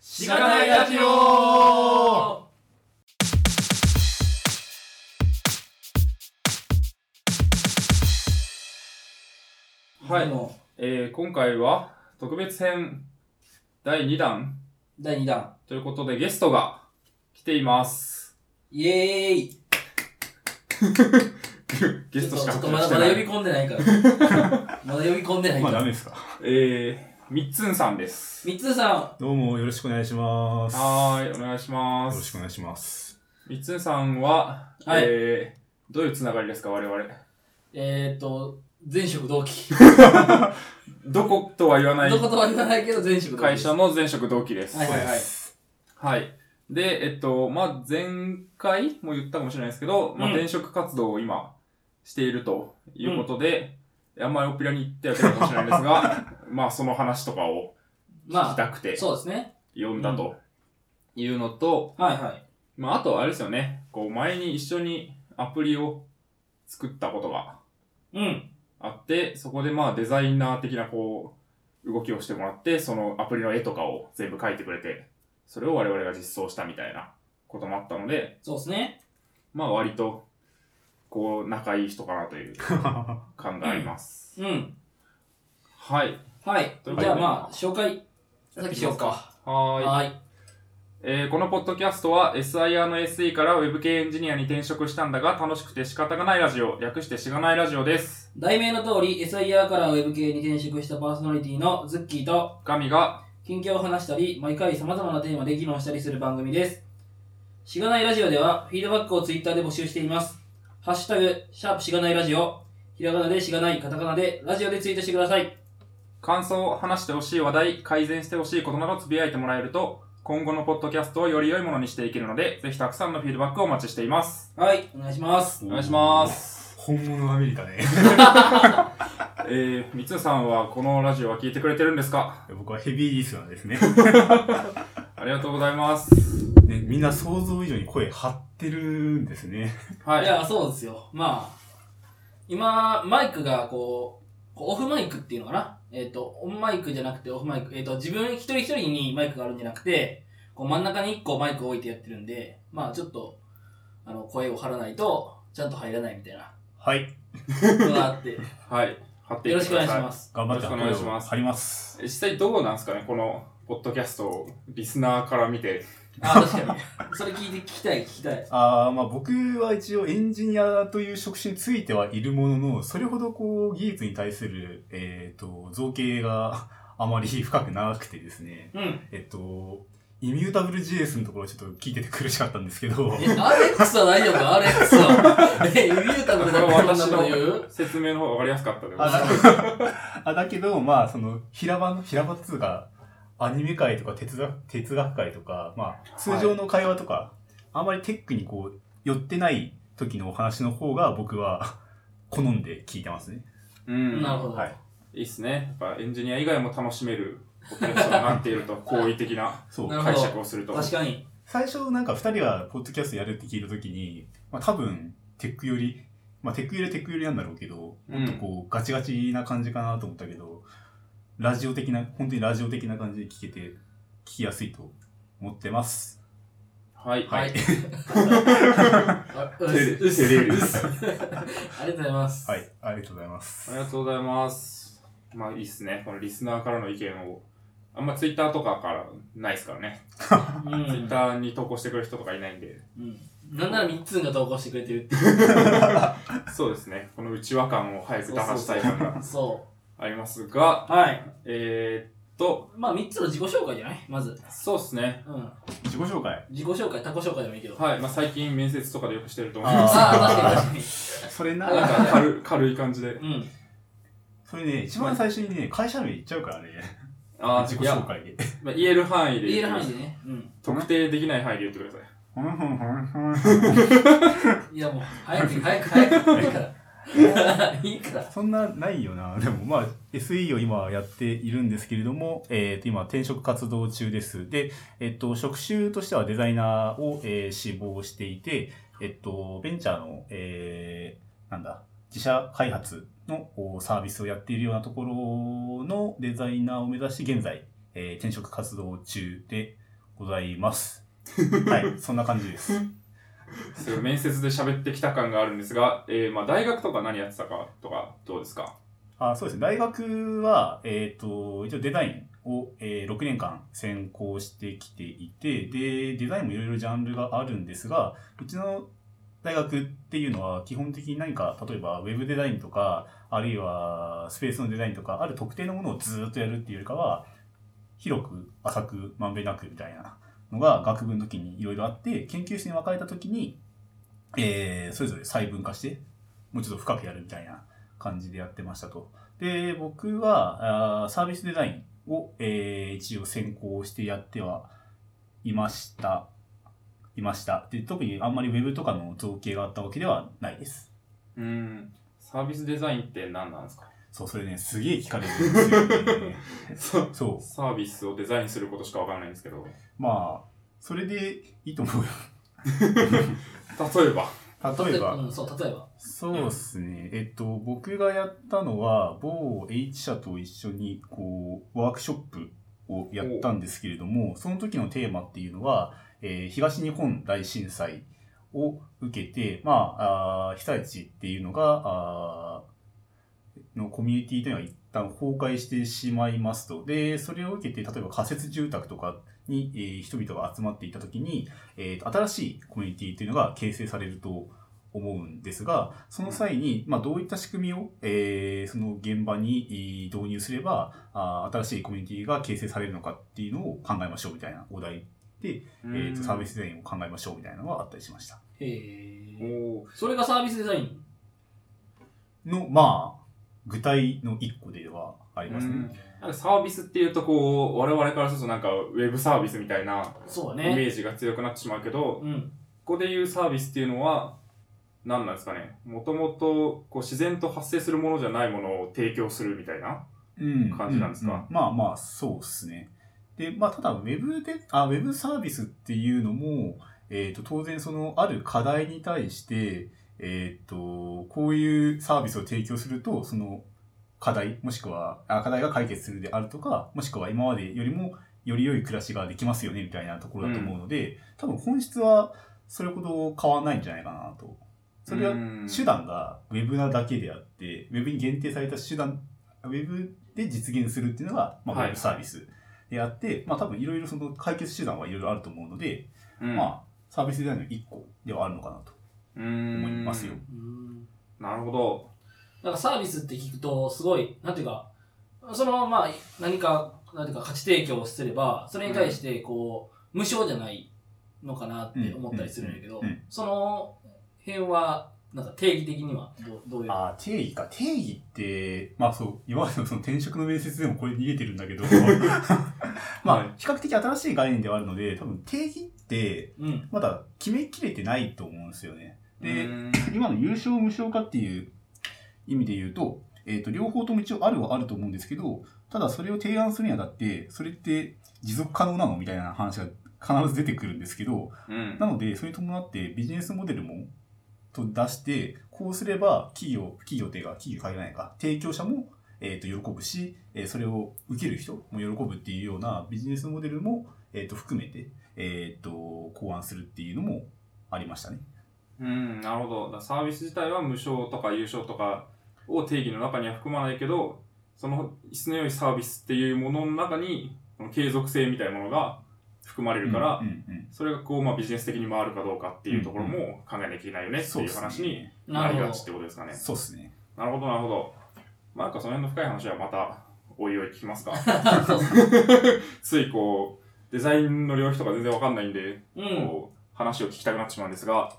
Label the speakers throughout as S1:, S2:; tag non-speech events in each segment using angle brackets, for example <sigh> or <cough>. S1: し
S2: がないラジオ
S1: はい
S2: もう
S1: えー、今回は特別編第2弾
S2: 第2弾。
S1: ということでゲストが来ています。
S2: イエーイ
S1: ゲストし
S2: ち
S1: か
S2: ょっ
S1: 発
S2: とま
S1: 表
S2: だ
S1: して
S2: まだ
S1: な
S2: 呼び
S1: い。
S2: 込んでないから。 <laughs> まだ呼び込んでないか
S3: まあダ
S2: ら。
S3: メですか。
S1: えー、みっつんさんです。
S2: 三つさ
S3: どうもよろしくお願いします。
S1: はーい、お願いしま
S3: よろしく
S1: す
S3: お。願いします。
S1: みっつんさんは、
S2: はい
S1: えー、どういうつながりですか、我々。
S2: ん、えーっと、前職同期。
S1: どことは言わない
S2: どことは言わないけど、前職同期で
S1: 会
S2: す。
S1: 社の前職同期です。
S2: はいはいはい。
S1: はい。で、えっと、まあ、前回も言ったかもしれないですけど、まあ、
S2: うん
S1: 転職活動を今しているということで、あんまりオペラに行ってはくれないかもしれないですが、
S2: <laughs>
S1: まあ、その話とかを聞
S2: ま
S1: きたく
S2: あ、
S1: て
S2: そうですね。
S1: 呼んだというのと、
S2: はいはい。
S1: まあ、あと、あれですよね、こう、前に一緒にアプリを作ったことが
S2: うん。
S1: あって、そこでまあ、デザイナー的なこう、動きをしてもらって、そのアプリの絵とかを全部描いてくれて、それを我々が実装したみたいなこともあったので、
S2: そうですね。
S1: まあ割と、こう、仲いい人かなという感があります。
S2: うん。
S1: はい。
S2: はい。
S1: ということで
S2: じゃあまあ、紹介、さっきしようか。
S1: はーい。
S2: はい。
S1: えーこのポッドキャストは SIR の SE から Web 系エンジニアに転職したんだが楽しくて仕方がないラジオ、略してしがないラジオです。
S2: 題名の通り、SIR から Web 系に転職したパーソナリティのズッキーと、
S1: 神が、
S2: 近況を話したり、毎回様々なテーマで議論したりする番組です。しがないラジオでは、フィードバックをツイッターで募集しています。ハッシュタグ、シャープしがないラジオ、ひらがなでしがない、カタカナでラジオでツイートしてください。
S1: 感想を話してほしい話題、改善してほしいことなどつぶやいてもらえると、今後のポッドキャストをより良いものにしていけるので、ぜひたくさんのフィードバックをお待ちしています。
S2: はい、お願いします。
S1: お願いします。
S3: 本物アメリカね。
S1: えー、みつさんはこのラジオは聞いてくれてるんですか
S3: 僕はヘビーリスナーです
S1: <laughs>
S3: ね
S1: ありがとうございます。
S3: ね。みんな想像以上に声張ってるんですね。
S1: はいい。
S2: や、そうですよ。まあ、今、マイクがこう、こうオフマイクっていうのかなえっ、と、オンマイクじゃなくてオフマイク。えっ、と、自分一人一人にマイクがあるんじゃなくて、こう真ん中に一個マイクを置いてやってるんで、まあちょっと、あの、声を張らないと、ちゃんと入らないみたいな
S3: はい。
S2: の
S1: <laughs>
S2: があって、よ
S1: はい。貼っていっ
S2: ろ
S1: て
S2: しく
S1: くだ
S2: お願いし
S1: さい。 <laughs>
S2: ます。
S3: 頑張って
S1: よろしくお願いします
S3: 張ります。
S1: 実際どうなんですかね、この、ポッドキャストを、リスナーから見て。
S2: あ、確かに。それ聞いて、聞きたい、聞きたい。
S3: あーまあ僕は一応エンジニアという職種についてはいるものの、それほどこう技術に対する、えっ、と、造形が <laughs> あまり深くなくてですね。
S2: うん。
S3: えっと、イミュータブル JS のところちょっと聞いてて苦しかったんですけど。
S1: <laughs>
S2: え、アレックスは大丈夫アレックスは。 <laughs> え、ゆうた
S1: こ
S2: の
S1: れ
S2: だ
S1: は
S2: からこんな
S1: 私
S2: こと言う
S1: の説明の方が分かりやすかったで
S2: <laughs>
S3: あだあだけど、まあ、その、平場の、平場っつうか、アニメ界とか哲学、哲学界とか、まあ、通常の会話とか、あんまりテックにこう、寄ってない時のお話の方が僕は好んで聞いてますね。
S1: うん。
S2: なるほど
S1: はい。いいっすね。やっぱエンジニア以外も楽しめる、ポッドキャストになっていると、好意的な
S3: そ
S2: なる
S3: う。
S2: ほど
S1: 解釈をすると。
S2: 確かに。
S3: 最初なんか二人がポッドキャストやるって聞いた時に、まあ多分、テックより、まあテックよりはテックよりなんだろうけど、
S1: うん
S3: もっとこう、ガチガチな感じかなと思ったけど、ラジオ的な、本当にラジオ的な感じで聞けて、聞きやすいと思ってます。
S1: はい。
S2: <laughs> はい。
S1: テレ
S2: うすうす
S1: テレビ
S2: うす <laughs> ありがとうございます。
S3: はい、ありがとうございます。
S1: ありがとうございます。まあいいっすね。このリスナーからの意見を。あんまツイッターとかからないですからね。
S2: う
S1: ツイッ
S2: ん。
S1: ターに投稿してくれる人とかいないんで。
S2: うん。なんなら3つが投稿してくれてるってい
S1: そうですね。この内輪感を早く打破したい感が
S2: う。そ
S1: ありますが、
S2: う。はい。
S1: えー、っと、
S2: まあ3つの自己紹介じゃないまず。
S1: そうですね。
S2: うん。
S3: 自己紹介。
S2: 自己紹介、他己紹介でもいいけ <laughs> ど。
S1: はい、まあ、最近面接とかでよくしてると思います。
S2: ああ、確かに確かに。
S3: それ
S1: なん
S3: な、
S1: か軽 <laughs> 軽い感じで。
S2: うん。
S3: それね、一番最初にね、会社名言っちゃうからね。
S1: あ
S3: 自己
S1: いや
S3: 紹 <laughs> 介で。
S1: まあ、言える範囲で
S2: 言える
S1: ってくだ
S2: 範
S1: さ
S2: 囲
S1: い
S2: でね。うん。
S1: 特定できない範囲で言ってください。
S3: ふんふんふんふん
S2: いやもう、早 <laughs> く早く早く。いいから。 <laughs> いいから。
S3: そんなないよな。で <laughs> もまあ、SE を今やっているんですけれども、えっ、と、今転職活動中です。で、えっ、と、職種としてはデザイナーを、えー志望していて、えっ、と、ベンチャーの、えーなんだ、自社開発のおサービスをやっているようなところのデザイナーを目指して現在、えー転職活動中でございます。はい、そんな感じです。
S1: それを面接で喋ってきた感があるんですが、えー、まあ大学とか何やってたかとかどうですか
S3: あそうですね。大学は、えっ、と、一応デザインを、えー6年間専攻してきていて、で、デザインもいろいろジャンルがあるんですが、うちの大学っていうのは基本的に何か、例えばウェブデザインとか、あるいはスペースのデザインとか、ある特定のものをずーっとやるっていうよりかは、広く、浅く、まんべんなくみたいなのが学部の時にいろいろあって、研究室に分かれた時に、えーそれぞれ細分化して、もうちょっと深くやるみたいな感じでやってましたと。で、僕はあーサービスデザインを、えー一応専攻してやってはいました。いました。で、特にあんまりウェブとかの造形があったわけではないです。
S1: うーん、サービスデザインって何なんですか
S3: そう、それね、すげえ聞かれるんですよ、ね。
S1: そ
S3: そう。
S1: サービスをデザインすることしかわからないんですけど、
S3: まあ、それでいいと思うよ。
S1: 例えば、
S3: 例えば、
S2: うん、そう、例えば。
S3: そうですね。えっと、僕がやったのは、某 H 社と一緒に、こう、ワークショップをやったんですけれども、その時のテーマっていうのは、えー東日本大震災を受けて、まあ、あー被災地っていうのが、あーのコミュニティというのは一旦崩壊してしまいますと。で、それを受けて、例えば仮設住宅とかに、えー人々が集まっていた時に、えーと新しいコミュニティというのが形成されると思うんですが、その際に、まあ、どういった仕組みを、えーその現場にえー導入すればあー新しいコミュニティが形成されるのかっていうのを考えましょうみたいなお題、
S1: え
S3: えーとサービスデザインを考えましょうみたいなのがあったりしました。
S2: へえ。
S1: おー
S2: それがサービスデザイン。
S3: の、まあ、具体の一個ではあります
S1: う
S3: ね
S1: ん。なんかサービスっていうとこう、我々からするとなんかウェブサービスみたいな
S2: そう
S1: イ
S2: だ
S1: メ
S2: ね。
S1: ージが強くなってしまうけど、
S2: うん。
S1: ここで言うサービスっていうのは、何なんですかね。もともと、こう、自然と発生するものじゃないものを提供するみたいな。
S3: うん
S1: 感じなんですか
S3: ううまあまあそうですねでまあただウェブであウェブサービスっていうのも、えー、と当然そのある課題に対して、えー、とこういうサービスを提供するとその課題もしくはあ課題が解決するであるとかもしくは今までよりもより良い暮らしができますよねみたいなところだと思うので、多分本質はそれほど変わらないんじゃないかなとそれは
S1: うん
S3: 手段がウェブなだけであって、ウェブに限定された手段、ウェブで実現するっていうのが、まあ、
S1: はい
S3: ウェブサービスであって、まあ多分いろいろその解決手段はいろいろあると思うので、
S1: うん
S3: まあサービスデザインの一個ではあるのかなと
S1: うーん
S3: 思いますよ。
S2: うん。
S1: なるほど。
S2: なんかサービスって聞くと、すごい、なんていうか、そのまあ、何か、なんていうか、価値提供をすれば、それに対して、こう、無償じゃないのかなって思ったりするんだけど
S3: うんうんうん、
S2: その辺は、なんか定義的にはどう、どういう。
S3: ああ、定義か。定義って、まあそう、今までのその転職の面接でもこれ逃げてるん
S1: <laughs>
S3: だけど、ま
S1: はい
S3: あ比較的新しい概念ではあるので、多分定義って
S2: うん。
S3: まだ決めきれてないと思うんですよね。で
S1: うーん
S3: 今の優勝無償化っていう意味で言うと,、えー、と両方とも一応あるはあると思うんですけどただそれを提案するにあたってそれって持続可能なのみたいな話が必ず出てくるんですけど
S1: うん
S3: なのでそれに伴ってビジネスモデルもと出してこうすれば企業企業というか企業限らないか提供者も、えー、と喜ぶし、えーそれを受ける人も喜ぶっていうようなビジネスモデルも、えー、と含めて、えー、と考案するっていうのもありましたね。
S1: うん、なるほど。だからサービス自体は無償とか有償とかを定義の中には含まないけど、その質の良いサービスっていうものの中に、その継続性みたいなものが含まれるから、
S3: うんうんうん
S1: それがこう、まあ、ビジネス的に回るかどうかっていうところも考えなきゃいけないよねっていう話にな
S2: な
S1: り
S2: る
S1: が
S2: ほ
S1: ちっ
S2: ど。
S1: てことですかね。
S3: そうですね。
S1: なるほど、なるほど。まあ、なんかその辺の深い話はまた、おいおい聞きますか。
S2: <laughs> そうそう
S1: ついこう、デザインの領域とか全然わかんないんで、
S2: うん。
S1: こう、話を聞きたくなってしまうんですが、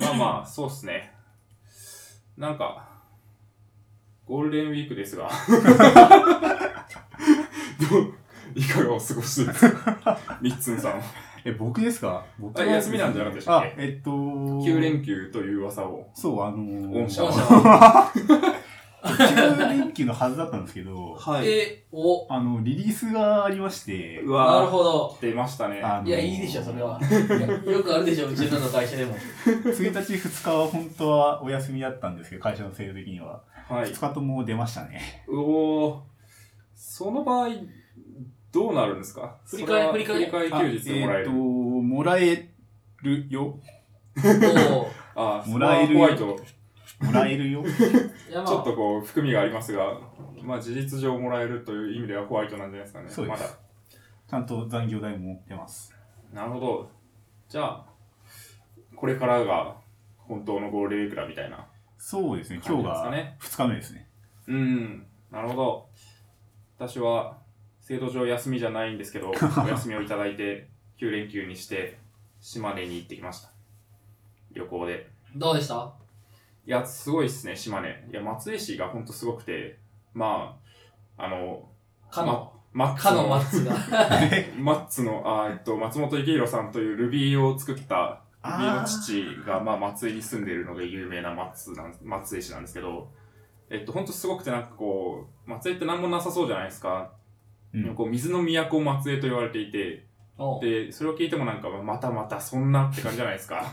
S1: まあまあ、そうっすね。なんか、ゴールデンウィークです
S2: <laughs>
S1: が、どう、いかがお過ごしですかみっつんさんは。
S3: え、僕ですか僕
S1: あ休みなんじゃなかったでしたっけ
S3: あ、えっと、
S1: 9連休という噂を。
S3: そう、あのー、
S1: 御社
S2: そう
S1: は
S2: そう
S3: 9連休のはずだったんですけど、
S1: は。
S2: え、お、
S3: あの、リリースがありまして
S1: う、
S2: なる
S1: わ
S2: ほど。
S1: ー、出ましたね。
S3: あのー
S2: いや、いいでしょ、それは。いやよくあるでしょ、うちの会社でも。
S3: 1日、2日は本当はお休みだったんですけど、会社の制度的には。
S1: はい
S3: 2。日とも出ましたね。
S1: うおーその場合、どうなるんですか
S2: 振り替え
S1: それは
S2: 振り替え
S1: 振り替え休日もらえ
S3: えっ
S1: る
S3: と、。もらえるよ。
S2: おー
S1: ああ、
S3: もらえる
S1: ホワイト。
S3: もらえるよ。 <laughs>
S2: いやまあ
S1: ちょっとこう、含みがありますが、まあ事実上もらえるという意味ではホワイトなんじゃないですかね。
S3: そうです
S1: まだ
S3: ちゃんと残業代も出ます。
S1: なるほど。じゃあ、これからが本当のゴールデンウィークだみたいな。
S3: そうですね。今日
S1: 感
S3: が
S1: じで
S3: 2日目ですね。
S1: うん、なるほど。私は、制度上休みじゃないんですけ
S2: <laughs>
S1: ど、お休みをいただいて、9連休にして、島根に行ってきました。旅行で。
S2: どうでした
S1: いや、すごいっすね、島根。いや、松江市がほんとすごくて、まあ、あの、
S2: かの、
S1: マッツ
S2: かのマ
S1: の、
S2: ッツが。
S1: マッツの、あえっと、松本幸宏さんというルビーを作った、ルビーの父が、まあ、松江に住んでいるので有名な松なん松江市なんですけど、えっと、ほんとすごくてなんかこう、松江って何もなさそうじゃないですか。
S3: うん
S1: こう水の都松江と言われていて
S2: おう
S1: でそれを聞いてもなんかまたまたそんなって感じじゃないですか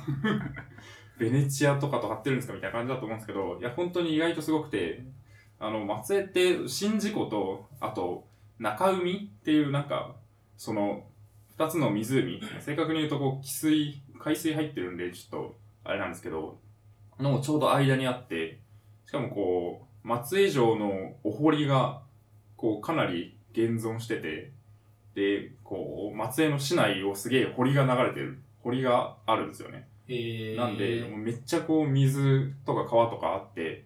S1: ベネチアとかと張ってるんですかみたいな感じだと思うんですけどいや本当に意外とすごくてあの松江って宍道湖とあと中海っていうなんかその2つの湖正確に言うとこう汽水海水入ってるんでちょっとあれなんですけどのちょうど間にあってしかもこう松江城のお堀がこうかなり現存しててでこう松江の市内をすげえ堀が流れてる堀があるんですよね
S2: えー、
S1: なんで、もうめっちゃこう水とか川とかあって、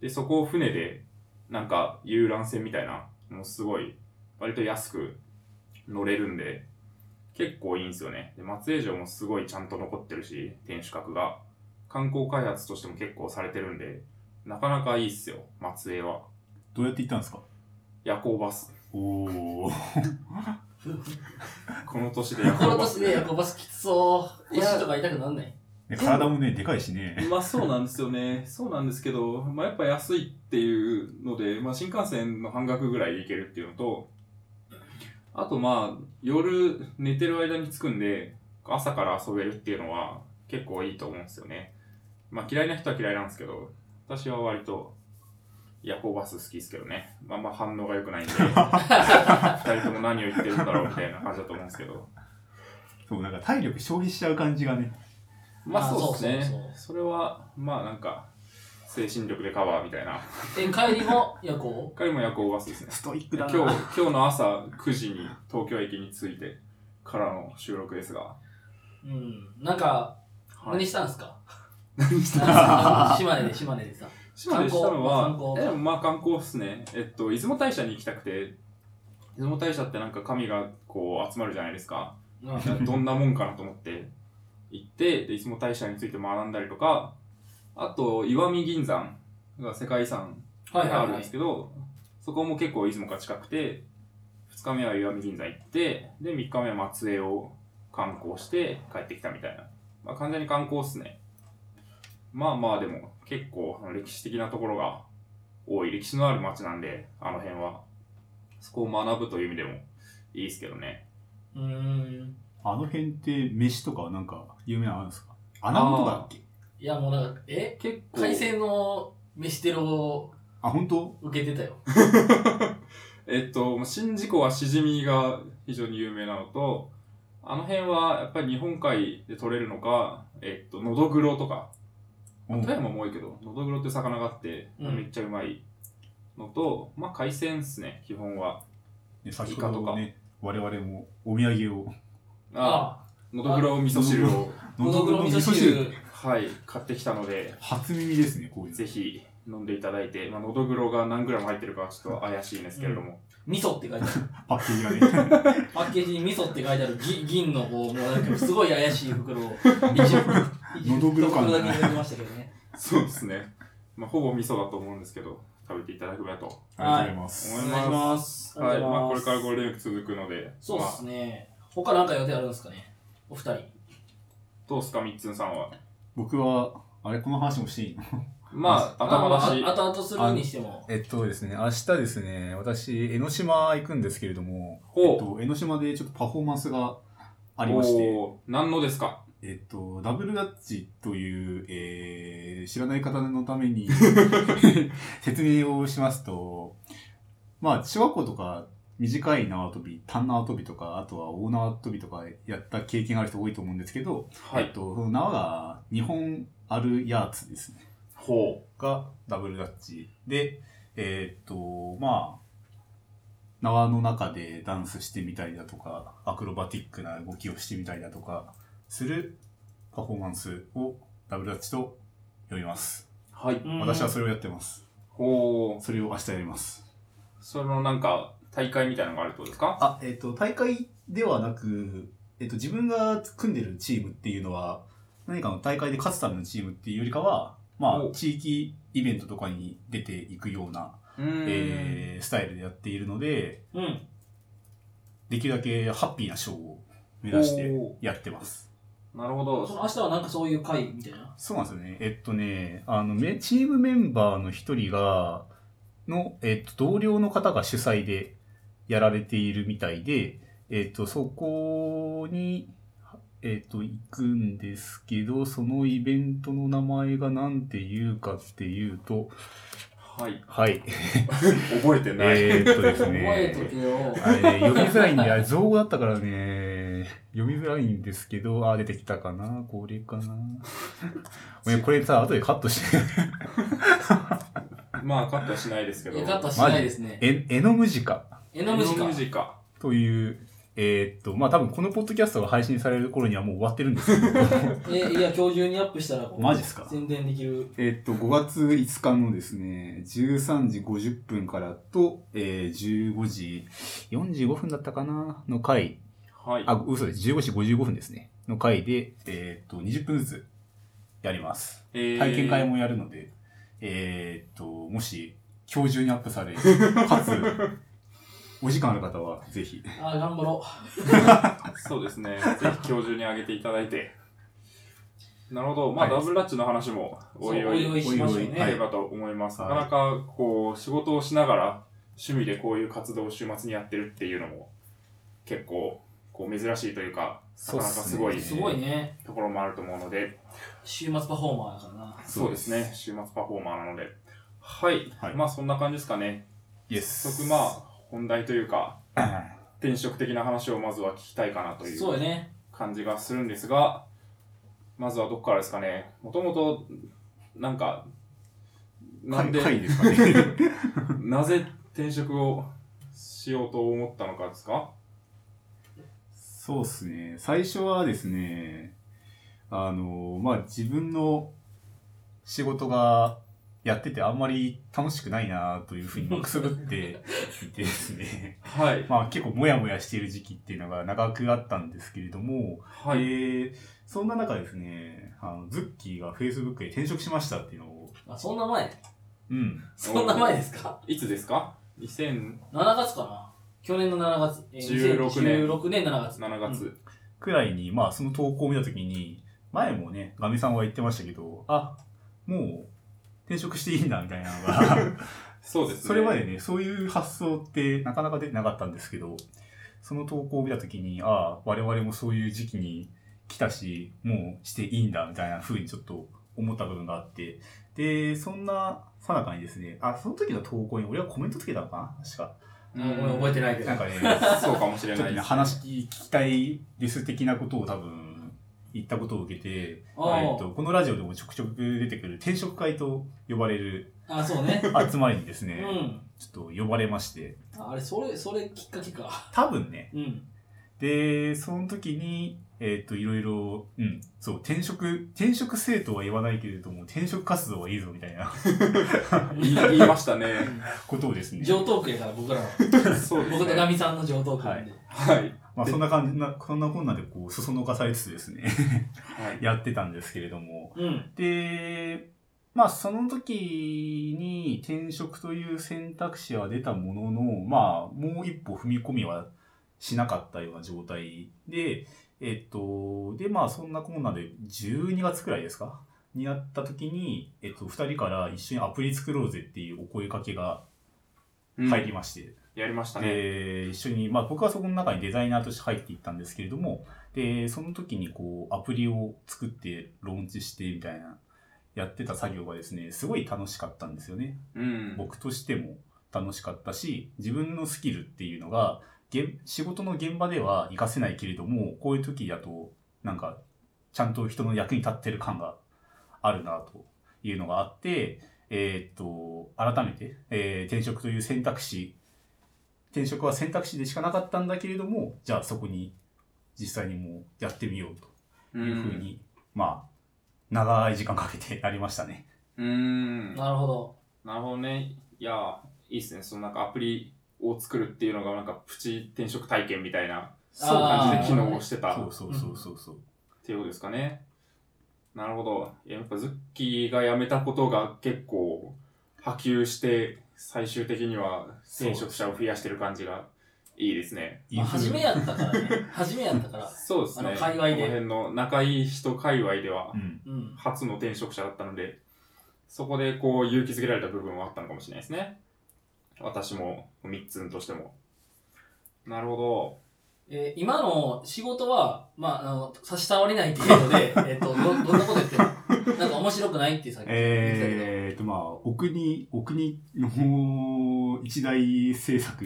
S1: で、そこを船で、なんか遊覧船みたいな、もうすごい、割と安く乗れるんで、結構いいんですよね。で、松江城もすごいちゃんと残ってるし、天守閣が。観光開発としても結構されてるんで、なかなかいいっすよ、松江は。
S3: どうやって行ったんですか
S1: 夜行バ
S2: <laughs>
S1: ス。
S3: おー。
S1: この年で夜
S2: この
S1: 行バス。
S2: 年で夜行バスきつそう。
S1: いや
S2: 腰とか痛くなんない
S3: ね体もね、でかいしね。
S1: <laughs> まあそうなんですよね。そうなんですけど、まあやっぱ安いっていうので、まあ新幹線の半額ぐらいで行けるっていうのと、あとまあ夜寝てる間に着くんで、朝から遊べるっていうのは結構いいと思うんですよね。まあ嫌いな人は嫌いなんですけど、私は割と夜行バス好きですけどね。まあまあ反応が良く
S2: <laughs>
S1: ないんで、二人とも何を言ってるんだろうみたいな感じだと思うんですけど。
S3: そう、なんか体力消費しちゃう感じがね。
S1: まあ
S2: あー
S1: そうですね。そ
S2: そうそうそう
S1: れは、まあなんか、精神力でカバーみたいな。
S2: え、帰りも夜行
S1: 彼も夜行バス
S2: <laughs>
S1: ですね。
S3: ストイック
S1: 今
S3: だな。
S1: 日、今日の朝9時に東京駅に着いてからの収録ですが。
S2: うん。なんか、
S1: はい
S2: 何したんすか
S1: 何し
S2: あの島根で、島根でさ。
S1: 島根したのは
S2: 観光、
S1: えでもまあ観光っすね。えっと、出雲大社に行きたくて、出雲大社ってなんか神がこう集まるじゃないです
S2: <laughs>
S1: か。
S2: うん。うん
S1: どんなもんかなと思って行って、で、出雲大社について学んだりとか、あと、石見銀山が世界遺産
S2: はい
S1: あ
S2: はい
S1: るん
S2: は
S1: です
S2: い。
S1: けど、そこも結構出雲から近くて、2日目は岩見銀山行って、で、3日目は松江を観光して帰ってきたみたいな。まあ、完全に観光っすね。まあまあでも、結構あの歴史的なところが多い、歴史のある町なんで、あの辺は。そこを学ぶという意味でもいいですけどね。
S2: うーん。
S3: あの辺って飯とかはなんか有名なのあるんですか穴子とかだっけ
S2: いや、もうなんか、え
S1: 結構、
S2: 海鮮の飯テロを
S3: あ、本当
S2: 受けてたよ。
S1: えっと、宍道湖はシジミが非常に有名なのと、あの辺はやっぱり日本海で取れるのか、えっと、ノドグロとか、
S3: うん
S1: 富山も多いけど、ノドグロっていう魚があって、
S2: うん
S1: めっちゃうまいのと、まあ海鮮っすね、基本は。
S3: ね先ほどね、我々もお土産を、
S1: ああ、ノドグロ味噌汁を、
S2: あ、のどぐろ味噌
S3: 汁。
S2: 汁。
S1: はい、買ってきたので、
S3: 初耳ですね、こういうの。
S1: ぜひ飲んでいただいて、まあ、ノドグロが何グラム入ってるかはちょっと怪しいんですけれども、
S2: 味噌って書いてある。
S3: パッケージ <laughs> がね。
S2: パッケージに味噌って書いてあるぎ銀のこう、もうなんかすごい怪しい袋を、一応、
S3: のどぐろ感
S2: 一応袋
S3: が
S2: だけ入れてましたけどね。
S1: そうですね。まあほぼ味噌だと思うんですけど、食べていただければと思
S3: ありがとうございます。
S1: い
S2: お願いし
S1: ま。
S2: ますす
S1: はい、まあこ
S2: あ
S1: れ
S2: りがとうございます
S1: からゴールデンウィーク続くので、
S2: そうで
S1: まあ
S2: すね。他なんか予定あるんですかねお二人。
S1: どうすか、みっつんさんは。
S3: 僕は、あれ、この話もしていいの
S1: まあ、頭出し
S2: まあ。ああとするにしても。
S3: えっとですね、明日ですね、私、江ノ島行くんですけれども、えっ
S1: ほう。
S3: と、江ノ島でちょっとパフォーマンスがありまして、
S1: おー何のですか
S3: えっと、ダブルダッチという、えー、知らない方のた
S1: <laughs>
S3: めに説明をしますと、まあ、小学校とか短い縄跳び、単縄跳びとか、あとは大縄跳びとかやった経験がある人多いと思うんですけど、
S1: は
S3: えっ
S1: い。
S3: と、その縄が2本あるやつですね。
S1: ほ
S3: がダブルダッチで、えーっと、まあ、縄の中でダンスしてみたりだとか、アクロバティックな動きをしてみたりだとか、するパフォーマンスをダブルダッチと呼びます。
S1: う。はい。
S2: うん
S3: 私はそれをやってます。
S1: ほう。
S3: それを明日やります。
S1: そのなんか、大会みたいなのがあるってことですか
S3: あ、えーっと、大会ではなく、えーっと、自分が組んでるチームっていうのは、何かの大会で勝つためのチームっていうよりかは、ま
S1: お
S3: あ、地域イベントとかに出ていくような
S1: うーん。
S3: えースタイルでやっているので、
S2: うん。
S3: できるだけハッピーなショーを目指して
S1: ほ
S3: やってます。
S1: うなるほど。
S2: その明日はなんかそういう会みたいな。
S3: そうなんですよね。えっとね、あの、めチームメンバーの一人が、の、えっと、同僚の方が主催でやられているみたいで、えっと、そこに、えっと、行くんですけど、そのイベントの名前が何て言うかっていうと、
S1: はい。
S3: はい、
S1: 覚えてない。
S3: えーっとです
S2: 覚
S3: ね。
S2: えとけよ。
S3: あれね、読みづらいんで、あれ、造語だったからね、読みづらいんですけど、あー、出てきたかな、これかな。お前これさ、後でカットして、
S1: まあ、カットはしないですけど。
S2: え、カットはしないですね。
S3: え、エノムジカ
S2: えのむしか。
S1: ジか。
S3: という、えーっと、まあ、多分このポッドキャストが配信される頃にはもう終わってるんですけど、
S2: え、いや、今日中にアップしたらこう、
S3: マジっすか
S2: 宣伝できる。
S3: <laughs> えっと、5月5日のですね、13時50分からと、えー、15時45分だったかな、の回
S1: はい。
S3: あ、嘘です。15時55分ですね。の回で、えーっと、20分ずつやります。
S1: えー
S3: 体験会もやるので、えーっと、もし、今日中にアップされ、かつ、お時間ある方は、ぜひ。
S2: あー、頑張ろ
S1: そうですね。ぜひ教授にあげていただいて。なるほど。まあ、
S3: はい
S1: ダブルラッチの話も
S2: う。
S1: おいおい
S2: そう
S1: 聞
S2: おいしましょう
S3: おいおい
S1: け
S3: は
S1: れ
S2: ね。
S1: ばと思います。
S3: は
S1: ないかなか、こう、仕事をしながら、趣味でこういう活動を週末にやってるっていうのも、結構、こう、珍しいというか、なかなかすごい
S2: すごいね。
S1: ところもあると思うので、
S2: 週末パフォーマーだからな。
S1: そうですね。。週末パフォーマーなので。はい。
S3: はい
S1: まあ、そんな感じですかね。
S3: イエ
S1: 早
S3: ス。
S1: 速、まあ、本題というか、
S3: あ。
S1: 転職的な話をまずは聞きたいかなという。
S2: そうよね。
S1: 感じがするんですが、まずはどこからですかね。もともと、なんか、なんで、
S3: 会ですかね。
S1: <laughs> なぜ転職をしようと思ったのかですか
S3: そうですね。最初はですね、あの、まあ、自分の仕事がやっててあんまり楽しくないなというふうにまあくすぶっていてですね。
S1: <laughs> はい。
S3: まあ結構モヤモヤしている時期っていうのが長くあったんですけれども、
S1: はい。
S3: えーそんな中ですね、あのズッキーが Facebook へ転職しましたっていうのを、
S2: あ、そんな前
S3: うん、
S2: そんな前ですか
S1: いつですか ?2007
S2: ?7 月かな去年の7月。えー
S1: 16年
S2: 16年7月。
S1: 月。
S3: くらいに、まあその投稿を見たときに、前もね、ガミさんは言ってましたけど、あ、もう転職していいんだみたいなのが、
S1: そうですね。
S3: それまでね、そういう発想ってなかなか出てなかったんですけど、その投稿を見たときに、あ我々もそういう時期に来たし、もうしていいんだみたいな風にちょっと思った部分があって、で、そんなさなかにですね、あ、その時の投稿に俺はコメントつけたのかな確か。
S1: うん
S2: うん、ごめん覚えてないけど
S3: なん。かね、
S1: そうかもしれ
S3: ちょっ
S1: ない
S3: と
S1: で
S3: ね、
S1: す。
S3: 話聞きたいです的なことを多分、言ったことを受けて、
S2: あー
S3: えっとこのラジオでもちょくちょく出てくる転職会と呼ばれる
S2: あ、そう
S3: <laughs>
S2: ね。
S3: 集まりにです
S2: う
S3: ね、
S2: ん。
S3: ちょっと呼ばれまして、
S2: ああれ、それ、それきっかけか。
S3: 多分ね、
S2: うん。
S3: で、その時に、えっ、と、いろいろ、うん、そう、転職、転職生徒は言わないけれども、転職活動はいいぞみたいな <laughs>
S1: 言い <laughs> 言いましたね。
S3: ことをですね、
S2: 上等区やから、僕らは。
S1: そうです
S2: 僕と
S1: ね。
S2: ガミさんの上等区なんで。
S1: はい。
S3: まあそんな感じな、こんなこんなでこう、そそのかされつつですね、 <laughs>
S1: はい。
S3: やってたんですけれども、
S2: うん。
S3: で、まあその時に転職という選択肢は出たものの、まあもう一歩踏み込みはしなかったような状態で、えっと、でまあそんなこんなで12月くらいですかになった時に、えっと、2人から一緒にアプリ作ろうぜっていうお声かけが
S1: うん
S3: 入りまして、
S1: やりましたね。
S3: で、一緒に、まあ僕はそこの中にデザイナーとして入っていったんですけれども、で、その時にこう、アプリを作って、ローンチして、みたいな、やってた作業がですね、すごい楽しかったんですよね。
S1: うん。
S3: 僕としても、楽しかったし、自分のスキルっていうのが、現仕事の現場では活かせないけれども、こういう時だと、なんか、ちゃんと人の役に立ってる感があるな、というのがあって、えーっと、改めて、えー転職という選択肢、転職は選択肢でしかなかったんだけれども、じゃあそこに実際にもうやってみようと
S1: うん
S3: いうふうに、まあ、長い時間かけてやりましたね。
S1: うん
S2: なるほど。
S1: なるほどね。いや、いいっすね。そのなんかアプリを作るっていうのが、なんかプチ転職体験みたいな
S3: そう
S2: あー
S1: 感じで機
S3: 昨
S1: 能をしてたっ
S3: そうそうそうそうそう。
S1: ていうことですかね。なるほど。いややっぱズッキーが辞めたことが結構波及して、最終的には転職者を増やしてる感じがいいですね。
S3: いい
S2: まあ、
S3: 風
S2: 初
S3: に
S2: めやったからね。初めやったから。
S1: そうです
S2: あ
S1: ね。
S2: の界隈で
S1: この辺の仲いい人界隈では
S3: う、ん。
S2: うん。
S1: 初の転職者だったので、そこでこう勇気づけられた部分はあったのかもしれないですね。私も、三つんとしても。なるほ
S2: えー今の仕事は、まあ、あの、差し障りない程度
S3: <laughs>
S2: で、えっと、ど、どんなこと言っても、なんか面白くないってさっき言ってたけど、
S3: えー、と、まあ、お国、お国の一大政策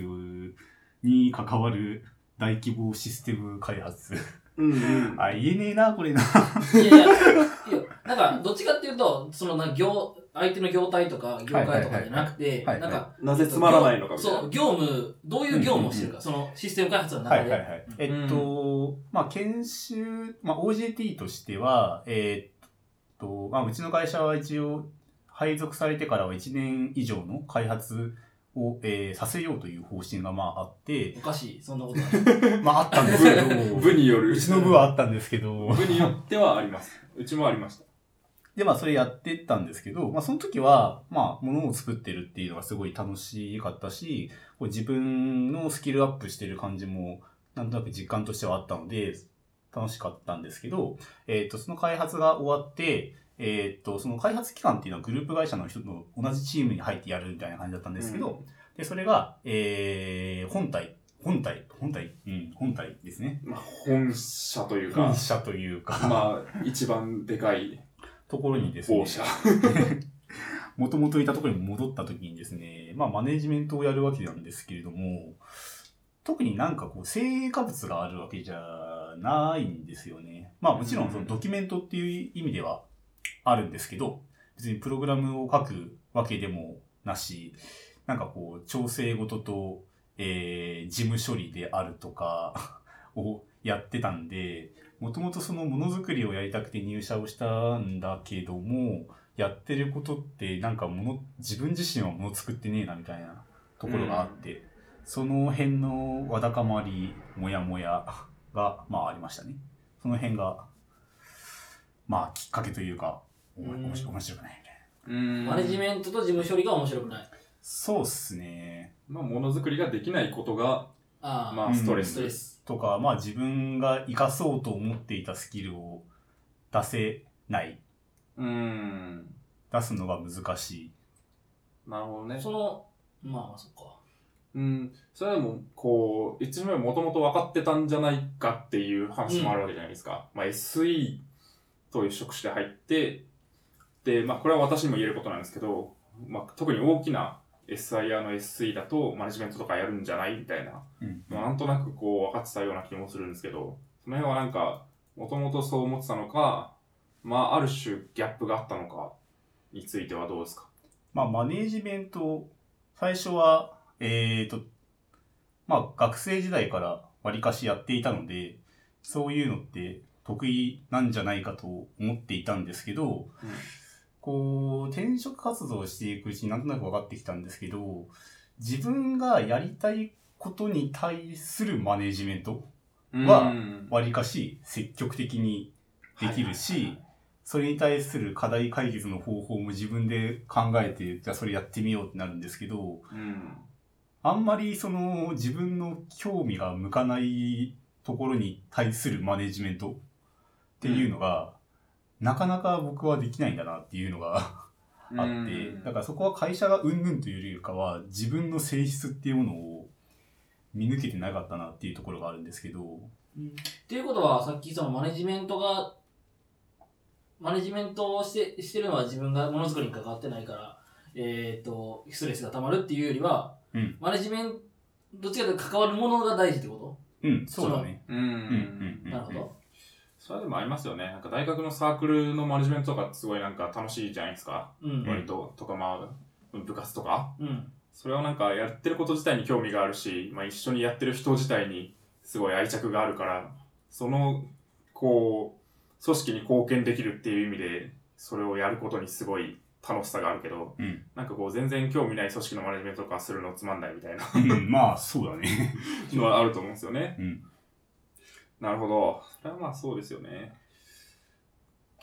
S3: に関わる大規模システム開発。
S1: ど。うん、うん。
S3: あ、言えねえな、これな。
S2: いやいや、いや、なんか、どっちかっていうと、その、なんか業、相手の業態とか、業界とかじゃなくて、
S3: はいはいはいはい
S2: なんか、
S1: なぜつまらないのかみたいな。
S2: そう、業務、どういう業務をしてるか、その、システム開発の
S3: は
S2: 中
S3: いはいは
S2: で。
S3: い。えっと、まあ、研修、まあ、OJT としては、えっと、まあ、うちの会社は一応、配属されてからは1年以上の開発を、えーさせようという方針がまああって、
S2: おかしい、そんなことない。
S3: <laughs> まああったんです <laughs> けど、
S1: 部による。
S3: うちの部はあったんですけど、
S1: 部によってはあります。うちもありました。
S3: で、まあ、それやってったんですけど、まあ、その時は、まあ、ものを作ってるっていうのがすごい楽しかったし、こう自分のスキルアップしてる感じも、なんとなく実感としてはあったので、楽しかったんですけど、えっ、と、その開発が終わって、えっ、と、その開発期間っていうのはグループ会社の人の同じチームに入ってやるみたいな感じだったんですけど、で、それが、えー、本体、本体、本体、うん、本体ですね。
S1: まあ、本社というか
S3: 本、社というか、
S1: まあ、一番でかい
S3: ところにですね、
S1: 某社。
S3: もともといたところに戻った時にですね、まあマネジメントをやるわけなんですけれども、特になんかこう成果物があるわけじゃないんですよね。まあもちろんそのドキュメントっていう意味ではあるんですけど、別にプログラムを書くわけでもなし、なんかこう調整事と、えー事務処理であるとか <laughs> をやってたんで、もともとそのものづくりをやりたくて入社をしたんだけども、やってることってなんかもの自分自身はもの作ってねえなみたいなところがあって、その辺のわだかまりもやもや <laughs> がまあありましたねその辺がまあきっかけというかおも
S2: うん
S3: 面白面白くないみたいな
S1: うん
S2: マネジメントと事務処理が面白くない。
S3: そうっすね
S1: まあ、ものづくりができないことが、
S2: ああ、
S1: ま
S3: う
S1: あ、
S3: ん
S1: ストレ
S2: ス
S1: ス。
S2: トレス。
S3: とかまあ自分が生かそうと思っていたスキルを出せない
S1: うん。
S3: 出すのが難しい
S1: なるほどね。
S2: その、まあまあ、そっか。
S1: うん、それでも、こう、一目もともと分かってたんじゃないかっていう話もあるわけじゃないですか。まあ、SE という職種で入って、で、まあ、これは私にも言えることなんですけど、まあ、特に大きな SIR の SE だと、マネジメントとかやるんじゃないみたいな、
S3: うん
S1: まあ、なんとなくこう、分かってたような気もするんですけど、その辺はなんか、もともとそう思ってたのか、まあ、ある種ギャップがあったのか、についてはどうですか
S3: まあ、マネージメント、最初は、えーと、まあ、学生時代から割かしやっていたので、そういうのって得意なんじゃないかと思っていたんですけど、
S1: うん
S3: こう、転職活動をしていくうちになんとなく分かってきたんですけど、自分がやりたいことに対するマネージメント、
S1: う
S3: は
S1: ん
S3: 割かし積極的にできる
S1: はいはい
S3: し、それに対する課題解決の方法も自分で考えて、じゃあそれやってみようってなるんですけど、
S1: うん。
S3: あんまりその自分の興味が向かないところに対するマネジメントっていうのが、なかなか僕はできないんだなっていうのがあ
S1: う
S3: って
S1: ん、
S3: だからそこは会社がうんぬんというよりかは、自分の性質っていうものを見抜けてなかったなっていうところがあるんですけど、
S2: っていうことは、さっきそのマネジメントが、マネジメントをしてしてるのは自分がものづくりに関わってないから、えー、とストレスがたまるっていうよりは、
S3: うん
S2: マネジメントどっちかというと関わるものが大事ってこ
S3: うん、そう
S1: <laughs>
S3: だね。
S1: うん
S3: うん
S2: と、なるほど、
S1: それはでもありますよね。なんか大学のサークルのマネジメントとかってすごいなんか楽しいじゃないですか。
S2: うんうん
S1: 割と。とかまあ、部活とか。
S2: うん
S1: それはなんかやってること自体に興味があるし、まあ一緒にやってる人自体にすごい愛着があるから、その、こう、組織に貢献できるっていう意味で、それをやることにすごい楽しさがあるけど、
S3: うん。
S1: なんかこう全然興味ない組織のマネジメントとかするのつまんないみたいな
S3: うんまあ、そうだね。
S1: のはあると思うんですよね。
S3: うん。
S1: なるほど。それはまあそうですよね。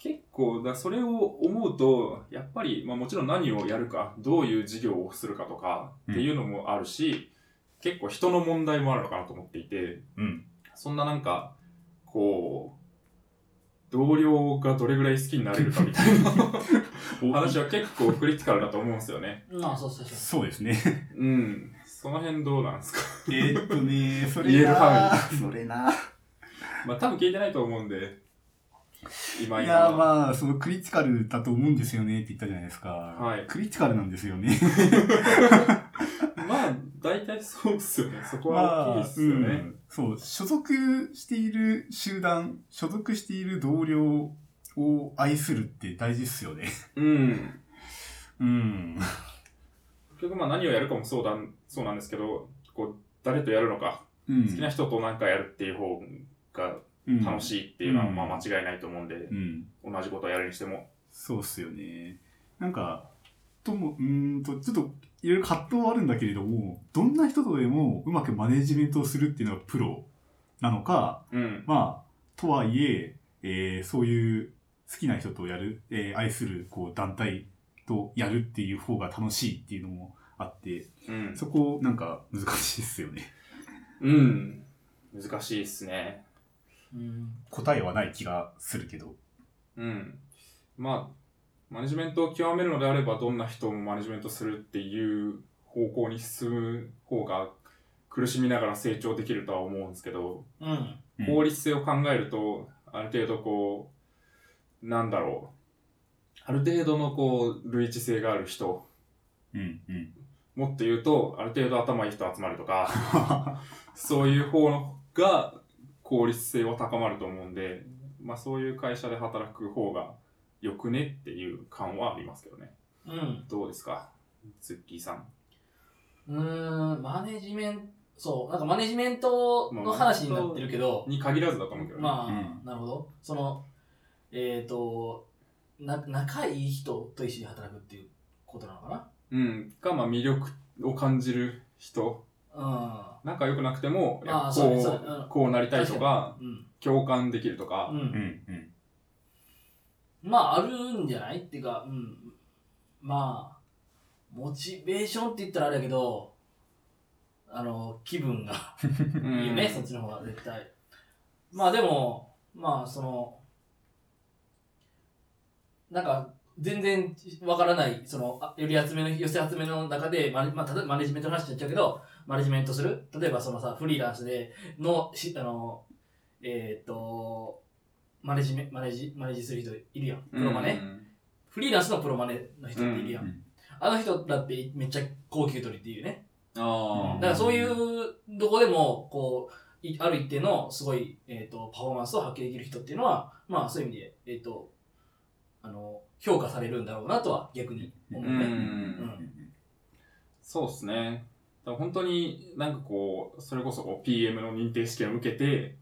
S1: 結構、だそれを思うと、やっぱり、まあもちろん何をやるか、どういう事業をするかとか
S3: うん
S1: っていうのもあるし、結構人の問題もあるのかなと思っていて、 <laughs>
S3: うん。
S1: そんななんか、こう、同僚がどれぐらい好きになれるかみたいな話は結構クリティカルだと思うんですよね。
S2: まあそうそうそ
S3: そうですね。
S1: うん。その辺どうなんですか
S3: えーっとね、そ
S1: 言え
S3: れ
S1: る
S3: な
S1: 範
S3: それな
S1: まあ多分聞いてないと思うんで、今
S3: い
S1: 今は。
S3: やーまあ、そのクリティカルだと思うんですよねって言ったじゃないですか。
S1: はい
S3: クリティカルなんですよね。 <laughs>
S1: まあ、大体そうっすよね。そこは大きいっすよね。
S3: うんそう、所属している集団、所属している同僚を愛するって大事っすよね。
S1: うん。
S3: うん。
S1: 結局まあ何をやるかもそうだん、そうなんですけど、こう、誰とやるのか、
S3: うん
S1: 好きな人と何かやるっていう方が楽
S3: い。
S1: しいっていうのは
S3: うん
S1: まあ間違いないと思うんで
S3: う、ん。
S1: 同じことをやるにしても。
S3: そうっすよね。なんか、とも、うーんと、ちょっと、いろいろ葛藤はあるんだけれども、どんな人とでもうまくマネジメントをするっていうのがプロなのか、
S1: うん。
S3: まあ、とはいえ、えーそういう好きな人とやる、えー愛するこう団体とやるっていう方が楽しいっていうのもあって、
S1: うん。
S3: そこなんか難しいですよね。
S1: うん。難しいっすね。
S2: う、うん、
S3: 答えはない気がするけど。
S1: うん。まあ、マネジメントを極めるのであれば、どんな人もマネジメントするっていう方向に進む方が苦しみながら成長できるとは思うんですけど、
S2: うん、
S3: うん
S1: 効率性を考えると、ある程度こう、なんだろう。ある程度のこう、類似性がある人。
S3: うん、うん。
S1: もっと言うと、ある程度頭いい人集まるとか、 <laughs> そういう方のが効率性は高まると思うんで、まあそういう会社で働く方がよくねっていう感はありますけどね。
S2: うん、
S1: どうですかツッキーさん。
S2: うーん、マネジメント、そう、なんかマネジメントの話になってるけど、
S1: に限らずだと思うけどね。
S2: まあ、
S3: う
S2: なるほど。その、えっ、とな、仲いい人と一緒に働くっていうことなのか
S1: うん。が、まあ魅力を感じる人。
S2: な
S1: 仲良くなくても、いや
S2: あーそうねそうね
S1: こ
S2: うん
S1: う、こうなりたいとか、
S2: うん。うん。
S1: 共感できるとか、
S2: うん。
S3: うん、うん。
S2: まあ、あるんじゃないっていうか、うん。まあ、モチベーションって言ったらあれやけど、あの、気分が
S1: うん
S2: いいよね、そっちの方が絶対。まあでも、まあその、なんか全然わからない、その、あより集めの、寄せ集めの中で、マネまあ、例えばマネジメントの話になっちゃうけど、マネジメントする例えばそのさ、フリーランスでの、しあの、えーっ、と、マネジメ、マネジ、マネジする人いるやん。プロマネ。フリーランスのプロマネの人っているやん。
S3: うん
S2: あの人だってめっちゃ高給取りっていうね。
S1: あ
S3: う
S1: あ。
S3: ん
S2: だからそういう、どこでも、こう、いある一定の、すごい、えっ、と、パフォーマンスを発揮できる人っていうのは、まあ、そういう意味で、えっ、と、あの、評価されるんだろうなとは、逆に思う
S1: う
S2: ね。
S3: ん
S1: そうですね。だから本当になんかこう、それこそこう PM の認定試験を受けて、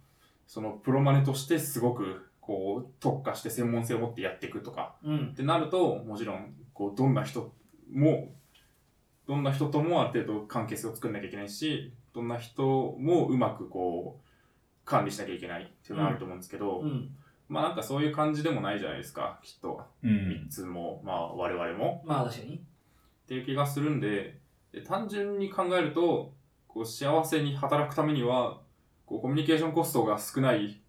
S1: そのプロマネとしてすごくこう特化して専門性を持ってやっていくとか
S2: うん
S1: っ。てなると、もちろんこうどんな人も、どんな人ともある程度関係性を作んなきゃいけないし、どんな人もうまくこう管理しなきゃいけないっていうのがあると思うんですけど、
S2: うん。
S1: まあなんかそういう感じでもないじゃないですか、きっと。
S3: う
S1: い
S3: ん
S1: つも、まあ我々も。
S2: まあ、確かに。
S1: っていう気がするんでで単純に考えるとこう幸せに働くためにはこうコミュニケーションコストが少ない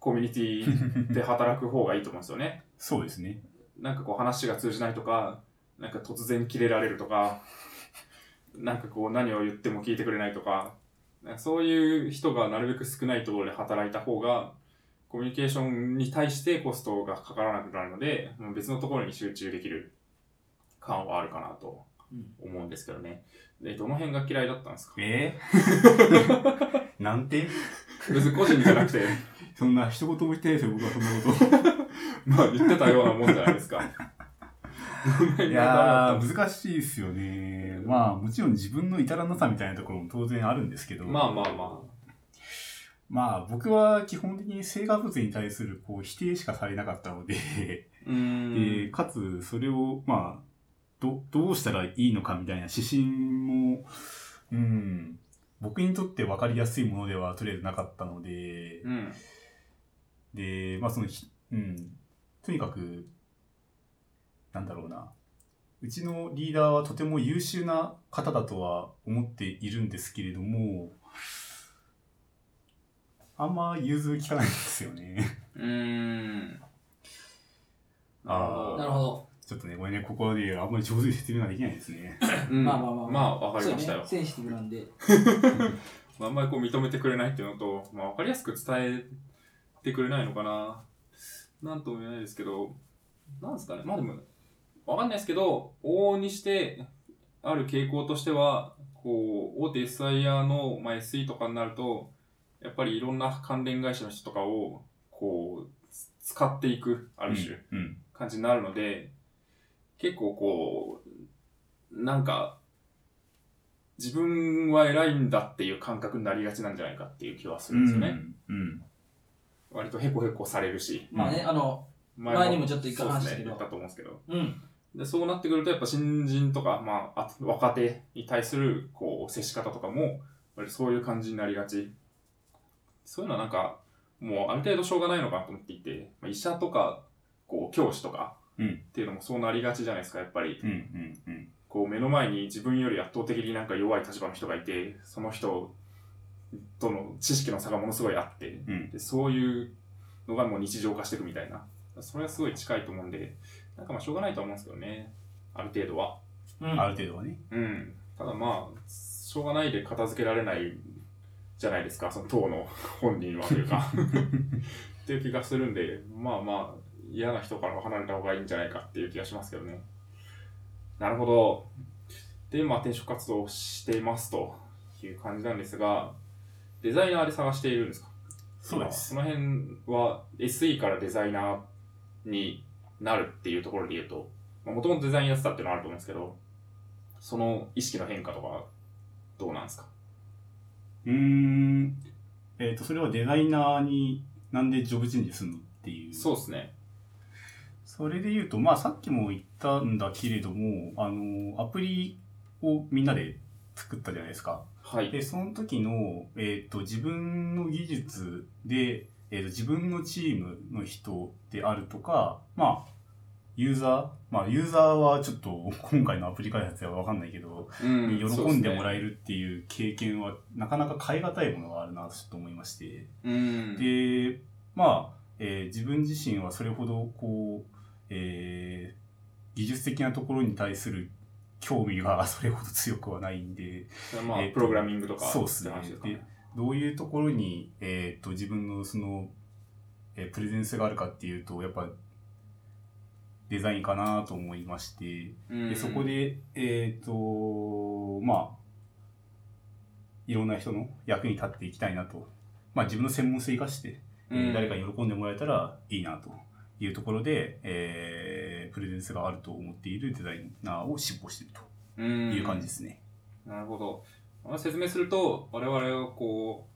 S1: コミュニティで働く方がいいと思うんですよね。
S3: そうですね。
S1: なんかこう話が通じないとかなんか突然キレられるとかなんかこう何を言っても聞いてくれないとかなんかそういう人がなるべく少ないところで働いた方がコミュニケーションに対してコストがかからなくなるのでもう別のところに集中できる感はあるかなと
S2: うん
S1: 思うんですけどね。で、どの辺が嫌いだったんですか <laughs>
S3: え <laughs> なんて
S1: 別に個人じゃなくて、
S3: そんな一言も言ってないですよ、僕はそんなこ
S1: まあ言ってたようなもんじゃないですか。 <laughs> どの
S3: と。 <laughs> い
S1: 辺が
S3: や
S1: ダメだったんです
S3: ー、難しいですよね。まあ、もちろん自分の至らなさみたいなところも当然あるんですけど、
S1: かまあまあま
S3: まあ、僕は基本的に成果物に対するこう否定しかされなかったので、
S1: あ。うーん。
S3: でかつそれをまあどどうしたらいいのかみたいな指針も、うん、僕にとって分かりやすいものではとりあえずなかったので、
S1: うん。
S3: でまあそのひ、うん、とにかくなんだろうなうちのリーダーはとても優秀な方だとは思っているんですけれどもあんま融通きかないんですよね。 <laughs>
S1: うーん。
S3: あー
S2: なるほど。
S3: ちょっとね、ごめんね、ここであんまり上手に説明ができないですね。
S1: うん
S2: まあまあまあ
S1: まあ、わかりました
S2: そう
S1: よ
S2: ね。センシティブなんで。
S1: あんまりこう認めてくれないっていうのと、まあ、わかりやすく伝えてくれないのかな。なんとも言えないですけど、なんですかね。まあでも、わかんないですけど、往々にして、ある傾向としては、こう、大手 SIR の、まあ、SE とかになると、やっぱりいろんな関連会社の人とかを、こう、つ使っていく、あ
S3: あ
S1: る種。。
S3: うん。
S1: 感じになるので、結構こう、なんか、自分は偉いんだっていう感覚になりがちなんじゃないかっていう気はするんですよね。。
S3: うん。
S1: 割とヘコヘコされるし。
S2: まあね、あの、
S1: 前
S2: 前にもちょっと一回話し
S1: そうで
S2: たけ
S1: すね
S2: ど
S1: 言ったと思うんですけど。
S2: うん。
S1: で、そうなってくるとやっぱ新人とか、まあ、あと若手に対する、こう、接し方とかも、割とそういう感じになりがち。そういうのはなんか、もうある程度しょうがないのかなと思っていて、まあ、医者とか、こう、教師とか、
S3: うん
S1: っていうのもそうなりがちじゃないですか、やっぱり。
S3: うん。うん。うん。
S1: こう目の前に自分より圧倒的になんか弱い立場の人がいてその人との知識の差がものすごいあって
S3: うん。
S1: でそういうのがもう日常化していくみたいなそれはすごい近いと思うんでなんかまあしょうがないとは思うんですけどねある程度は
S2: うん。
S3: ある程度はね。
S1: うんただまあしょうがないで片付けられないじゃないですかその党の本人はというかっていう気がするんでまあまあ嫌な人からは離れた方がいいんじゃないかっていう気がしますけどねなるほどでまあ転職活動をしていますという感じなんですがデザイナーで探しているんですか
S3: そうです。
S1: 今その辺は SE からデザイナーになるっていうところで言うと、もともとデザインやってたっていうのはあると思うんですけど、その意識の変化とか、どうなんですか
S3: うーん。えっと、それはデザイナーになんでジョブチェンジするのっていう。
S1: そうですね。
S3: それで言うと、まあさっきも言ったんだけれども、あの、アプリをみんなで作ったじゃないですか。
S1: はい。
S3: で、その時の、えっ、と、自分の技術で、えっ、と、自分のチームの人であるとか、まあ、ユーザー、まあ、ユーザーはちょっと今回のアプリ開発ではわかんないけ
S1: う
S3: ど、喜んでもら
S1: え
S3: えるっていう経験は、なかなか変え難いものがあるなとちょっと思いまして。
S1: る。うん。
S3: で、まあ、えー自分自身はそれほど、こう、えー技術的なところに対する興味がそれほど強くはないんで、
S1: それはまあ
S3: えっ、と
S1: プログラミングとか、
S3: そうっすね
S1: って話ですかね。
S3: どういうところに、えー、と自分のその、えープレゼンスがあるかっていうとやっぱデザインかなと思いまして
S1: うん
S3: でそこ、でえっ、とまあいろんな人の役に立っていきたいなと、まあ、自分の専門性生かして、えー
S1: うん
S3: 誰かに喜んでもらえたらいいなというところで、えープレゼンスがあると思っているデザイナーを志望しているという感じですね。
S1: なるほど。まあ説明すると、我々はこ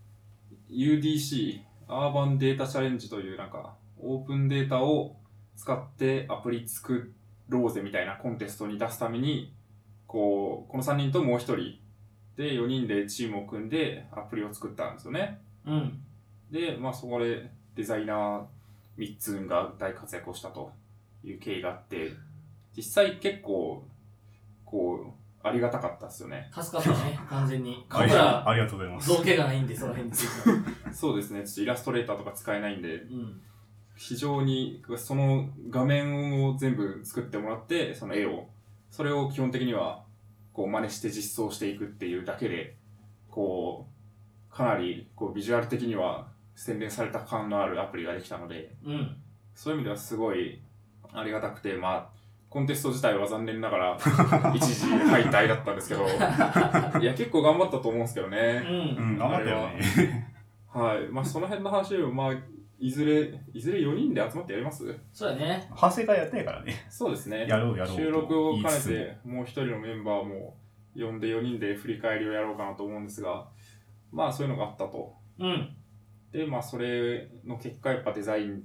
S1: う、UDC、アーバンデータチャレンジというなんか、オープンデータを使ってアプリ作ろうぜみたいなコンテストに出すために、こう、この3人ともう1人で4人でチームを組んでアプリを作ったんですよね。
S2: うん。
S1: で、まあそこでデザイナー3つが大活躍をしたという経緯があって、実際結構、こう、ありがたかったですよね。
S2: 助かったね、完全 <laughs> に。
S3: あり
S2: 僕ら、
S3: ありがとうございます。
S2: 造形がないんで、その辺について
S1: <laughs>
S2: は。
S1: そうですね、ちょっとイラストレーターとか使えないんで、
S2: うん。
S1: 非常にその画面を全部作ってもらって、その絵を、それを基本的にはこう真似して実装していくっていうだけで、こう、かなりこうビジュアル的には洗練された感のあるアプリができたので、
S2: うん。
S1: そういう意味ではすごいありがたくて、まあ、コンテスト自体は残念ながら、一時敗退だったんですけど、いや、結構頑張ったと思うんですけど
S2: う。
S1: ね。
S3: うんん、頑張ったよね。
S1: はい。まあ、その辺の話を、まあ、いずれ、いずれ4人で集まってやります
S2: そうだね。
S3: 反省会やってないからね。
S1: そうですね。
S3: やろうやろうと言いつつ。
S1: 収録を兼ねて、もう一人のメンバーも呼んで4人で振り返りをやろうかなと思うんですが、まあ、そういうのがあったと。
S2: うん。
S1: で、まあ、それの結果、やっぱデザイン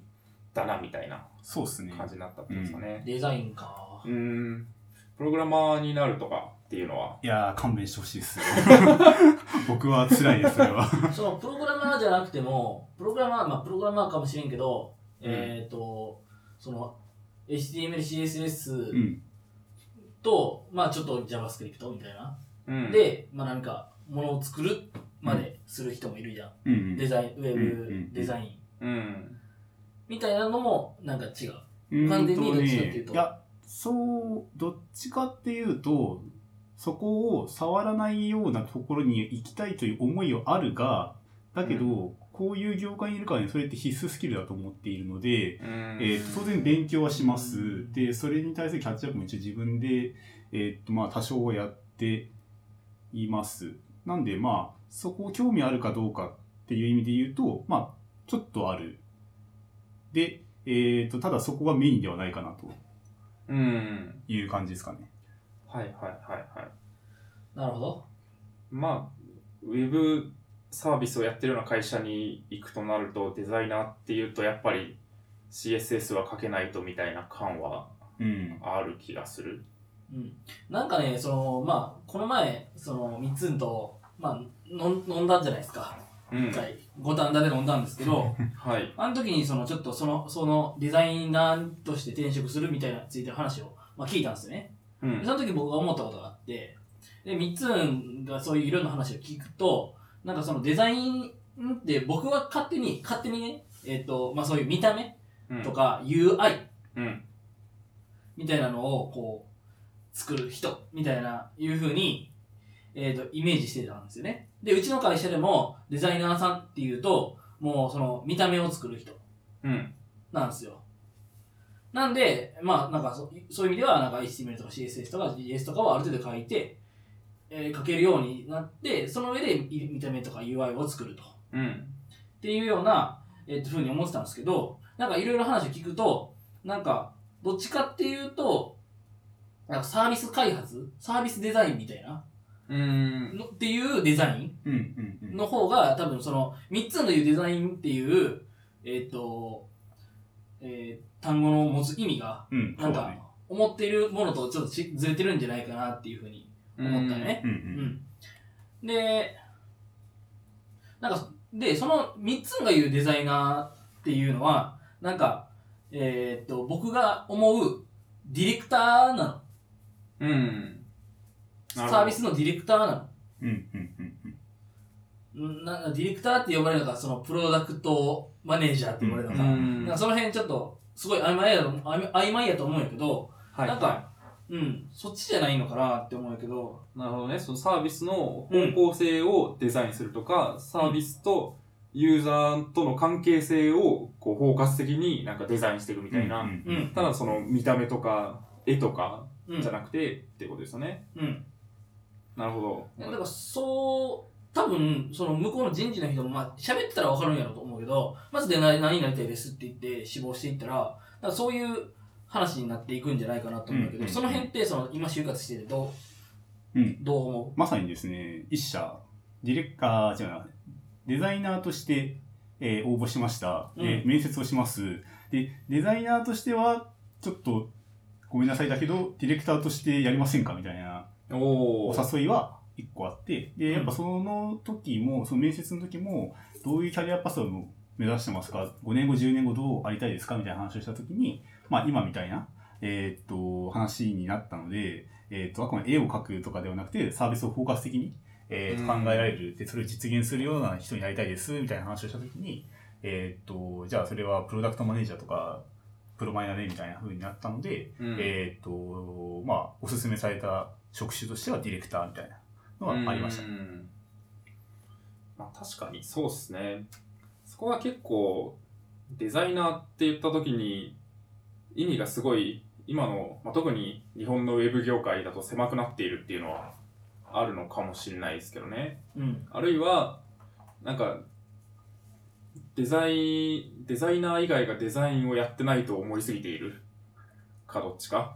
S1: だな、みたいな
S3: そうですね。
S1: 感じになったってことですかね。
S2: デザインか
S1: う。ーん、プログラマーになるとかっていうのは、
S3: いやー、勘弁してほしいですよ。僕は辛いです、それは。
S2: そのプログラマーじゃなくても、プログラマー、まあプログラマーかもしれんけど、
S1: うん
S2: えっと、その、HTML、
S3: う
S2: CSS
S3: ん。
S2: と、まあちょっと JavaScript みたいな。
S1: うん、
S2: で、まあ何か、ものを作るまでする人もいるじゃん。
S3: うん
S2: デザイン、ウェ
S3: うんうん
S2: ブデザイン。
S1: うん、
S2: みたいなのも、なんか違う。
S3: うん。
S2: 完全に
S3: うんと
S2: ど
S3: ね
S2: っちかっていうと
S3: いや、そう、どっちかっていうと、そこを触らないようなところに行きたいという思いはあるが、だけど、
S1: う
S3: こういう業界にいるからね、それって必須スキルだと思っているので、
S1: うん
S3: えーと当然勉強はします。で、それに対するキャッチアップも一応自分で、えーっと、まあ、多少はやっています。なんで、まあ、そこを興味あるかどうかっていう意味で言うと、まあ、ちょっとある。で、えーっと、ただそこがメインではないかなと
S1: うん、
S3: いう感じですかね。
S1: はいはいはいはい。
S2: なるほど。
S1: まあ、ウェブサービスをやってるような会社に行くとなると、デザイナーっていうと、やっぱり CSS は書けないとみたいな感は
S3: うん。
S1: ある気がする。
S2: うん、なんかね、そのまあ、この前、そのみっつんと、まあ、飲ん飲んだじゃないですか、
S1: うん
S2: 一、回、五反田で飲んだんですけど、
S1: はい。
S2: あの時にそのちょっとそのそのデザイナーとして転職するみたいなついての話を、まあ、聞いたんですよね。
S1: う
S2: で
S1: ん、
S2: その時僕が思ったことがあって、でみっつんがそういういろんな話を聞くと、なんかそのデザインって僕は勝手に、勝手にね、えっ、と、まあそういう見た目
S1: うん
S2: と、か UI
S1: うん、
S2: みたいなのをこう作る人みたいないうふうに、えー、とイメージしてたんですよねでうちの会社でもデザイナーさんっていうともうその見た目を作る人
S1: うん、
S2: なんですよなんでまあなんかそそういう意味ではなんか HTML とか CSS とか GS とかをある程度書いて、えー書けるようになってその上でい見た目とか UI を作ると
S1: うん、
S2: っていうような、えっと、ふうに思ってたんですけど、なんかいろいろ話を聞くと、なんか、どっちかっていうと、なんかサービス開発サービスデザインみたいな
S1: うん、
S2: のっていうデザイン
S3: うん、うん、うん。
S2: の方が、多分その、3つのいうデザインっていう、えっと、えー単語の持つ意味が、
S3: うん、
S2: なん
S3: そう
S2: か
S3: だね、
S2: 思っているものとちょっとちずれてるんじゃないかなっていうふうに思ったね。。
S3: うん、う。
S2: うんん、でなんかでその3つが言うデザイナーっていうのはなんか、えーっと僕が思うディレクターな
S1: うん。なるほ
S2: の
S1: ど
S2: サービスのディレクターな
S3: うん、うん、うんうん。
S2: のんなディレクターって呼ばれるのかそのプロダクトマネージャーって呼ばれるのか,、
S1: うん
S2: なんかその辺ちょっとすごい曖昧やと曖昧曖昧やと思うんやけど、
S1: はい、
S2: なんか、うん、そっちじゃないのかなって思うんやけど、
S1: なるほどね。そのサービスの方向性をデザインするとか、サービスとユーザーとの関係性をこう包括的になんかデザインしていくみたいな。
S3: うん
S2: う
S3: うんん、
S1: ただその見た目とか絵とか
S2: うん
S1: じゃなくてっていうことですよね。
S2: うん、
S1: なるほ
S2: い
S1: ど。
S2: やだからそう多分その向こうの人事の人もまあ喋ってたら分かるんやろうと思うけどまずで何何になりたいですって言って志望していったらだからそういう話になっていくんじゃないかなと思うけど、
S3: うんうんうん
S2: その辺ってその今就活しててどう、
S3: うん
S2: どう思
S3: まさにですね、一社、ディレクター、じゃな、デザイナーとして、えー応募しました。で、
S2: う
S3: 面接をします。で、デザイナーとしては、ちょっと、ごめんなさいだけど、ディレクターとしてやりませんかみたいな
S1: お
S3: お
S1: ー。
S3: 誘いは1個あって、で、やっぱその時も、その面接の時も、どういうキャリアパスを目指してますか ?5 年後、10年後どうありたいですかみたいな話をした時に、まあ今みたいな、えーっと、話になったので、えーっと、あくまで絵を描くとかではなくて、サービスを包括的に、えーっと
S1: うん
S3: 考えられる。で、それを実現するような人になりたいです、みたいな話をした時に、えーっと、じゃあそれはプロダクトマネージャーとか、プロマイナーでみたいな風になったので、
S1: うん
S3: えっ、と、まあ、おすすめされた職種としてはディレクターみたいなのはありましたね。
S1: うんまあ、確かにそうですねそこは結構デザイナーって言った時に意味がすごい今の、まあ、特に日本のウェブ業界だと狭くなっているっていうのはあるのかもしれないですけどね。
S2: うん。
S1: あるいは、なんか、デザイン、デザイナー以外がデザインをやってないと思いすぎているかどっちか。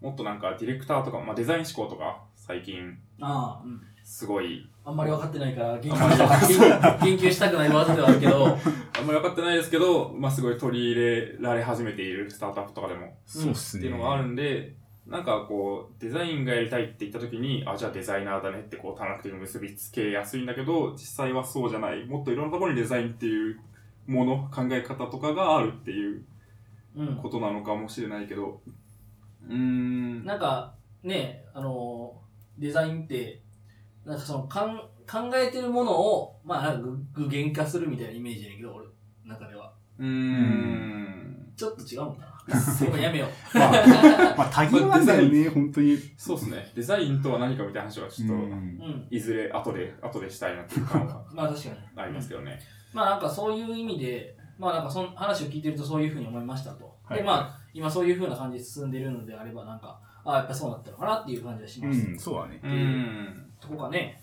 S1: もっとなんかディレクターとか、まあ、デザイン思考とか最近
S2: ああ、うん。
S1: すごい
S2: あんまり分かってないから、言及した、言及したくない技ではあるけど、
S1: あんまり分かってないですけど、まあ、すごい取り入れられ始めているスタートアップとかでも
S3: そうっす
S1: っ
S3: ね。
S1: ていうのがあるんで、なんかこうデザインがやりたいって言った時にあじゃあデザイナーだねってこう短絡的に結びつけやすいんだけど実際はそうじゃないもっといろんなところにデザインっていうもの考え方とかがあるっていう
S2: うん
S1: こ。となのかもしれないけどうーん
S2: なんか、ね、あの、デザインって、なんかその、かん考えてるものを、まあ、なんか具具現化するみたいなイメージだけど、俺、中では。
S1: うーん
S2: ちょっと違うもんな。
S1: <laughs>
S2: 今やめよう。
S3: まあ、 <laughs> まあ、多義なんだよね、本当に。
S1: そうですねデザインとは何かみたいな話はちょっと、
S3: うん
S2: うん。
S1: いずれ後で後でしたいなっていう感は
S2: まあ、確かに。
S1: ありますけどね、
S2: まあなんかそういう意味で、まあなんかその話を聞いてるとそういうふうに思いましたと。
S3: はい
S2: でまあ今そういうふうな感じで進んでいるのであればなんか、ああやっぱそうなったのかなっていう感じはし
S3: う
S2: ます。
S3: ん、そうだね。
S1: うーん
S2: とこかね。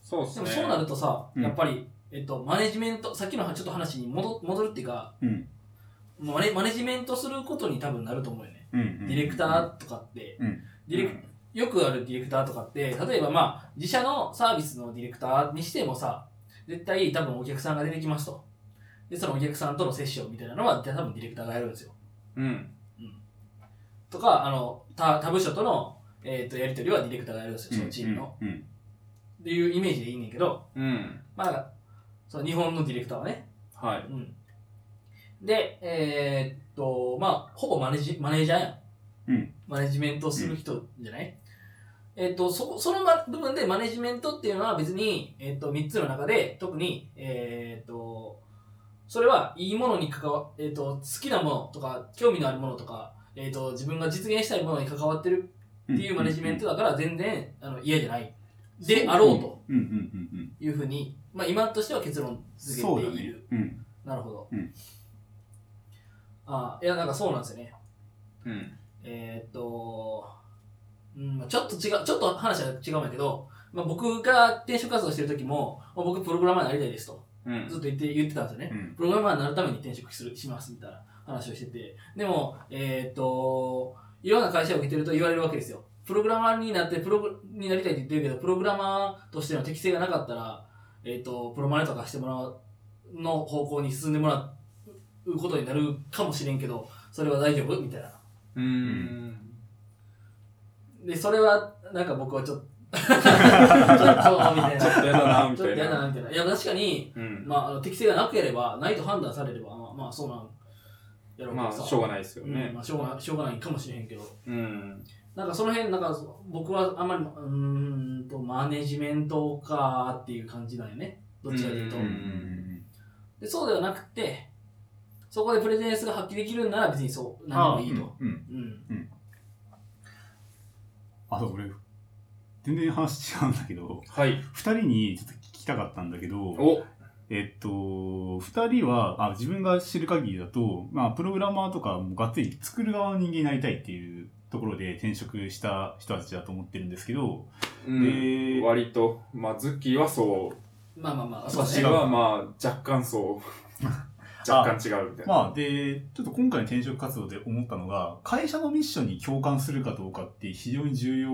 S1: そうです
S2: で
S1: ね
S2: もそうなるとさ、
S3: うん
S2: やっぱり、えっと、マネジメント、さっきのちょっと話に戻戻るっていうか、
S3: うん。
S2: マネマネジメントすることに多分なると思うよね。
S3: うん
S2: ディレクターとかって、
S3: うん
S2: ディレクよくあるディレクターとかって、例えばまあ、自社のサービスのディレクターにしてもさ、絶対多分お客さんが出てきますと。で、そのお客さんとのセッションみたいなのは、多分ディレクターがやるんですよ。
S1: うん
S2: とか、あの、他他部署との、えー、とやり取りはディレクターがやるんですよ、そのチームの。っ。
S3: うん。
S2: ていうイメージでいいねんけど、
S1: うん
S2: まあなんか、その日本のディレクターはね。
S1: はい
S2: うん。で、えーっと、まあ、ほぼマネジマネージャーやん。
S3: うん。
S2: マネジメントする人じゃない、えっ、と、そこ、そのま部分でマネジメントっていうのは別に、えっ、と、3つの中で、特に、えっ、と、それはいいものに関わ、えっ、と、好きなものとか、興味のあるものとか、えっ、と、自分が実現したいものに関わってる
S3: う
S2: っ
S3: ん
S2: ていうマネジメントだから、全然、あの、嫌じゃない。であろうと
S3: うんうんうんうん。
S2: いうふうに、まあ、今としては結論
S3: そう
S2: 続
S3: だ
S2: けてい
S3: ね
S2: る。。
S3: うん。
S2: なるほど。
S3: うん
S2: あいや、なんかそうなんですよね。
S1: うん
S2: えーっと、うん、ちょっと違う、ちょっと話は違うんだけど、まあ、僕が転職活動してる時も、まあ、僕プログラマーになりたいですと、
S1: うん
S2: ずっと言って言ってたんですよね。
S3: うん
S2: プログラマーになるために転職するしますみたいな話をしてて。でも、えーっと、いろんな会社を受けてると言われるわけですよ。プログラマーになって、プログになりたいって言ってるけど、プログラマーとしての適性がなかったら、えーっと、プロマネとかしてもらうの方向に進んでもらうことになるかもしれんけど、それは大丈夫みたいな。
S1: うーん
S2: で、それは、なんか僕はちょっと、 <laughs> ちょっと、みたいな。
S1: ちょっとやだなみ
S2: ちょ
S1: た
S2: っ
S1: い
S2: とやだ
S1: な。
S2: な、みたいな。いや、確かに、
S1: うん
S2: まああの、適性がなければ、ないと判断されれば、まあ、まあ、そうなん、やろうけ
S1: ま
S2: ど
S1: あ、
S2: さ。
S1: しょうがないですよ
S2: うん
S1: ね
S2: ま。あ、しょうがない、しょうがないかもしれへんけど。
S1: うん。
S2: なんか、その辺、なんか、僕はあんまり、うーんと、マネジメントかーっていう感じなんよね。どっちかというと
S1: う
S3: うんん。
S2: で。そうではなくて、そこでプレゼンスが発揮できるんなら別にそう、何でもいいと。。
S3: うん。
S2: うん。
S3: あ、そう、俺、全然話違うんだけど、
S1: はい。
S3: 二人にちょっと聞きたかったんだけど、
S1: お
S3: えっと、二人は、あ、自分が知る限りだと、まあ、プログラマーとか、もうがっつり作る側の人間になりたいっていうところで転職した人たちだと思ってるんですけど、
S1: うん。
S3: で、
S1: 割と、まあ、ズッキーはそう。
S2: まあまあまあ、そう
S1: 私
S2: ね。
S1: は、まあ、若干そう。若干違うみたいな。
S3: まあ、で、ちょっと今回の転職活動で思ったのが、会社のミッションに共感するかどうかって非常に重要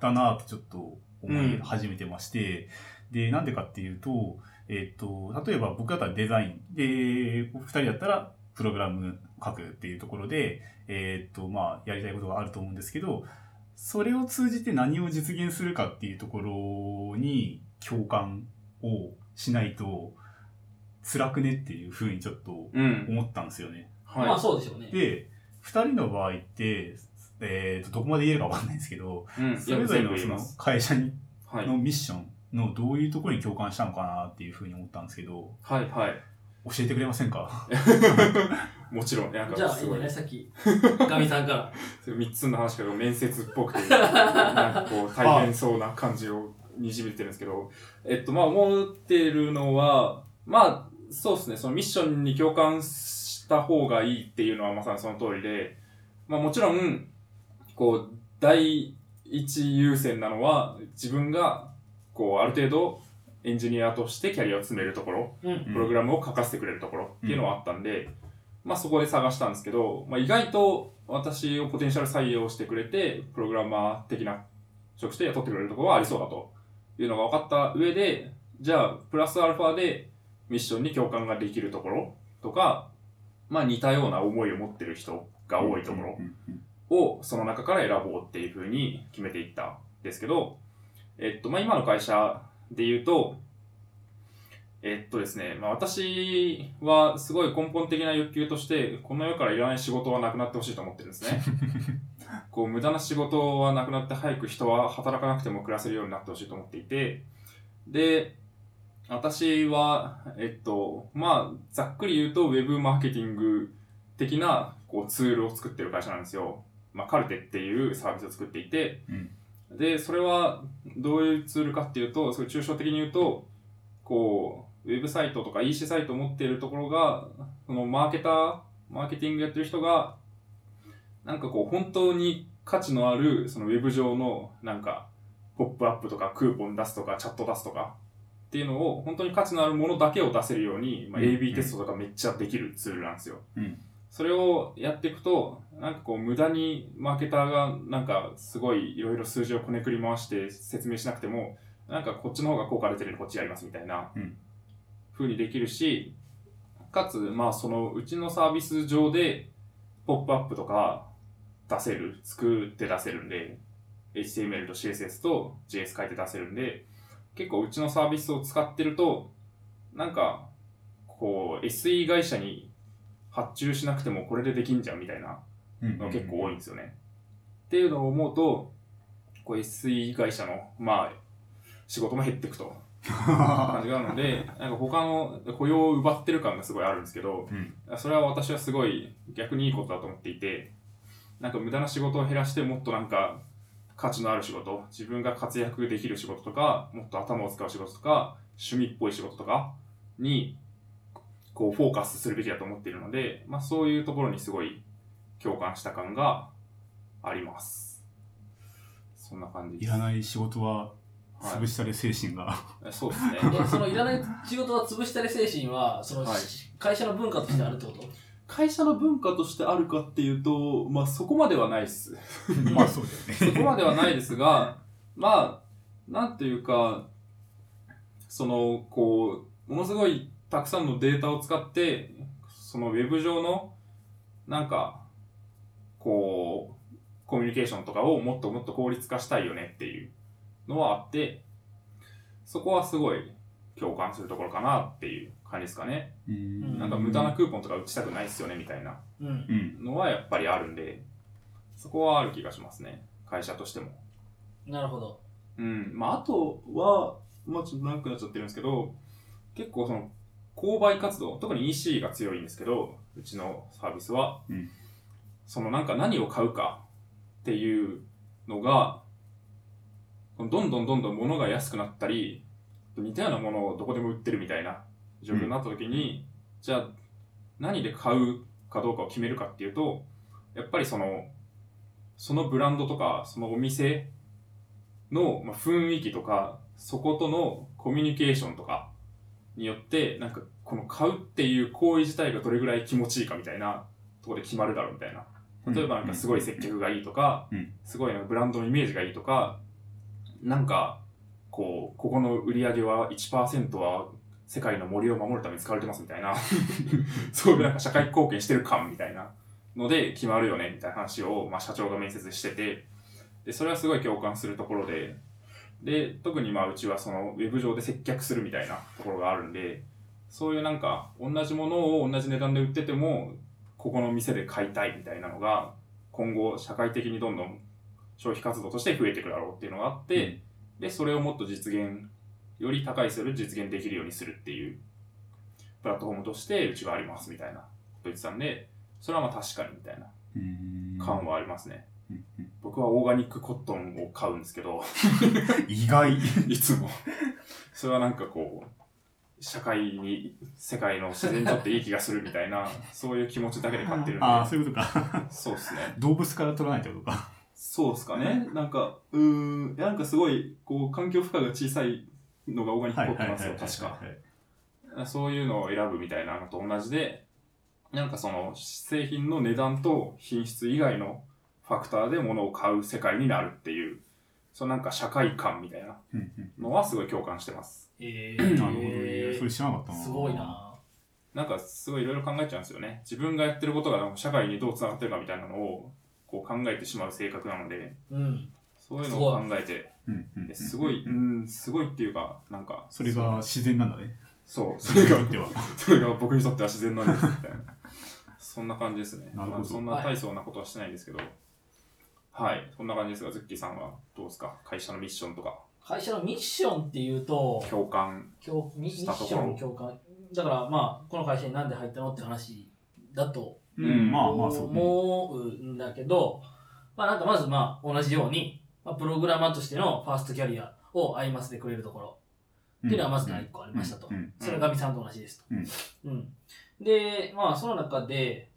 S3: だなとちょっと思い始めてまして、で、なんでかっていうと、えっと、例えば僕だったらデザイン、で、二人だったらプログラム書くっていうところで、えっと、まあ、やりたいことがあると思うんですけど、それを通じて何を実現するかっていうところに共感をしないと辛くねっていうふうにちょっと
S1: うん。
S3: 思ったんですよね。
S2: まあ、
S1: は
S2: そうでしょうね。
S3: で、二人の場合って、えー、とどこまで言えるかわかんないんですけど、
S1: い。うん。
S3: それぞれ
S1: いや全部
S3: の
S1: 言
S3: そ
S1: いま
S3: の
S1: す。
S3: 会社に
S1: はい。
S3: のミッションのどういうところに共感したのかなっていうふうに思ったんですけど、
S1: はい、はい。
S3: 教えてくれませんか
S1: もちろん、なん
S2: じゃ
S1: か
S2: あ、い
S1: す
S2: いん
S1: ご
S2: じ
S1: い
S2: ゃない。さっき、ガミさ
S1: <laughs>
S2: んから。
S1: 3つの話から面接っぽくて、なんかこう大変そうな感じをにじみ出てるんですけど、えっと、まあ思ってるのは、まあ、そうですね、そのミッションに共感した方がいいっていうのはまさにその通りで、まあもちろん、こう、第一優先なのは、自分が、こう、ある程度、エンジニアとしてキャリアを詰めるところ、
S2: うん。
S1: プログラムを書かせてくれるところっていうのはあったんで、まあそこで探したんですけど、まあ、意外と私をポテンシャル採用してくれて、プログラマー的な職種で雇ってくれるところはありそうだというのが分かった上で、じゃあ、プラスアルファでミッションに共感ができるところとか、まあ似たような思いを持ってる人が多いところ
S3: うんうん
S1: をその中から選ぼうっていうふうに決めていったんですけど、えっと、まあ、今の会社で言うと、えっとですね、まあ、私はすごい根本的な欲求として、この世からいらない仕事はなくなってほしいと思ってるんですね。こう、無駄な仕事はなくなって、早く人は働かなくても暮らせるようになってほしいと思っていて、で、私は、えっと、まあ、ざっくり言うと、ウェブマーケティング的なこうツールを作ってる会社なんですよ。まあ、カルテっていうサービスを作っていて、
S3: うん
S1: で、それはどういうツールかっていうと、すごい抽象的に言うと、こう、ウェブサイトとか EC サイトを持っているところが、そのマーケター、マーケティングやってる人が、なんかこう、本当に価値のある、そのウェブ上の、なんか、ポップアップとかクーポン出すとかチャット出すとかっていうのを、本当に価値のあるものだけを出せるように、まあ、
S3: うん
S1: AB テストとかめっちゃできるツールなんですよ。
S3: うん
S1: それをやっていくと、なんかこう無駄にマーケターがなんかすごいいろいろ数字をこねくり回して説明しなくても、なんかこっちの方が効果出てるんでこっちやりますみたいな
S3: うん
S1: 風にできるし、かつ、まあそのうちのサービス上でポップアップとか出せる、作って出せるんで、HTML と CSS と JS 書いて出せるんで、結構うちのサービスを使ってると、なんかこう SE 会社に発注しなくてもこれでできんじゃんみたいな
S3: うん
S1: のが結構多いんですよね。っていうのを思うと、こう SE 会社の、まあ、仕事も減っていく
S3: <laughs>
S1: と感じがあるので、なんか他の雇用を奪ってる感がすごいあるんですけど、
S3: うん
S1: それは私はすごい逆にいいことだと思っていて、なんか無駄な仕事を減らしてもっとなんか価値のある仕事、自分が活躍できる仕事とか、もっと頭を使う仕事とか、趣味っぽい仕事とかに、こうフォーカスするべきだと思っているので、まあそういうところにすごい共感した感があります。そんな感じ
S3: い
S1: です。
S3: らない仕事は
S1: は
S3: 潰したれ精神が、
S1: <laughs> い、そうですね。
S3: <laughs>
S2: えそのいらない仕事は潰したり精神は、その、
S1: はい
S2: 会社の文化としてあるってこと
S1: 会社の文化としてあるかっていうと、まあそこまではないです。
S3: まあそうだよ
S1: そ
S3: ね。
S1: こまではないですが、まあ、なんというか、その、こう、ものすごいたくさんのデータを使って、そのウェブ上の、なんか、こう、コミュニケーションとかをもっともっと効率化したいよねっていうのはあって、そこはすごい共感するところかなっていう感じですかね。
S3: うん
S1: なんか無駄なクーポンとか打ちたくないっすよねみたいな
S2: うん。
S3: うん。
S1: のはやっぱりあるんで、そこはある気がしますね。会社としても。
S2: なるほど。
S1: うん、まあ、あとは、まあ、ちょっと長くなっちゃってるんですけど、結構その、購買活動、特に EC が強いんですけど、うちのサービスは、
S3: うん
S1: そのなんか何を買うかっていうのが、どんどんどんどん物が安くなったり、似たようなものをどこでも売ってるみたいな状況になった時に、じゃあ何で買うかどうかを決めるかっていうと、やっぱりその、そのブランドとか、そのお店のまあ雰囲気とか、そことのコミュニケーションとかによって、なんかこの買うっていう行為自体がどれぐらい気持ちいいかみたいなところで決まるだろうみたいな。例えばなんかすごい接客がいいとか、
S3: うん
S1: すごいなんかブランドのイメージがいいとか、なんかこう、ここの売り上げは1%は世界の森を守るために使われてますみたいな、そういうなんか社会貢献してる感みたいなので決まるよねみたいな話を、まあ、社長が面接でしてて、で、それはすごい共感するところで、で、特にまあうちはそのウェブ上で接客するみたいなところがあるんで、そういうなんか同じものを同じ値段で売ってても、ここの店で買いたいみたいなのが、今後社会的にどんどん消費活動として増えていくだろうっていうのがあって、で、それをもっと実現、より高いする実現できるようにするっていう、プラットフォームとしてうちがありますみたいなこと言ってたんで、それはまあ確かにみたいな
S3: うん
S1: 感はありますね。
S3: うんうん
S1: 僕はオーガニックコットンを買うんですけど、 <laughs>
S3: 意外。
S1: いつも。それはなんかこう、社会に、世界の自然にとっていい気がするみたいな、そういう気持ちだけで買ってるんで、
S3: ああ、そういうことか。 <laughs>
S1: そうですね。
S3: 動物から取らないってことか。
S1: そうですかね。なんか、うーん、いやなんかすごい、こう、環境負荷が小さいのがオーガニック凝ってますよ、確か。そういうのを選ぶみたいなのと同じで、なんかその製品の値段と品質以外のファクターで物を買う世界になるっていう、そのなんか社会観みたいな
S3: うんうん
S1: のはすごい共感してます。
S2: え
S3: <clears throat> な
S2: ー、
S3: るほどね。それ知らなかったな。
S2: すごい。な
S1: なんかすごいいろいろ考えちゃうんですよね。自分がやってることが社会にどうつながってるかみたいなのをこう考えてしまう性格なので、
S2: うん。
S1: そういうのを考えて、
S3: うんうんうん
S1: すごい、うん、すごいっていうか、なんか、
S3: それが自然なんだね。
S1: そう、そ
S3: それ
S1: れ
S3: に
S1: が <laughs>
S3: とっては。
S1: それが僕にとっては自然なんですみたいな。そんな感じですね。
S3: なるほど
S1: まあそんな大層なことはしてないんですけど。はい。そんな感じですが、ズッキーさんはどうですか会社のミッションとか、
S2: 会社のミッションっていうと、
S1: 共感。
S2: 共ミミ
S1: した
S2: ッ
S1: と
S2: シ
S1: こ
S2: ョ
S1: ろ
S2: ン共感。だからまあ、この会社になんで入ったのって話だと
S3: う
S1: うん
S3: ん、まあまあそうね。
S2: 思うんだけど、まあなんかまずまあ同じように、まあ、プログラマーとしてのファーストキャリアをアイマスでくれるところ
S3: うん
S2: っていうのはまず1個ありましたと。
S3: うん
S2: それがみさんと同じですと。うんで、まあその中で、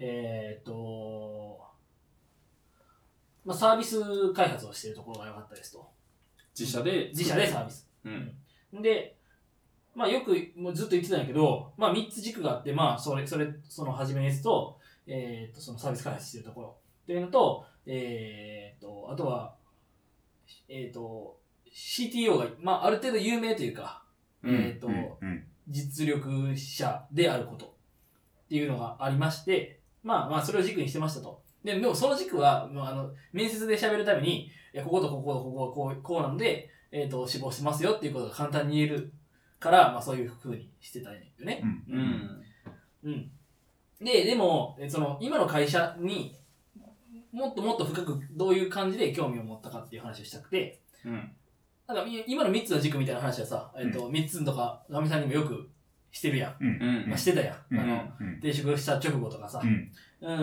S2: えーっと、まあ、サービス開発をしているところが良かったですと。
S1: 自社で。
S2: 自社でサービス。
S1: うん。
S2: で、まあよくもうずっと言ってたんだけど、まあ3つ軸があって、まあそれ、それ、その初めのやつと、えーっと、そのサービス開発してるところっていうのと、えーっと、あとは、えーっと、CTO が、まあある程度有名というか、
S1: うん
S2: えーっと、
S3: うん
S2: 実力者であることっていうのがありまして、まあまあそれを軸にしてましたと。で、でもその軸は、まあ、あの、面接で喋るために、いやこことこことここはこう、こうなんで、えっ、と、死亡してますよっていうことが簡単に言えるから、まあそういう風にしてたんよね。
S3: うん
S1: う。ん。
S2: うん。で、でも、えその、今の会社に、もっともっと深くどういう感じで興味を持ったかっていう話をしたくて、
S1: うん。
S2: なんかみ今の3つの軸みたいな話はさ、えっと3つとか、ガミさんにもよくしてるやん。
S3: うんうん
S1: う
S2: ま
S1: ん
S2: あ、してたやん。
S3: うん
S2: あの
S3: うん
S2: 転職した直後とかさ
S3: う。ん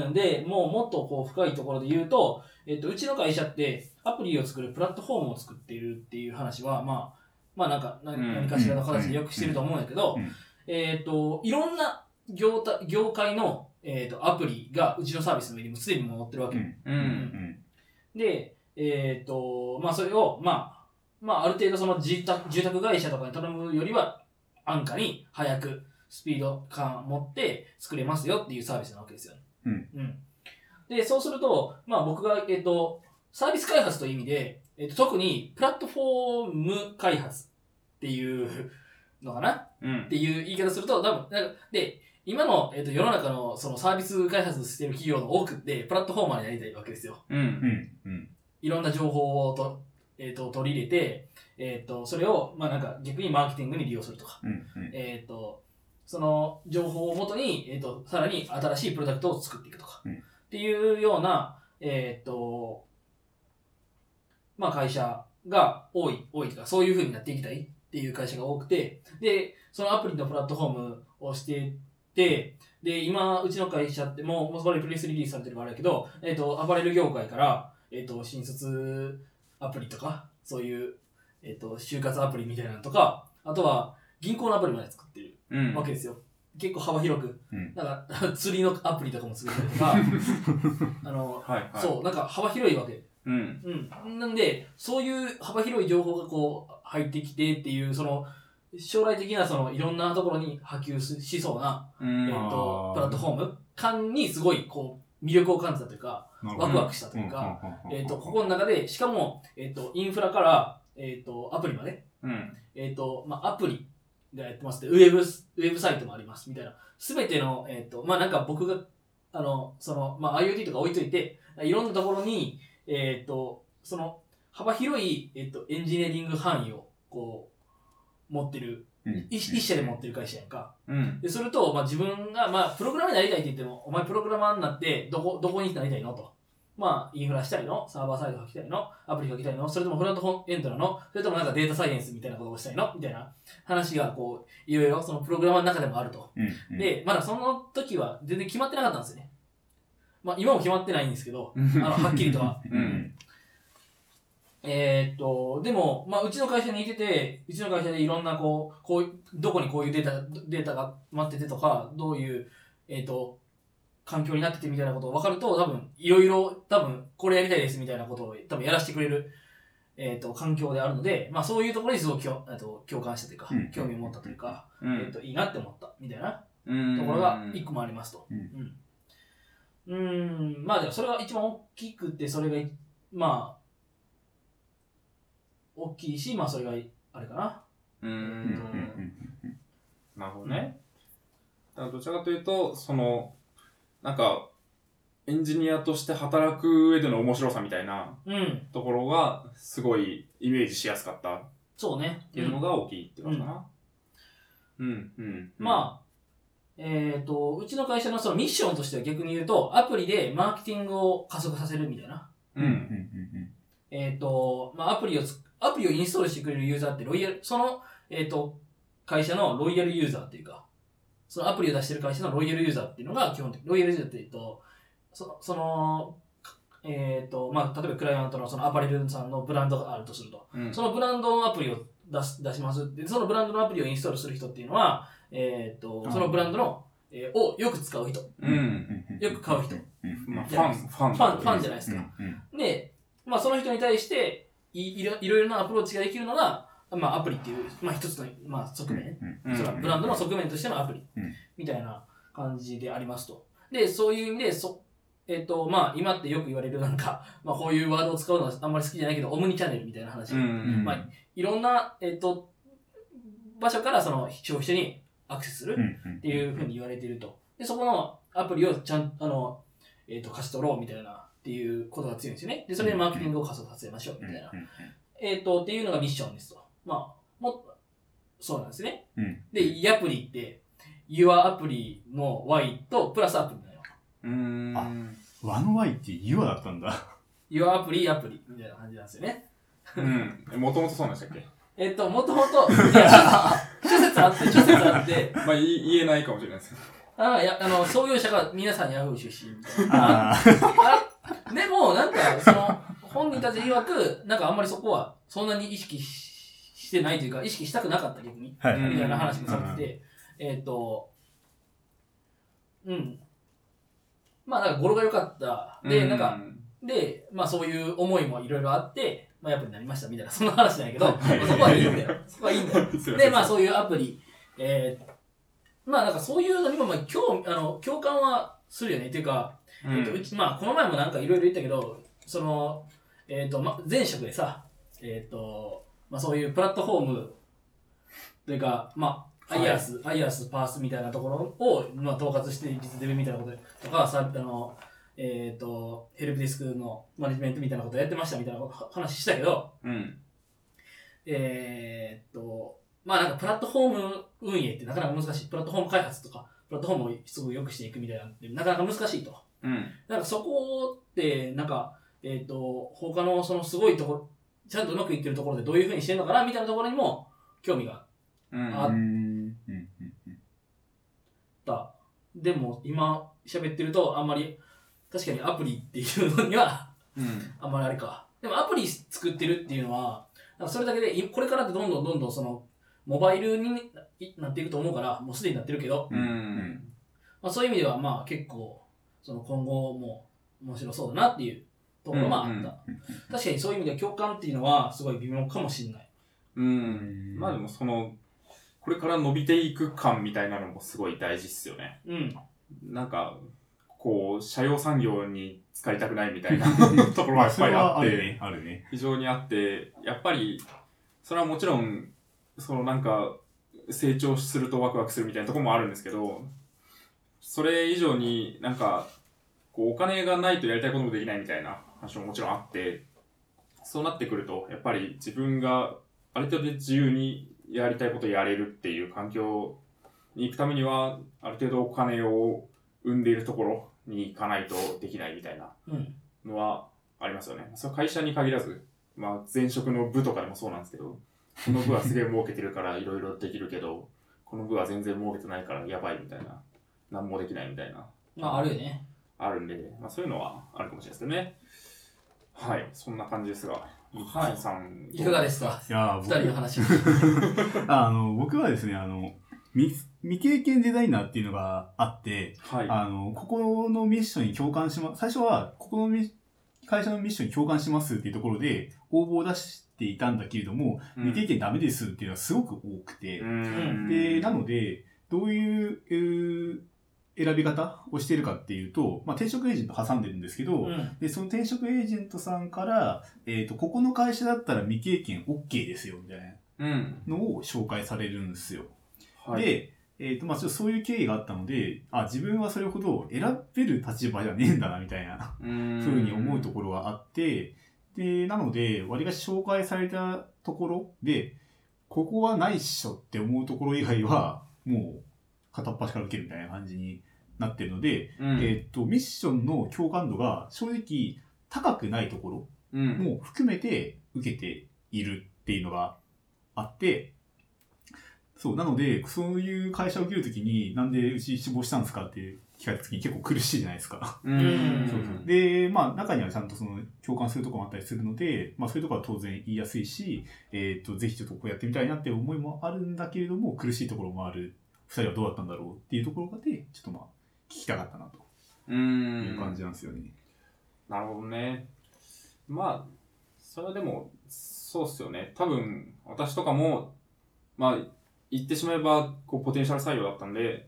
S2: うん、で、もうもっとこう深いところで言うと、えっと、うちの会社ってアプリを作るプラットフォームを作っているっていう話は、まあ、まあなんか、な
S1: うん
S2: 何かしらの形でよくしてると思うんだけど
S3: うんうん、
S2: えっと、いろんな業態業界の、えっと、アプリがうちのサービスの上にもすでにもう載ってるわけ。
S1: うん。う。
S3: うんん
S2: で、えっ、と、まあ、それを、まあ、まあ、ある程度その住宅住宅会社とかに頼むよりは、安価に早くスピード感を持って作れますよっていうサービスなわけですよ、ね。
S3: うん。
S2: で、そうすると、まあ、僕が、えっ、と、サービス開発という意味で、えっと特にプラットフォーム開発っていうのかな
S1: うん
S2: っていう言い方すると、多分、なんか、で、今の、えっと世の中のそのサービス開発してる企業の多くって、プラットフォーマーになりたいわけですよ。
S1: うん。う。
S3: うんんうん
S2: いろんな情報をと、えー、と取り入れて、えー、とそれを、まあ、なんか逆にマーケティングに利用するとか、
S3: うんうん
S2: えー、とその情報をもとに、えー、とさらに新しいプロダクトを作っていくとか、
S3: うん
S2: っていうような、えーとまあ、会社が多い多いというかそういうふうになっていきたいっていう会社が多くてでそのアプリのプラットフォームをしててで今うちの会社ってもうもうそれプレスリリースされてるからあれだけど、えー、とアパレル業界からえっ、と、新卒アプリとか、そういう、えっ、と、就活アプリみたいなのとか、あとは銀行のアプリまで作ってる
S1: うん。
S2: わけですよ。結構幅広く。
S3: うん
S2: なんか、 <laughs> 釣りのアプリとかも作ったりとか、あの、
S1: はいはい。
S2: そう、なんか幅広いわけ。
S1: う。うん。
S2: うん。なんで、そういう幅広い情報がこう、入ってきてっていう、その、将来的なそのいろんなところに波及ししそうな、
S1: う
S2: えっ、
S1: ん。
S2: と
S3: あー、
S2: プラットフォーム感にすごいこう、魅力を感じたというか、
S3: なるほ
S2: ワ
S3: ど
S2: クワクしたというか、えっ、と、ここの中で、しかも、えっ、と、インフラから、えっ、と、アプリまで、
S1: うん。
S2: えっ、と、まあ、アプリがやってますって、ウェブ、ウェブサイトもあります、みたいな。すべての、えっ、と、まあ、なんか僕が、あの、その、まあ、IoT とか置いといて、いろんなところに、えっ、と、その、幅広い、えっ、と、エンジニアリング範囲を、こう、持ってる、
S3: うん
S2: い一社で持ってる会社やんか。
S1: うん。
S2: で、それと、まあ、自分が、まあ、プログラマーになりたいって言っても、お前プログラマーになって、どこ、どこになりたいのと。まあ、インフラしたいのサーバーサイド書きたいのアプリ書きたいのそれともフロントエンドなのそれともなんかデータサイエンスみたいなことをしたいのみたいな話が、こう、いろいろ、そのプログラマーの中でもあると。
S3: うん
S2: で、まだその時は全然決まってなかったんですよね。まあ、今も決まってないんですけど、
S1: う
S2: あ
S1: ん
S2: の、はっきりとは。
S3: うん
S2: えーっと、でも、まあ、うちの会社にいてて、うちの会社でいろんな、こう、こうい、どこにこういうデータ、データが待っててとか、どういう、えーっと、環境になっててみたいなことを分かると、多分、いろいろ、多分、これやりたいですみたいなことを、多分やらせてくれる、えっ、と、環境であるので、まあそういうところにすごくきょえっと共感したというか、
S3: うん
S2: 興味を持ったというか、
S1: う
S2: えっ、
S1: ん。
S2: と、いいなって思った、みたいな
S1: うん
S2: ところが一個もありますと。
S3: う
S2: う
S3: ん
S2: ん。うん、んまあでもそれが一番大きくて、それがい、まあ、大きいし、まあそれがい、あれかな。
S1: うん
S3: うんうん
S1: うん
S3: うん
S1: なるほどね。だからどちらかというと、その、なんか、エンジニアとして働く上での面白さみたいな
S2: うん、
S1: ところが、すごいイメージしやすかったっ
S2: そうね。
S1: ていうのが大きいってことかな。うん、うん。
S2: まあ、えっ、と、うちの会社のそのミッションとしては逆に言うと、アプリでマーケティングを加速させるみたいな。
S1: あ、う
S3: うん
S1: ん。
S2: えっ、と、まあ、アプリをつ、アプリをインストールしてくれるユーザーってロイヤル、その、えっ、と、会社のロイヤルユーザーっていうか、そのアプリを出してる会社のロイヤルユーザーっていうのが基本的、ロイヤルユーザーっていうと、その、その、えっ、と、まあ、例えばクライアントのそのアパレルさんのブランドがあるとすると、
S1: うん
S2: そのブランドのアプリを出す出します。で、そのブランドのアプリをインストールする人っていうのは、えーっと
S3: あ、
S2: そのブランドの、えーをよく使う人。
S1: うん。
S3: うん
S2: よく買う人。
S1: まあ、フ
S2: じゃ
S1: ァ
S2: な
S1: ン、
S2: い
S1: ファン。
S2: ファン、ファン
S1: じ
S2: じゃないです
S3: う
S2: か。
S3: んうん
S2: で、まあその人に対していいろ、いろいろなアプローチができるのが、まあアプリっていう、まあ一つの、まあ側面。
S3: うん
S1: ゃ
S2: そのブランドの側面としてのアプリ
S3: うん
S2: みたいな感じでありますと。で、そういう意味で、そえっ、と、まあ、今ってよく言われるなんか、まあ、こういうワードを使うのはあんまり好きじゃないけど、オムニチャンネルみたいな話、
S1: うん
S3: うん
S2: まあいろんな、えっ、と、場所からその消費者にアクセスする
S3: うん
S2: っていうふうに言われていると。で、そこのアプリをちゃんあの、えっ、と、貸し取ろうみたいなっていうことが強いんですよね。で、それでマーケティングを加速させましょうみたいな。
S3: うん
S2: えっ、と、っていうのがミッションですと。まあ、もっとそうなんですね。
S3: うん
S2: で、ヤプリって、Your アプリの Y とプラスアプリなの。
S1: うん。
S3: あワンワイってユアだったんだ。
S2: Your アプリ、アプリみたいな感じなんですよね。
S1: うん。もともとそうなんでしたっけ
S2: えっと、もともと、いや諸説あって、諸説あって、 <laughs>
S1: まあ、い言えないかもしれないですけど。
S2: あやあの創業者が皆さんヤフー出身みたいな。
S3: ああ。
S2: あでも、なんか、その、本人たち曰く、なんかあんまりそこはそんなに意識ししてないというか、意識したくなかった逆に。
S3: はい。
S1: うん
S2: みたいな話もされてて、えっ、と、うん。まあ、なんか語呂が良かった。 <laughs> で、なんか、、で、まあそういう思いもいろいろあって、まあやっぱりなりましたみたいな、そんな話じゃないけど、
S1: はい
S2: そこはいい <laughs> んだよ。そこはいいんだよ。
S1: すいませ
S2: で、
S1: ん <laughs>
S2: まあそういうアプリ、えーまあなんかそういうのにも、まあ今日、あの、共感はするよね。っていうか、
S1: うん
S2: えっと、うち、まあ、この前もなんかいろいろ言ったけど、その、えっ、と、ま、前職でさ、えっ、と、まあ、そういうプラットフォームというか、まあ、
S1: はい
S2: アイアス、アイアス、パースみたいなところを、まあ、統括して実デブみたいなこととか、さ、あの、えっ、と、ヘルプディスクのマネジメントみたいなことやってましたみたいなこと話したけど、
S1: うん。
S2: えーっと、まあなんかプラットフォーム運営ってなかなか難しい。プラットフォーム開発とか、プラットフォームをすごく良くしていくみたいなのってなかなか難しいと。
S1: うん。
S2: なんかそこって、なんか、えーっと、他のそのすごいところ、ちゃんとうまくいってるところでどういうふうにしてるのかなみたいなところにも興味があっ
S1: うん。
S2: あ
S3: うんうん
S2: た。でも今喋ってるとあんまり、確かにアプリっていうのには <laughs>
S1: うん。
S2: あんまりあれか。でもアプリ作ってるっていうのは、なんかそれだけで、いこれからってどんどんどんどんその、モバイルにいなっていくと思うから、もうすでになってるけど、
S1: うん。
S2: まあ、そういう意味ではまあ結構、その今後も面白そうだなっていうところはあった。
S1: うんうん
S2: 確かにそういう意味では共感っていうのはすごい微妙かもしれない。
S1: う。
S3: うんん
S1: まあでもその、これから伸びていく感みたいなのもすごい大事っすよね。
S2: うん。
S1: なんか、こう、社用産業に使いたくないみたいな <laughs> ところは
S3: まあ、
S1: やっ
S3: そ
S1: ぱ
S3: れ
S1: りあ
S3: は
S1: っ
S3: ある
S1: て
S3: ね、、あるね。
S1: 非常にあって、やっぱり、それはもちろん、そのなんか、成長するとワクワクするみたいなところもあるんですけど、それ以上になんか、こうお金がないとやりたいこともできないみたいな話ももちろんあって、そうなってくると、やっぱり自分がある程度自由にやりたいことやれるっていう環境に行くためには、ある程度お金を生んでいるところに行かないとできないみたいな
S2: うん。
S1: のはありますよね。それは会社に限らず、まあ、前職の部とかでもそうなんですけど、この部はすげえ儲けてるからいろいろできるけど、この部は全然儲けてないからやばいみたいな、なんもできないみたいな、
S2: まああるよね。
S1: あるんで、まあ、そういうのはあるかもしれないですけどね。はい、そんな感じですが、
S2: はい
S1: ミッキーさん、
S2: いかがですか
S3: いやー
S2: 二
S3: 僕
S2: 人の話。
S3: あの僕はですねあの未未経験デザイナーっていうのがあって、
S1: はい。
S3: あの、ここのミッションに共感しま、最初は、ここのミッ会社のミッションに共感しますっていうところで、応募を出していたんだけれども、
S1: うん
S3: 未経験ダメですっていうのはすごく多くて、
S1: うん
S3: で、なので、どういうえー、選び方をしているかっていうと、まあ、転職エージェント挟んでるんですけど、
S2: うん。
S3: で、その転職エージェントさんから、えっ、と、ここの会社だったら未経験 OK ですよ、みたい
S1: うん。
S3: なのを紹介されるんですよ。
S1: はい、
S3: で、えっ、と、まあ、ちょっとそういう経緯があったので、あ、自分はそれほど選べる立場じゃねえんだな、みたいな、
S1: ふう
S3: ふうに思うと
S1: こ
S3: ころがあって、で、なので、割がし紹介されたところで、ここはないっしょって思うところ以外は、もう、片っ端から受けるみたいな感じになってるので、
S1: ろ、うん
S3: えっ、と、ミッションの共感度が正直高くないところ
S1: うん、
S3: も含めて受けているっていうのがあって、そう、なので、そういう会社を受けるときに、なんでうち志望したんですかって聞かれたときに結構苦しいじゃないですか。
S1: うん
S2: うん
S1: そう
S2: うん
S3: で、まあ、中にはちゃんとその共感するとこもあったりするので、まあ、そういうとこは当然言いやすいし、えっ、と、ぜひちょっとこうやってみたいなって思いもあるんだけれども、苦しいところもある。二人はどうだったんだろうっていうところで、ちょっとまあ、聞きたかったなと
S1: そううん
S3: いう感じなんですよね。
S1: なるほどね。まあ、それはでも、そうっすよね。多分、私とかも、まあ、言ってしまえば、こう、ポテンシャル採用だったんで、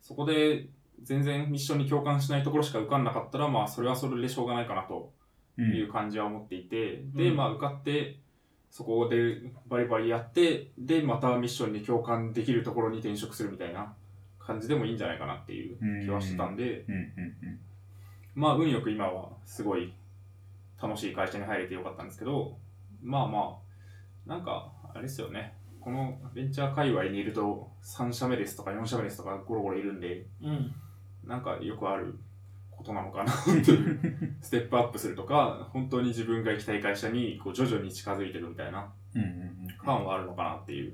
S1: そこで、全然ミッションに共感しないところしか受かんなかったら、まあ、それはそれでしょうがないかなと
S3: うん
S1: いう感じは思っていて、で、
S2: うん
S1: まあ、受かって、そこでバリバリやって、で、またミッションに共感できるところに転職するみたいな感じでもいいんじゃないかなっていう気はしてたんで、
S3: うんうんうん
S1: まあ運よく今はすごい楽しい会社に入れてよかったんですけどまあまあなんかあれですよねこのベンチャー界隈にいると3社目ですとか4社目ですとかゴロゴロいるんで
S2: うん。
S1: なんかよくあることなのかなっていうステップアップするとか本当に自分が行きたい会社にこう徐々に近づいていくみたいな
S3: うんうんうん
S1: 感はあるのかなっていう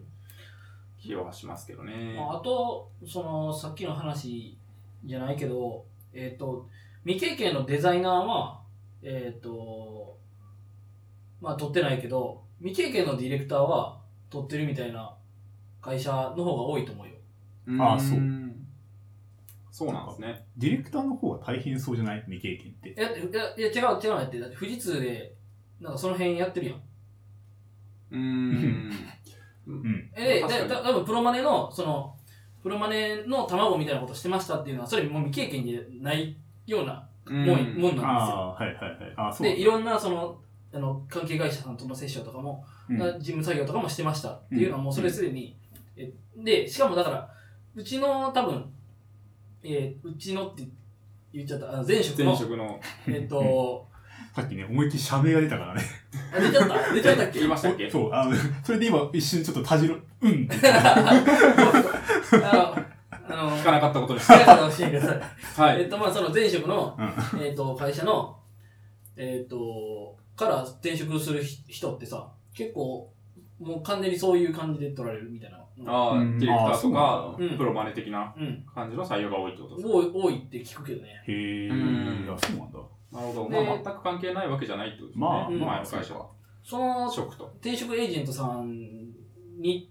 S1: 気はしますけどね
S2: まあ、あと、その、さっきの話じゃないけど、えっ、と、未経験のデザイナーは、えっ、と、まあ、取ってないけど、未経験のディレクターは取ってるみたいな会社の方が多いと思うよ。
S3: あそうん
S1: そうなんですね
S3: ディレクターの方は大変そうじゃない未経験って。
S2: え、いや、いや違う、違うなって、だって富士通で、なんかその辺やってるやん。
S1: うーん
S3: うん。
S2: え、で、
S1: 確か
S2: だ
S1: に
S2: だ多分プロマネの、その、プロマネの卵みたいなことしてましたっていうのは、それもう未経験じゃないような
S1: うん
S2: もん,、もんなんですよ。
S3: ああー、はいはいはい。ああ、そうなん
S2: で、
S3: だ。
S2: いろんなその、あの関係会社さんとのセッションとかも、
S3: うん
S2: 事務作業とかもしてましたっていうのはもうそれすでに、えで、しかもだから、うちの多分、えーうちのって言っちゃった、あの前職の
S1: 前、職の
S2: えっ、と、
S3: さっきね、思いっきり社名が出たからね。
S2: あ出ちゃった、出ちゃったっけ
S1: 言いましたっけ
S3: <laughs> そう、あの、それで今一瞬ちょっとたじろ、うんって。
S2: あの、あの、
S1: 聞かなかったことにし
S2: 聞か
S1: て。
S2: なかったら教えてください。
S1: は
S2: えっ
S1: い。
S2: と、まあ、その前職の、
S3: うん。
S2: えっ、と、会社の、えっ、と、から転職するひ人ってさ、結構、もう完全にそういう感じで取られるみたいな。
S1: ああ、デ
S3: うん
S1: ィレクターと
S3: あ
S1: か
S3: ー、
S2: そうなんだ
S1: プロマネ的な
S2: うん。
S1: 感じの採用が多いってことですか。
S2: 多い、多いって聞くけどね。
S3: へえ、
S1: うん
S3: いや、そうなんだ。
S1: なるほど。
S2: で
S1: まあ、全く関係ないわけじゃないってことですね。
S3: まあ、
S2: うん
S3: ま
S1: 前
S3: あ、
S1: の会社は。
S2: その、
S1: 職と。
S2: 転職エージェントさんに、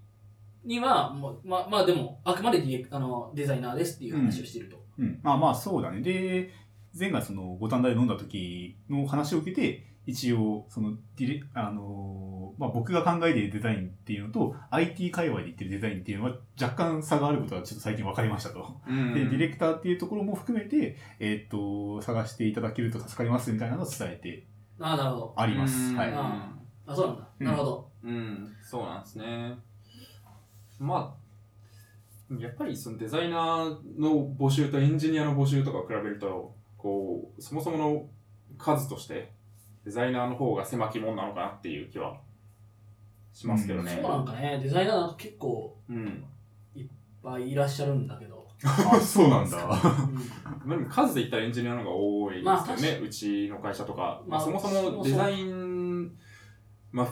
S2: には、もうまあ、まあでも、あくまでディレクあのデザイナーですっていう話をしてると。
S3: うん。まあまあ、そうだね。で、前回その、五反田で飲んだ時の話を受けて、一応、その、ディレ、あのーまあ僕が考えているデザインっていうのと、IT 界隈で言ってるデザインっていうのは若干差があることはちょっと最近分かりましたと。
S1: うん
S3: で、ディレクターっていうところも含めて、えっ、と、探していただけると助かりますみたいなのを伝えて
S2: ああ、なるほど。
S3: あります。
S1: うん
S3: はい。
S2: ああ、そうなんだ。
S3: うん
S2: なるほど。
S1: うん、そうなんですね。まあ、やっぱりそのデザイナーの募集とエンジニアの募集とかを比べると、こう、そもそもの数として、デザイナーの方が狭き門なのかなっていう気はしますけどね。
S2: そうなんかね、デザイナーなんか結構
S1: うん。
S2: いっぱいいらっしゃるんだ
S1: <laughs>
S2: けど。
S3: あ、 <laughs> そうなんだ。
S2: う
S1: まあでも数で言ったらエンジニアの方が多いですよね、
S2: まあ確か
S1: うちの会社とか、ま
S2: まあ
S1: あ、そもそ
S2: そうそ
S1: も
S2: う
S1: デザイン、まあ、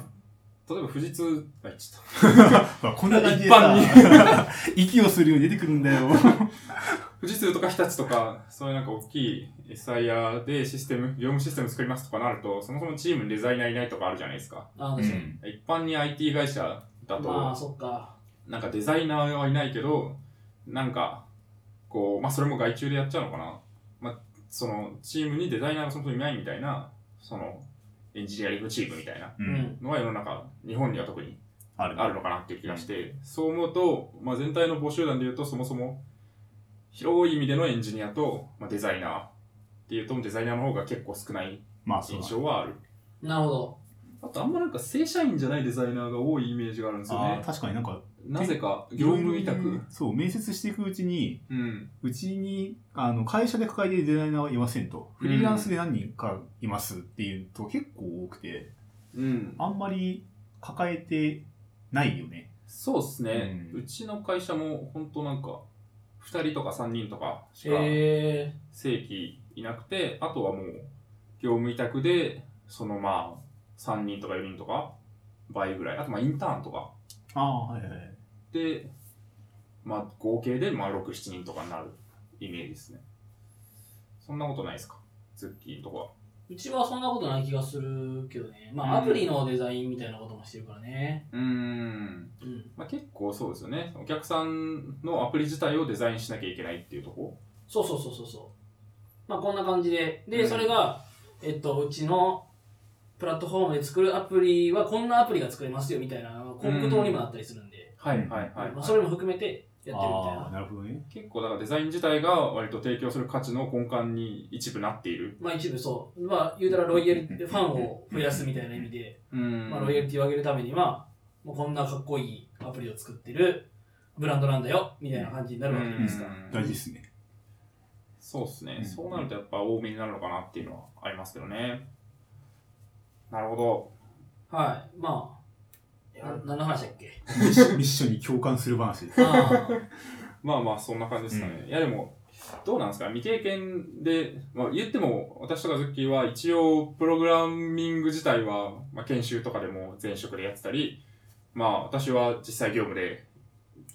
S1: 例えば富士通、あ、ちょっ
S3: まあ、こんな感じで
S1: 一
S3: さ、 <laughs> 息をするように出てくるんだよ。
S1: と、 <laughs> 富士通とか日立とか、そういうなんか大きい SIR でシステム、業務システム作りますとかなると、そもそもチームにデザイナーいないとかあるじゃないですか。
S2: ん、ああ、
S3: う
S2: 確かに。
S3: ん
S1: 一般に IT 会社だと、
S2: まあ、そっか。
S1: なんかデザイナーはいないけど、なんか、こう、まあ、それも外注でやっちゃうのかな。まあ、その、チームにデザイナーがそもそもいないみたいな、その、エンジニアリングチームみたいな
S3: う。
S2: うんん。
S1: のが世の中、日本には特に
S3: ある。
S1: あるのかなっていう気がして、そう思うと、まあ、全体の募集団で言うと、そもそも、広い意味でのエンジニアと、まあ、デザイナーっていうと、デザイナーの方が結構少ない
S3: まあ、そう
S1: 印
S3: だ。
S1: 象はある。
S2: なるほど。
S1: あと、あんまなんか正社員じゃないデザイナーが多いイメージがあるんですよ
S3: あ
S1: ね
S3: ー。確かになんか、
S1: なぜか、業務委託。。
S3: そう、面接していくうちに、
S1: うん。
S3: うちに、あの、会社で抱えているデザイナーはいませんと、フリーランスで何人かいますっていうと結構多くて、
S1: うん。
S3: あんまり抱えてないよね。
S1: そうっすね。
S3: う
S1: うんちの会社も、ほんとなんか、2人とか3人とかしか
S2: へえ
S1: 正規いなくて、あとはもう、業務委託で、そのまあ、3人とか4人とか、倍ぐらい。あとまあ、インターンとか。
S3: ああ、はいはいはい。
S1: で、まあ、合計で、まあ、6、7人とかになるイメージですね。そんなことないですかズッキーのとこは。
S2: うちはそんなことない気がするけどね。まあ、
S1: うん
S2: アプリのデザインみたいなこともしてるからね。
S1: うーん。
S2: うん。
S1: まあ、結構そうですよね。お客さんのアプリ自体をデザインしなきゃいけないっていうとこ
S2: そうそうそうそうそう。まあ、こんな感じで。で、
S1: うん
S2: それが、えっと、うちのプラットフォームで作るアプリは、こんなアプリが作れますよみたいな、広告塔にもなったりするんで、
S1: はいはいはい、
S2: まあ、それも含めてやってるみたい
S3: あー
S2: な。
S3: なるほどね。
S1: 結構だからデザイン自体が割と提供する価値の根幹に一部なっている。
S2: まあ、一部そう。まあ、言うたらロイヤル、ファンを増やすみたいな意味で、
S1: うん
S2: まあ、ロイヤリティを上げるためには、もうこんなかっこいいアプリを作ってるブランドなんだよ、みたいな感じになるわけじゃないですか。
S3: 大事ですね。 <laughs>
S1: そうですね、
S3: うん
S1: そうなるとやっぱ多めになるのかなっていうのはありますけどね。なるほど。
S2: はい。まあ、な何の話だっけ
S3: ミッションミッションに共感する話です。
S2: あー
S1: まあまあそんな感じですかね。いやでも、どうなんですか未経験で、まあ言っても私とかズッキーは一応プログラミング自体は、まあ、研修とかでも前職でやってたり、まあ私は実際業務で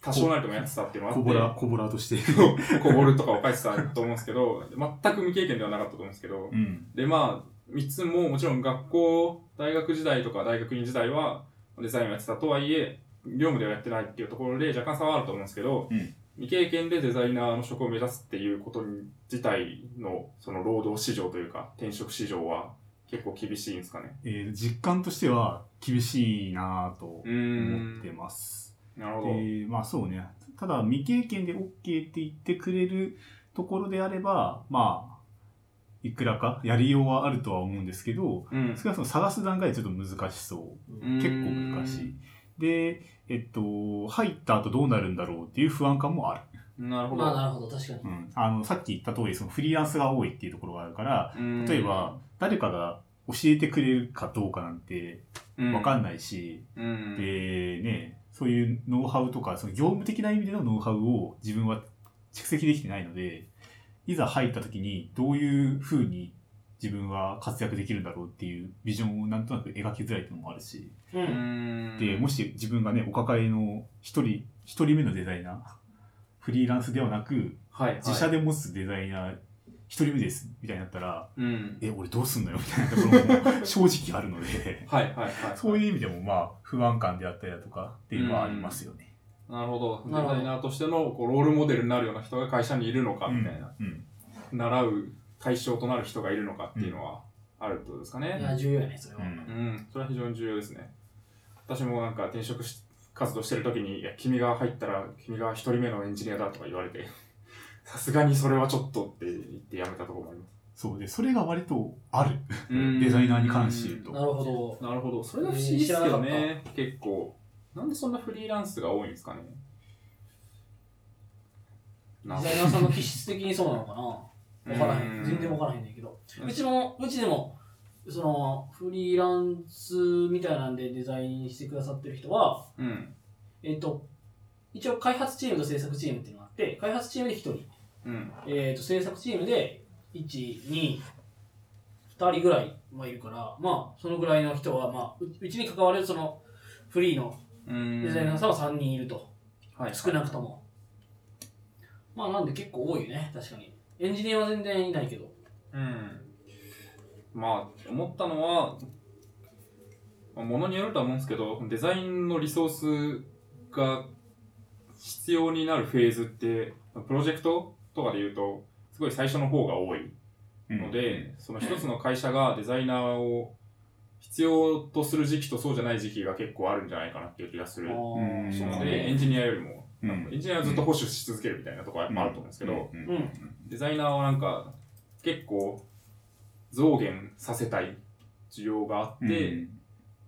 S1: 多少なりともやってたっていうのがあ
S3: 小
S1: って、
S3: ぼら、小ぼらとして。
S1: こぼるとかを書いてたと思うんですけど、全く未経験ではなかったと思うんですけど、
S3: うん。
S1: でまあ3つももちろん学校、大学時代とか大学院時代はデザインをやってたとはいえ、業務ではやってないっていうところで若干差はあると思うんですけど、
S3: うん
S1: 未経験でデザイナーの職を目指すっていうことに自体のその労働市場というか転職市場は結構厳しいんですかね。
S3: <laughs> えー実感としては厳しいなぁと
S1: うーん
S3: 思ってます。
S1: なるほど。
S3: で、まあそうね。ただ未経験で OK って言ってくれるところであれば、まあ、いくらかやりようはあるとは思うんですけど、
S1: うん
S3: 少なくとも探す段階でちょっと難しそう
S1: うんん
S3: う。結構難しい。で、えっと、入った後どうなるんだろうっていう不安感もある。
S1: なるほど。
S2: まあ、なるほど、確かに
S3: う。ん。あの、さっき言った通り、そのフリーランスが多いっていうところがあるから、
S1: うん
S3: 例えば、誰かが教えてくれるかどうかなんて
S1: うん、
S3: 分かんないし、
S1: うん
S3: でねそういうノウハウとかその業務的な意味でのノウハウを自分は蓄積できてないのでいざ入った時にどういうふうに自分は活躍できるんだろうっていうビジョンをなんとなく描きづらいっていうのもあるし、
S2: う。
S1: うんん
S3: でもし自分がねお抱えの一人一人目のデザイナーフリーランスではなく
S1: はいはい、
S3: 自社で持つデザイナー一人目ですみたいになったら
S1: うん、
S3: え、俺どうすんのよみたいなところも正直あるので、
S1: はいはいはい。
S3: そういう意味でもまあ不安感であったりだとかっていうのはありますよね。
S1: なるほど。デ
S2: なるほど
S1: ザイナーとしてのこうロールモデルになるような人が会社にいるのかみたいな、
S3: うん。うん
S1: 習う対象となる人がいるのかっていうのはあるってことですか
S2: い
S1: ね。
S2: や、重要やね、それは。
S3: うん
S1: うん、それは非常に重要ですね。私もなんか転職し活動してるときに、いや、君が入ったら、君が一人目のエンジニアだとか言われて、 <laughs> さすがにそれはちょっとって言ってやめたところもありま
S3: そうで、それが割とある。
S1: す。うん
S3: デザイナーに関して言うと。
S2: なるほど。
S1: なるほど。それが不思議ですよね、結構。なんでそんなフリーランスが多いんですかね。な
S2: デザイナーさんの気質的にそうなのかなわからへ。
S1: うんん
S2: 全然わからへんねんけど。
S1: うん
S2: うちも、うちでも、その、フリーランスみたいなんでデザインしてくださってる人は、
S1: うん。
S2: えっ、と、一応開発チームと制作チームっていうのがあって、開発チームで1人、
S1: うん。
S2: えっ、と、制作チームで1、2、2人ぐらいまあいるから、まあ、そのぐらいの人は、まあ、ううちに関わるそのフリーの
S1: うん
S2: デザイナーさんは3人いると、
S1: はい、
S2: 少なくとも。まあ、なんで結構多いよね、確かに。エンジニアは全然いないけど。
S1: うん、まあ思ったのはまあものによるとは思うんですけどデザインのリソースが必要になるフェーズって、プロジェクトとかで言うと、すごい最初の方が多いので、その一つの会社がデザイナーを必要とする時期とそうじゃない時期が結構あるんじゃないかなっていう気がする。
S2: あ
S1: の
S2: ー
S3: うん
S2: そうだ
S1: で、エ
S2: ね
S1: ンジニアよりも、
S3: うん、う
S1: エンジニアはずっと保守し続けるみたいなところもあると思うんですけど、
S3: うん
S2: うん
S1: デザイナーはなんか結構増減させたい需要があって、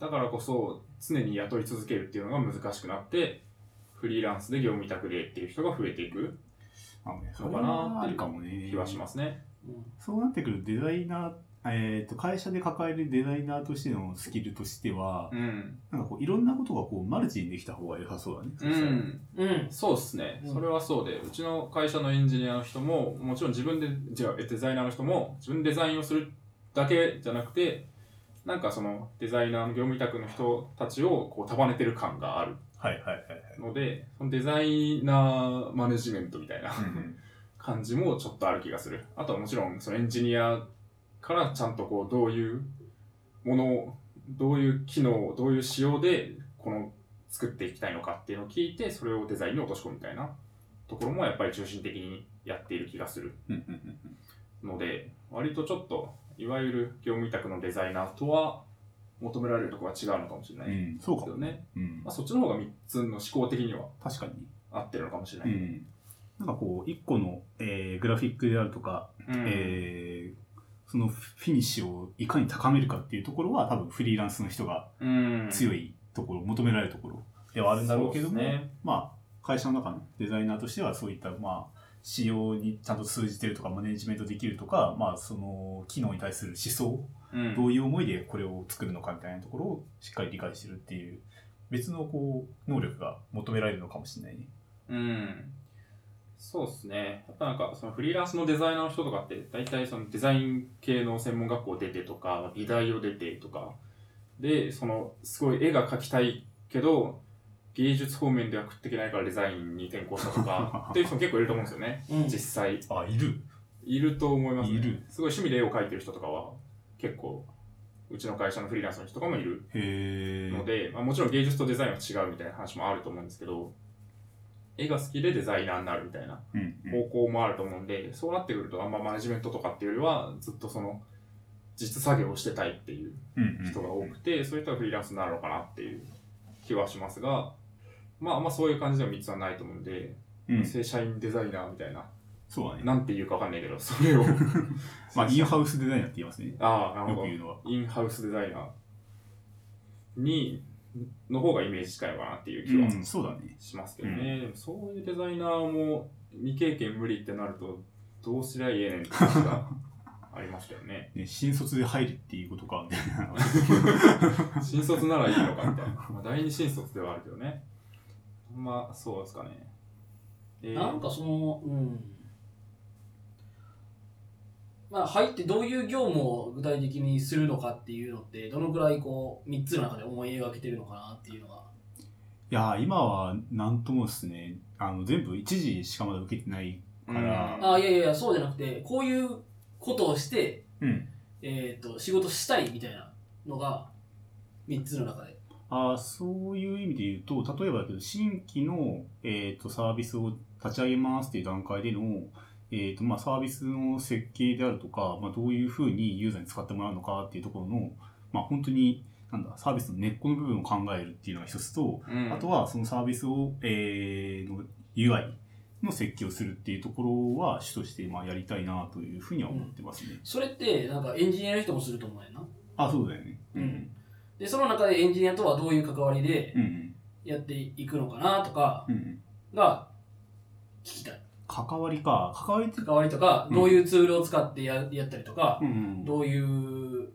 S1: だからこそ常に雇い続けるっていうのが難しくなってフリーランスで業務委託でっていう人が増えていく
S3: そうかなっていうかもね
S1: 気はしますね。
S2: うん
S3: そうなってくるとデザイナー、えっと会社で抱えるデザイナーとしてのスキルとしては、
S1: うん。
S3: なんかこういろんなことがこうマルチにできた方が良さそうだね。
S1: う
S3: そしたら
S1: ん。
S2: うん
S1: そうですね、
S2: うん
S1: それはそうで、うちの会社のエンジニアの人も、もちろん自分で、じゃあえデザイナーの人も、自分でデザインをするだけじゃなくて、なんかそのデザイナーの業務委託の人たちをこう束ねてる感がある
S3: はいはいはいはい。
S1: ので、そのデザイナーマネジメントみたいな感じもちょっとある気がする。あとはもちろん、そのエンジニアからちゃんとこう、どういうものを、どういう機能を、どういう仕様で、この、作っていきたいのかっていうのを聞いて、それをデザインに落とし込むみたいなところもやっぱり中心的にやっている気がする
S3: うんうんうんうん
S1: ので、割とちょっと、いわゆる業務委託のデザイナーとは求められるところは違うのかもしれないで
S3: うんそうか
S1: すよ
S3: も。
S1: ね。
S3: うん
S1: まあ、そっちの方が3つの思考的には
S3: 確かに。
S1: 合ってるのかもしれな
S3: う
S1: い。
S3: んなんかこう一個の、えーグラフィックであるとか、
S1: うん
S3: えーそのフィニッシュをいかに高めるかっていうところは多分フリーランスの人が
S1: うん
S3: 強いところ、求められるところではあるんだろうけども、
S1: そうですね
S3: まあ、会社の中のデザイナーとしてはそういった、まあ、仕様にちゃんと通じてるとかマネジメントできるとか、まあ、その機能に対する思想
S1: うん
S3: どういう思いでこれを作るのかみたいなところをしっかり理解してるっていう別のこう能力が求められるのかもしれないね。
S1: うん。そうですね。やっぱなんか、そのフリーランスのデザイナーの人とかって、大体そのデザイン系の専門学校出てとか、美大を出てとか、で、その、すごい絵が描きたいけど、芸術方面では食っていけないからデザインに転向したと
S3: <laughs>
S1: か、っていう人も結構いると思うんですよね。
S2: うん
S1: 実際。
S3: あいる
S1: いると思います、ね。
S3: いる
S1: すごい趣味で絵を描いてる人とかは、結構、うちの会社のフリーランスの人とかもいる
S3: へ
S1: ので、まあ、もちろん芸術とデザインは違うみたいな話もあると思うんですけど絵が好きでデザイナーになるみたいな
S3: うんうん
S1: 方向もあると思うんで、そうなってくるとあんまマネジメントとかっていうよりはずっとその実作業をしてたいっていう
S3: うんうん
S1: 人が多くて、そういう人がフリーランスになるのかなっていう気はしますがまああんまそういう感じでは3つはないと思うんで、
S3: うん
S1: 正社員デザイナーみたいな
S3: そうだね。
S1: なんて言うかわかんないけどそれを
S3: <laughs> まあ、インハウスデザイナーって言いますね。
S1: ああなる
S3: よ
S1: ほど
S3: く言うのは。
S1: インハウスデザイナーにの方がイメージ近いのかなっていう気は、
S3: うんそうだね。
S1: しますけどね、でもそういうデザイナーも未経験無理ってなるとどうすりゃいいねんって話
S3: <laughs>
S1: がありますけどね
S3: ね新卒で入るっていうことかみた <laughs> いな。
S1: 新卒ならいいのかみたいな、
S3: <laughs>
S1: まあ、第二新卒ではあるけどねまあそうですかね、えー
S2: なんかその、うん。まあ、入ってどういう業務を具体的にするのかっていうのって、どのくらいこう、3つの中で思い描けてるのかなっていうのが。
S3: いやー今はなんともですねあの全部一時しかまだ受けてない、
S1: うん
S3: から
S2: あ、いやいやいや、そうじゃなくて、こういうことをして、
S3: うん、
S2: えっ、と、仕事したいみたいなのが、3つの中で。
S3: あーそういう意味で言うと例えばだけど新規の、えー、とサービスを立ち上げますっていう段階での、えーとまあ、サービスの設計であるとか、まあ、どういうふうにユーザーに使ってもらうのかっていうところの、まあ、本当になんだサービスの根っこの部分を考えるっていうのが一つと、
S1: うん
S3: あとはそのサービスを、えーの UI の設計をするっていうところは主としてまあやりたいなというふうには思ってますね。
S2: それって、なんかエンジニアの人もすると思うよな。
S3: あ、そうだよね。
S2: うんで、その中でエンジニアとはどういう関わりで
S3: うんうん
S2: やっていくのかなとか
S3: うんうん
S2: が聞きたい。
S3: 関わりか。関わりっていうか、
S2: 関わりとか、
S3: うん
S2: どういうツールを使ってややったりとか、
S3: うんうん
S2: どういう、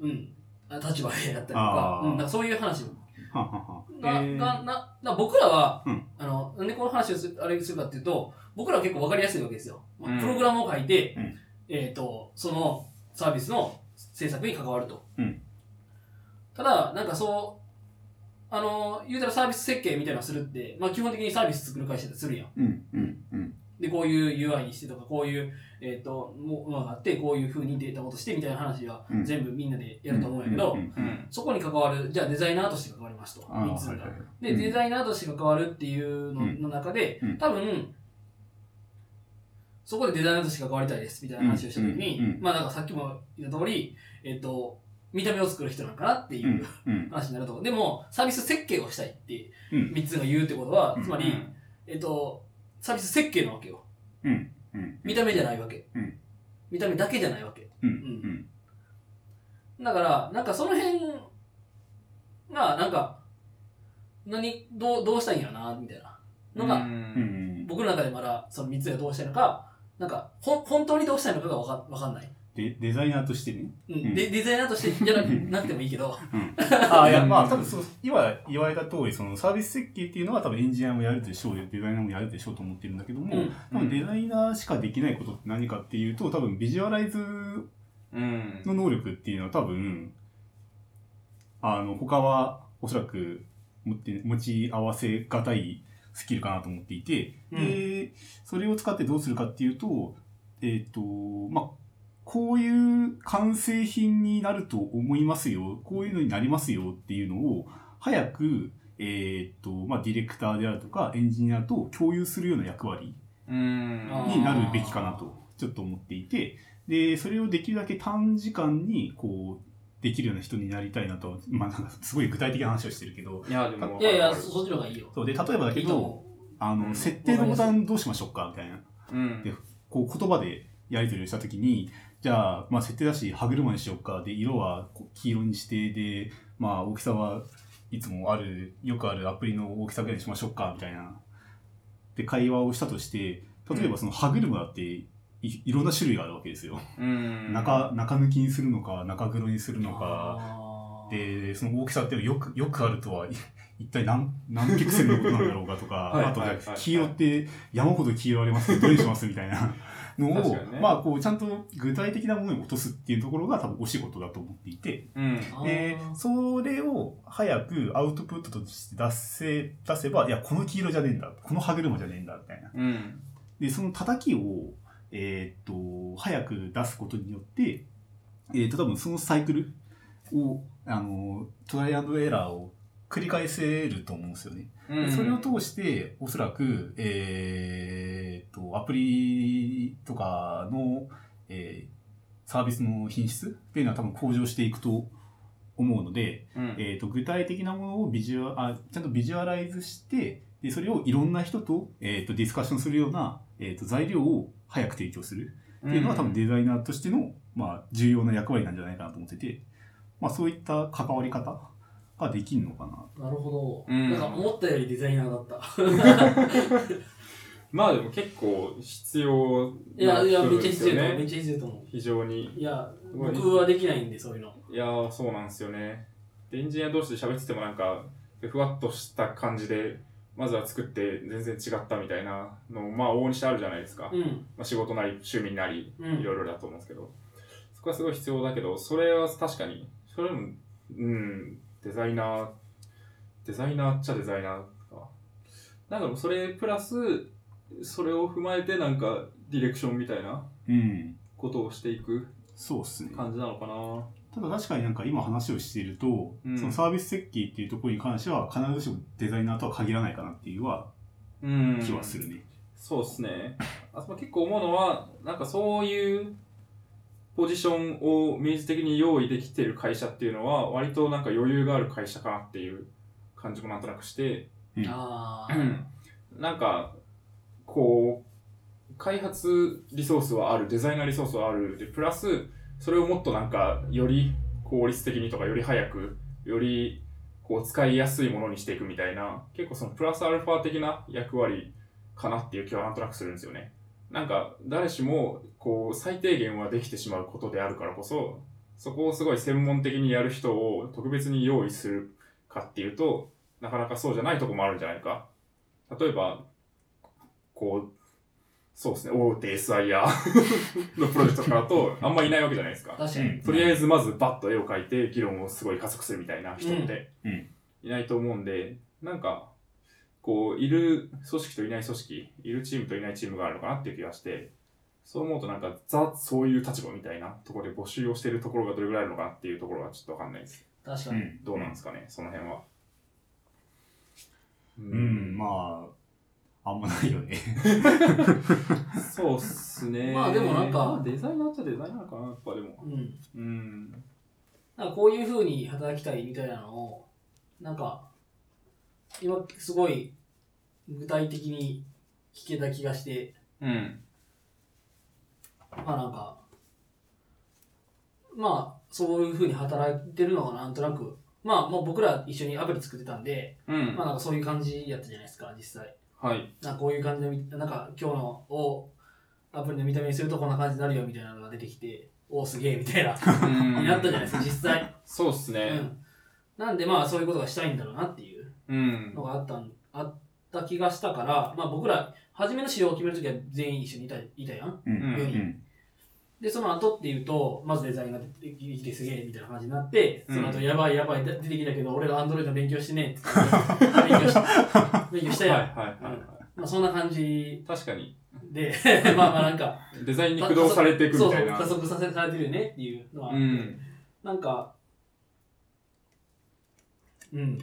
S2: うん、あ立場でやったりとか
S3: あ、ー
S2: うん、だからそういう話も。
S3: はんはんはん
S2: が、
S3: えー
S2: がなな僕らは、
S3: うん
S2: あの、なんでこの話をすあれするかっていうと、僕らは結構わかりやすいわけですよ。まあ
S1: うん
S2: プログラムを書いて、
S3: うん
S2: えっ、と、そのサービスの制作に関わると。
S3: うん
S2: ただ、なんかそう、あの、言うたらサービス設計みたいなのするって、まあ基本的にサービス作る会社でするやん。
S3: うんうんうん
S2: で、こういう UI にしてとか、こういう、えっ、と、もものがあって、こういう風にデータごとしてみたいな話は
S4: うん
S2: 全部みんなでやると思うんやけど、
S4: うん
S1: うん。
S2: そこに関わる、じゃあデザイナーとして関わりますと、
S4: あー
S2: 3つ
S4: は
S2: が
S4: いはい
S2: で、デザイナーとして関わるっていうの,、
S4: うん
S2: の中で
S4: うん、
S2: 多分、そこでデザイナーとして関わりたいですみたいな話をしたときに、
S4: うんうんうん
S2: まあなんかさっきも言った通り、えっ、と、見た目を作る人なんかなっていううん
S4: うん
S2: 話になると、でも、サービス設計をしたいって
S4: うん
S2: 3つが言うってことは、
S4: うん
S2: つまり、えっ、と、サービス設計なわけよ。
S4: うんうん
S2: 見た目じゃないわけ。
S4: うん
S2: 見た目だけじゃないわけ。
S4: うん
S2: だから、なんかその辺が、なんか、何、どう、どうしたいんやろな、みたいなのが、
S4: うんうん
S2: 僕の中でまだその3つがどうしたいのか、なんか、ほん本当にどうしたいのかがわかわかんない。
S4: でデザイナーとしてね
S2: うん
S4: うん
S2: でデザイナーとしてじゃなくなくてもいいけど、
S3: あいや、まあ、多分そう、今言われた通り、そのサービス設計っていうのは多分エンジニアもやるでしょう、デザイナーもやるでしょうと思ってるんだけども、
S2: うん
S3: 多分デザイナーしかできないことって何かっていうと、多分ビジュアライズ
S1: うん。
S3: の能力っていうのは多分、あの、他はおそらく持って、持ち合わせがたいスキルかなと思っていて、で、それを使ってどうするかっていうと、えっ、と、まあ、こういう完成品になると思いますよ、こういうのになりますよっていうのを、早く、えっ、と、まあ、ディレクターであるとか、エンジニアと共有するような役割
S1: うん。
S2: あー
S3: になるべきかなとちょっと思っていてでそれをできるだけ短時間にこうできるような人になりたいなとまあなんかすごい具体的な話をしてるけど
S1: いや、でも、
S2: いやいや、そそっちの方がいいよ。
S3: そうで例えばだ
S2: い
S3: け
S2: いと
S3: ど
S2: 思
S3: あ
S1: う
S3: の
S1: ん
S3: 設定のボタンどうしましょうかみたいな
S1: うん。
S3: こう言葉でやり取りをした時にじゃあまあ設定だし歯車にしようかで色はこう黄色にしてでまあ大きさはいつもあるよくあるアプリの大きさぐらいにしましょうかみたいなで会話をしたとして例えばその歯車だっていいろんな種類があるわけですよ。
S1: うん。
S3: 中中抜きにするのか中黒にする
S2: う。
S3: のか
S2: あー
S3: でその大きさっていうのはよくよくあるとは <laughs> 一体何何ピクセルのことなんだろうかとか
S1: い
S3: あと
S1: はいはいはい
S3: 黄色って山ほど黄色ありますけどどれにしますみたいなの
S1: <laughs> 確
S3: を、
S1: かにね
S3: まあこうちゃんと具体的なものに落とすっていうところが多分お仕事だと思っていて
S1: うん。
S2: あー
S3: でそれを早くアウトプットとして出せ出せばいやこの黄色じゃねえんだこの歯車じゃねえんだみたいな
S1: うん。
S3: でその叩きを、えーっと早く出すことによって、えーっと多分そのサイクルをあのトライアンドエラーを繰り返せると思うんですよね。
S1: う
S3: で
S1: ん。
S3: それを通しておそらく、えーっとアプリとかの、えーサービスの品質っていうのは多分向上していくと思うので、
S1: うん。
S3: えー、と具体的なものをビジュアあちゃんとビジュアライズしてでそれをいろんな人と,、えー、とディスカッションするような、えー、と材料を早く提供するっていうのは、多分デザイナーとしての、まあ、重要な役割なんじゃないかなと思ってて、まあ、そういった関わり方ができるのかな。
S2: なるほど。
S1: うん
S2: なんか思ったよりデザイナーだった。
S1: まあでも結構必要
S2: いや、いや、めっちゃ
S1: です
S2: 必要
S1: よ
S2: だと思う。めっ
S1: ね。
S2: ちゃ必要だと思
S1: 非常に。
S2: う。いや、
S1: すごい
S2: 僕はできないんで、そういうの。
S1: いやー、そうなんですよね。でエンジニア同士で喋っててもなんか、ふわっとした感じで、まずは作って全然違ったみたいなのも、まあ往々にしてあるじゃないですか。
S2: う
S1: ま
S2: ん。
S1: あ、仕事なり、趣味なり、
S2: うん
S1: いろいろだと思うんですけど、そこはすごい必要だけど、それは確かに、それも、うん、デザイナー、デザイナーっちゃデザイナーか。なんかでもそれプラス、それを踏まえてなんかディレクションみたいな
S3: うん
S1: ことをしていく
S3: そうっすね
S1: 感じなのかな。
S3: ただ確かになんか今話をしていると、
S1: うん
S3: そのサービス設計っていうところに関しては必ずしもデザイナーとは限らないかなっていうは
S1: うん。
S3: 気はするね。
S1: そうですね。あその結構思うのは、なんかそういうポジションを明示的に用意できてる会社っていうのは、割となんか余裕がある会社かなっていう感じもなんとなくして、
S3: うん
S2: ああ。
S1: なんか、こう、開発リソースはある、デザイナーリソースはある、で、プラス、それをもっとなんか、より効率的にとか、より早く、より、こう、使いやすいものにしていくみたいな、結構そのプラスアルファ的な役割かなっていう気はなんとなくするんですよね。なんか、誰しも、こう、最低限はできてしまうことであるからこそ、そこをすごい専門的にやる人を特別に用意するかっていうと、なかなかそうじゃないとこもあるんじゃないか例えば、こう、そうですね、大手 SIR <laughs> のプロジェクトとかだと、あんまいないわけじゃないですか。
S2: 確かに。
S1: とりあえずまずバッと絵を描いて、議論をすごい加速するみたいな人って
S3: うんうん
S1: いないと思うんで、なんか、こう、いる組織といない組織、いるチームといないチームがあるのかなっていう気がして、そう思うとなんか、ザ、そういう立場みたいなところで募集をしているところがどれぐらいあるのかなっていうところはちょっとわかんないです。
S2: 確か
S4: う
S2: に。
S4: ん
S1: どうなんですかね、その辺は。う
S4: うん、まあ、あんまないよね。
S1: あ、そうっすね。
S2: まあでもなんか
S1: まあデザイナーっちゃデザイナーかな、やっぱでも。
S2: うん。
S1: うん。
S2: なんかこういう風に働きたいみたいなのを、なんか、今すごい具体的に聞けた気がして、
S1: うん。
S2: まあなんか、まあそういう風に働いてるのがなんとなく、まあもう僕ら一緒にアプリ作ってたんで、
S1: うん
S2: まあ。なんかそういう感じやったじゃないですか、実際。 <laughs>
S1: はい。
S2: なんかこういう感じのみ、なんか今日のをアプリの見た目にするとこんな感じになるよみたいなのが出てきて、おおすげえみたいな、になったじゃないですか、実際。
S1: <laughs> そうっす
S2: う
S1: ね。
S2: ん、なんでまあそういうことがしたいんだろうなっていう
S1: うん
S2: の。があったんあった気がしたから、まあ、僕ら初めの仕様を決めるときは全員一緒にいたいたやん
S4: うん
S1: うん
S4: うん
S2: でその後っていうとまずデザインが出てきてすげえみたいな話になってその後やばいやばい出てきたけど俺らアンドロイド勉強して
S1: <laughs>
S2: ねって言って勉強し勉強したやん、
S1: はいはいはいはい。
S2: まあ、そんな感じ
S1: 確かに、 <laughs>
S2: でまあまあなんか
S1: デザインに駆動されていくみたいな。
S2: そうそう加速させされてるよねっていうのはあっ
S1: う
S2: て、
S1: ん。
S2: なんかうん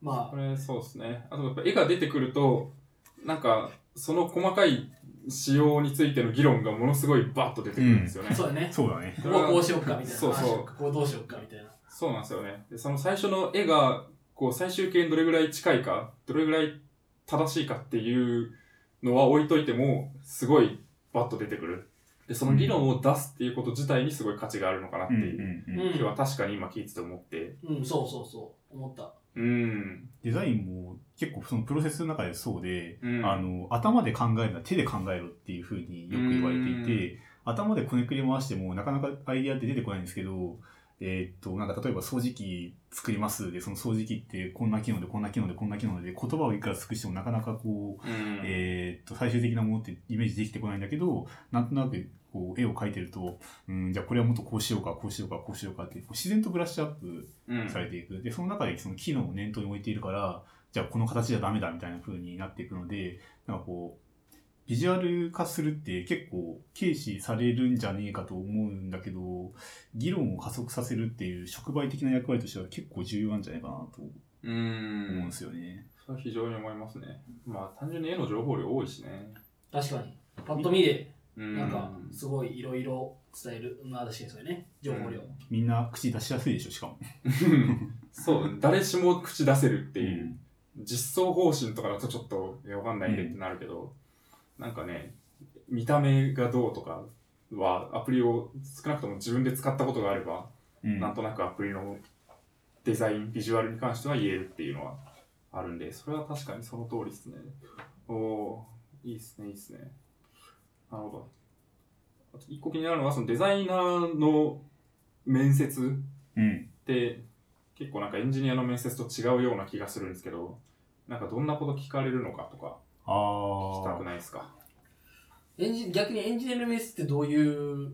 S2: ま
S1: これ、そうっすね。あと、やっぱ絵が出てくると、なんか、その細かい仕様についての議論がものすごいバッと出てくるんですよね。
S2: あそうだね
S3: そうだね。
S1: そ
S2: こ
S1: れは
S2: うこうしよっかみたいな。
S1: そうそう
S2: ああしよっかこうどうしよっかみたいな。
S1: そうなんですよね。でその最初の絵が、こう、最終形にどれぐらい近いか、どれぐらい正しいかっていうのは置いといても、すごいバッと出てくる。で、その議論を出すっていうこと自体にすごい価値があるのかなって
S4: うん
S1: いう
S4: うんうん
S2: うん
S1: 気は確かに今聞いてて思って。
S2: うん、そうそうそう。思った。
S1: うん。
S3: デザインも結構そのプロセスの中でそうで、
S1: うん
S3: あの、頭で考えるのは手で考えろっていうふうによく言われていて、頭でこねくり回してもなかなかアイディアって出てこないんですけど、えーっと、なんか例えば掃除機作りますで、その掃除機ってこんな機能でこんな機能でこんな機能で言葉をいくら尽くしてもなかなかこう、
S1: うん
S3: えーっと、最終的なものってイメージできてこないんだけど、なんとなく、こう、絵を描いてると、うん、じゃあこれはもっとこうしようか、こうしようか、こうしようかって、こう自然とブラッシュアップ
S1: うん
S3: されていく。で、その中でその機能を念頭に置いているから、じゃあこの形じゃダメだみたいな風になっていくので、なんかこう、ビジュアル化するって結構軽視されるんじゃねえかと思うんだけど、議論を加速させるっていう触媒的な役割としては結構重要なんじゃないかなと思
S1: う
S3: うん
S1: ん
S3: で。すよね。
S1: それは非常に思いますね。まあ単純に絵の情報量多いしね。
S2: 確かに。パッと見で、
S1: うん
S2: なんか、すごいいろいろ伝える。まあ、確かにそうよね。情報量。
S3: みんな口出しやすいでしょ、しかも。
S1: <laughs> そう、誰しも口出せるって
S4: う
S1: いう。
S4: ん
S1: 実装方針とかだとちょっといやわかんないんでってなるけど、なんかね、見た目がどうとかはアプリを少なくとも自分で使ったことがあれば、
S4: うん
S1: なんとなくアプリのデザイン、ビジュアルに関しては言えるっていうのはあるんで、それは確かにその通りですね。おおいいっすね、いいっすね。なるほど。あと一個気になるのは、そのデザイナーの面接
S4: うん
S1: って結構なんかエンジニアの面接と違うような気がするんですけどなんかどんなこと聞かれるのかとか
S3: あ
S1: 聞きた
S3: ー
S1: くないですか
S2: エンジ逆にエンジニアの面接ってどういう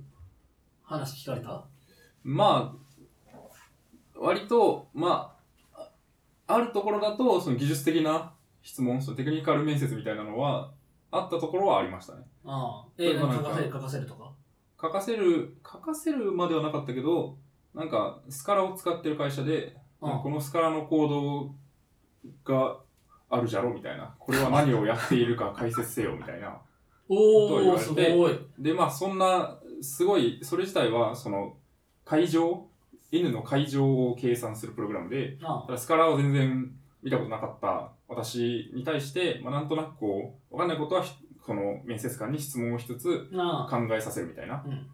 S2: 話聞かれた
S1: まあ割とまあああるところだとその技術的な質問そのテクニカル面接みたいなのはあったところはありましたね
S2: ああ。
S1: 例
S2: え、
S1: え
S2: な
S1: ば
S2: んか
S1: なん
S2: 書
S1: か
S2: かせる、書かせるとか。
S1: 書かせる書かせるまではなかったけどなんかスカラを使ってる会社で
S2: うん
S1: このスカラの行動があるじゃろみたいなこれは何をやっているか解説せよみたいなことを言
S2: お
S1: わ
S2: ー、
S1: れて
S2: すごい。
S1: で、まあ、そんな、すごい、それ自体は、その、会場、N の会場を計算するプログラムで、
S2: あ
S1: ただスカラーを全然見たことなかった私に対して、まあ、なんとなくこう、わかんないことはひ、その面接官に質問をしつつ、
S2: あ。なあ。
S1: 考えさせるみたいな
S2: うん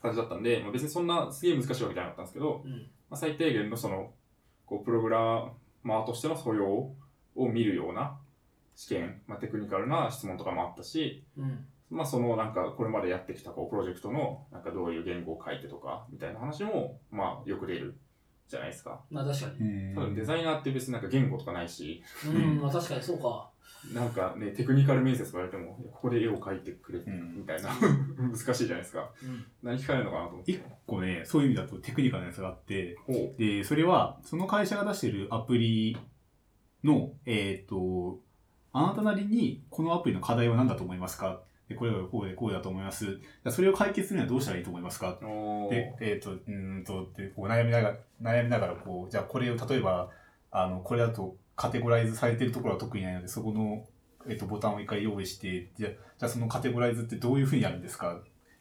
S1: 感じだったんで、まあ、別にそんなすげえ難しいわけじゃなかったんですけど、
S2: うん。
S1: まあ、最低限のその、こう、プログラマーとしての素養を見るような試験、まあ、テクニカルな質問とかもあったし、
S2: うん。
S1: まあそのなんかこれまでやってきたこうプロジェクトのなんかどういう言語を書いてとかみたいな話もまあよく出るじゃないですか。
S2: まあ、確かに。
S4: うん
S1: 多分デザイナーって別になんか言語とかないし、
S2: うん、まあ、確かにそうか。
S1: なんかね、テクニカル面接言われても、いやここで絵を描いてくれ
S4: うん
S1: みたいな、難しいじゃないですか。
S2: うん。
S1: 何聞かれるのかなと思って。
S3: こうね、そういう意味だとテクニカルなやつがあって、
S1: ほう。
S3: で、それは、その会社が出してるアプリの、えっ、と、あなたなりにこのアプリの課題は何だと思いますかでこれはこうでこうだと思います。じゃあそれを解決するにはどうしたらいいと思いますか
S1: おー
S3: で、えっ、と、うーんと、でこう悩みながら、悩みながら、こう、じゃあこれを例えば、あの、これだとカテゴライズされてるところは特にないので、そこの、えっ、と、ボタンを一回用意して、じゃあ、じゃあそのカテゴライズってどういうふうにやるんですか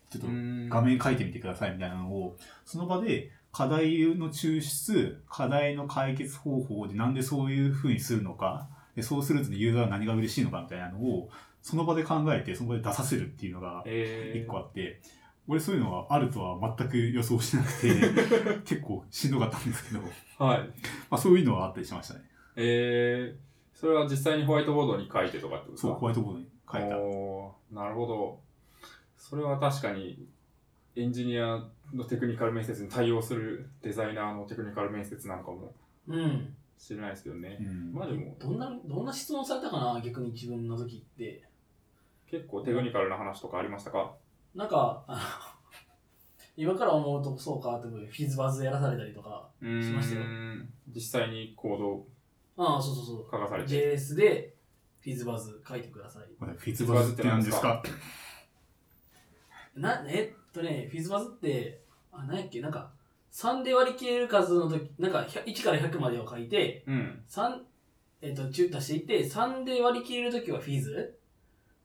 S3: ちょっと画面書いてみてくださいみたいなのを、その場で課題の抽出、課題の解決方法でなんでそういう風にするのか、でそうするとユーザーは何が嬉しいのかみたいなのを、その場で考えて、その場で出させるっていうのが
S1: えー
S3: 一個あって、俺そういうのはあるとは全く予想してな <laughs> くて、結構しんどかったんですけど、ま
S1: はい。
S3: あそういうのはあったりしましたね。
S1: えー、それは実際にホワイトボードに書いてとかってことですか
S3: そう、ホワイトボードに書いた。
S1: おーなるほど。それは確かに、エンジニアのテクニカル面接に対応するデザイナーのテクニカル面接なんかも
S2: うん。
S1: しれないですけどね
S3: う。ん
S1: まあでも、
S2: どんな、どんな質問されたかな逆に自分の時って。
S1: 結構テクニカルな話とかありましたか
S2: なんか、あの <laughs> 今から思うとそうかって思うフィズバズやらされたりとか。
S1: うーん
S2: しましたよ
S1: 実際にコードを
S2: ああ、そうそうそう。
S1: 書かされて。
S2: JS でフィズバズ書いてください。
S3: これフィッツバズって何ですか
S2: な、えっとね、フィズバズって、あ、なんやっけ、なんか、3で割り切れる数の時、なんか100 1から100までを書いて、
S1: うん。
S2: 三えっ、と、中足していって、3で割り切れるときはフィーズ。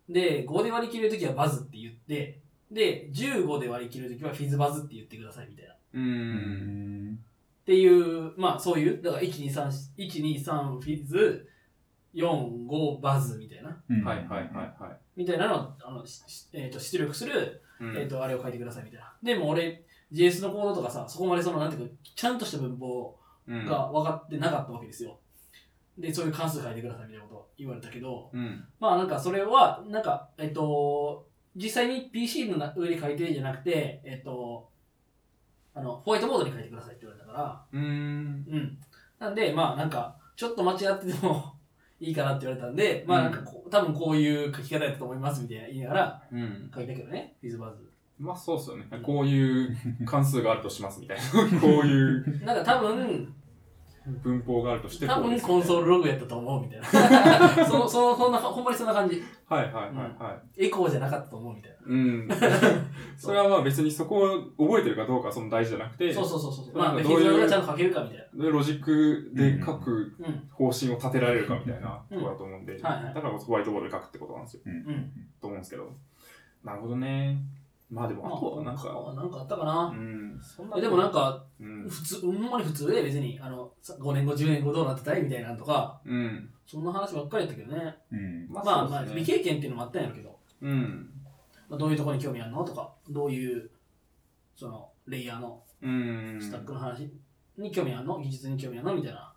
S2: で、5で割り切れるときはバズって言って、で、15で割り切るときはフィズバズって言ってくださいみたいな。っ
S1: うー。
S3: うんん。
S2: ていう、まあそういう、だから1、2、3、1、2、3、フィズ、4、5、バズみたいな。
S3: うん
S1: はいはいはいは
S2: みたいなのを、あの、ししえっ、と、出力する、
S1: い。うん
S2: えっ、と、あれを書いてくださいみたいな。でも俺、JS のコードとかさ、そこまでその、なんていうか、ちゃんとした文法
S1: うん
S2: が分かってなかったわけですよ。で、そういう関数書いてくださいみたいなことを言われたけど、
S1: うん。
S2: まあなんかそれは、なんか、えっと、実際に PC のな上に書いてるんじゃなくて、えっと、あの、ホワイトボードに書いてくださいって言われたか
S1: うーん。
S2: ら、うん。なんで、まあなんか、ちょっと間違ってても <laughs> いいかなって言われたんで、まあなんかこう、多分こういう書き方やったと思いますみたいな言いながら
S1: うん。
S2: 書いたけどね、フィズバズ。
S1: まあそうっすよね。こういう関数があるとしますみたいな。こういう
S2: なんか多分、
S1: 文法があるとして
S2: 多
S1: こうで
S2: 分
S1: す
S2: コ
S1: みたい
S2: ン
S1: な
S2: ソールログやったと思うみたい
S1: <laughs>
S2: な。その、その、そんな、ほんまにそんな感じ。
S1: はいはいはいはい。
S2: エコーじゃなかったと思うみたいな。
S1: うん。それはまあ別にそこを覚えてるかどうかはその大事じゃなくて、
S2: そうそうそうそう。
S1: な
S2: まあ、
S1: ん
S2: フ
S1: か
S2: ィ
S1: どういう
S2: ズバズがちゃんと書けるかみたい
S1: でロジックで書く
S2: な。うん。
S1: 方針を立てられるかみたいなとこだと思うんで、
S2: ん
S1: だ
S2: はいはい
S1: からホワイトボードで書くってことなんですよ。
S2: うん。
S1: と思うんですけど。なるほどね。まあでも、あとはなんか、
S2: なんかあったか
S1: う
S2: な。
S1: ん、そん
S2: でもなん、か、
S1: うん、
S2: 普通、ほんまに普通で別に、あの、さ5年後、10年後どうなってたいみたいなのとか、
S1: うん。
S2: そんな話ばっかりやったけどね。
S3: うん。
S1: ま
S2: まあま
S1: そ
S2: あ、
S1: うですね
S2: 未経験っていうのもあったんやろうけど、
S1: うん。
S2: まあ、どういうところに興味あるのとか、どういう、その、レイヤーの
S1: うん。
S2: スタックの話に興味あるの技術に興味あるのみたいな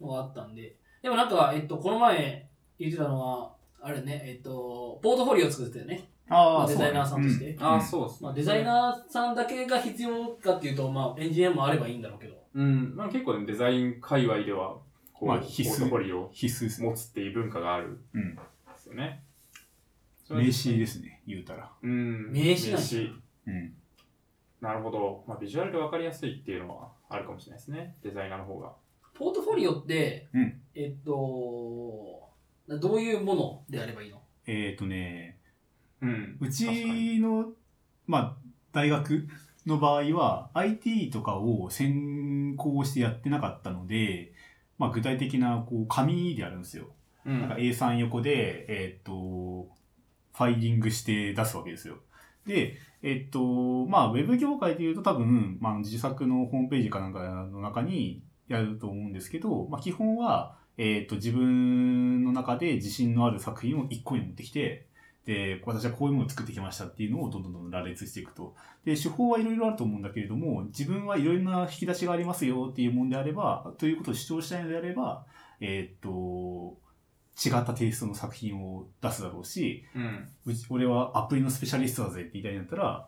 S2: のがあったんで。でもなんか、えっと、この前言ってたのは、あれね、えっと、ポートフォリオを作ってたよね。ま
S3: あ
S2: あデザイナーさんとして。
S1: ああ、そうですね。
S2: まあ、デザイ
S1: ー。
S2: ナーさんだけが必要かっていうと、まあ、エンジニアもあればいいんだろうけど。
S1: うん。まあ結構ね、デザイン界隈では、こう、
S3: まあ必須
S1: ポートフォリオを
S3: 必須ですね。
S1: 持つっていう文化があるん
S3: うん。
S1: ですよね。それは
S3: 名刺ですね、言うたら。
S1: うん。
S2: 名刺なんだ
S1: 刺
S3: うん。
S1: なるほど。まあ、ビジュアルで分かりやすいっていうのはあるかもしれないですね。デザイナーの方が。
S2: ポートフォリオって、
S3: うん
S2: えっと、どういうものであればいいの
S3: えっ、とね、
S1: うん。
S3: う
S1: 確かに
S3: ちの、まあ、大学の場合は、IT とかを専攻してやってなかったので、まあ、具体的な、こう、紙でやるんですよ。
S1: うん
S3: なんか A3 横で、えーっと、ファイリングして出すわけですよ。で、えーっと、まあ、ウェブ業界でいうと多分、まあ、自作のホームページかなんかの中にやると思うんですけど、まあ、基本は、えーっと、自分の中で自信のある作品を1個に持ってきて、で、私はこういうものを作ってきましたっていうのをどんどんどんどん羅列していくと。で、手法はいろいろあると思うんだけれども、自分はいろいろな引き出しがありますよっていうもんであれば、ということを主張したいのであれば、えーっと、違ったテイストの作品を出すだろうし、
S1: うん。
S3: うち俺はアプリのスペシャリストだぜって言いたいんだったら、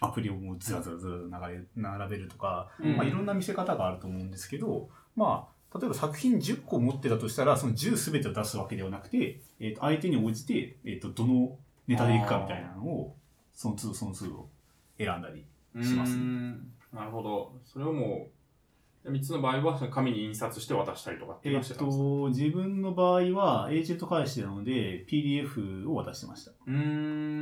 S3: アプリをもうずらずらずら流れ並べるとか、
S1: うん
S3: まあ、いろんな見せ方があると思うんですけど、まあ、例えば作品10個持ってたとしたら、その10全てを出すわけではなくて、えーと相手に応じて、えー、とどのネタでいくかみたいなのを、その都度その都度選んだり。します
S1: う
S3: ね
S1: ーんなるほど。それをもう、 3つの場合は、その紙に印刷して渡したりとかっていう
S3: え
S1: の
S3: っ
S1: をしてたんですか
S3: と、自分の場合は、エージェント返してなので、PDF を渡してました。
S1: うー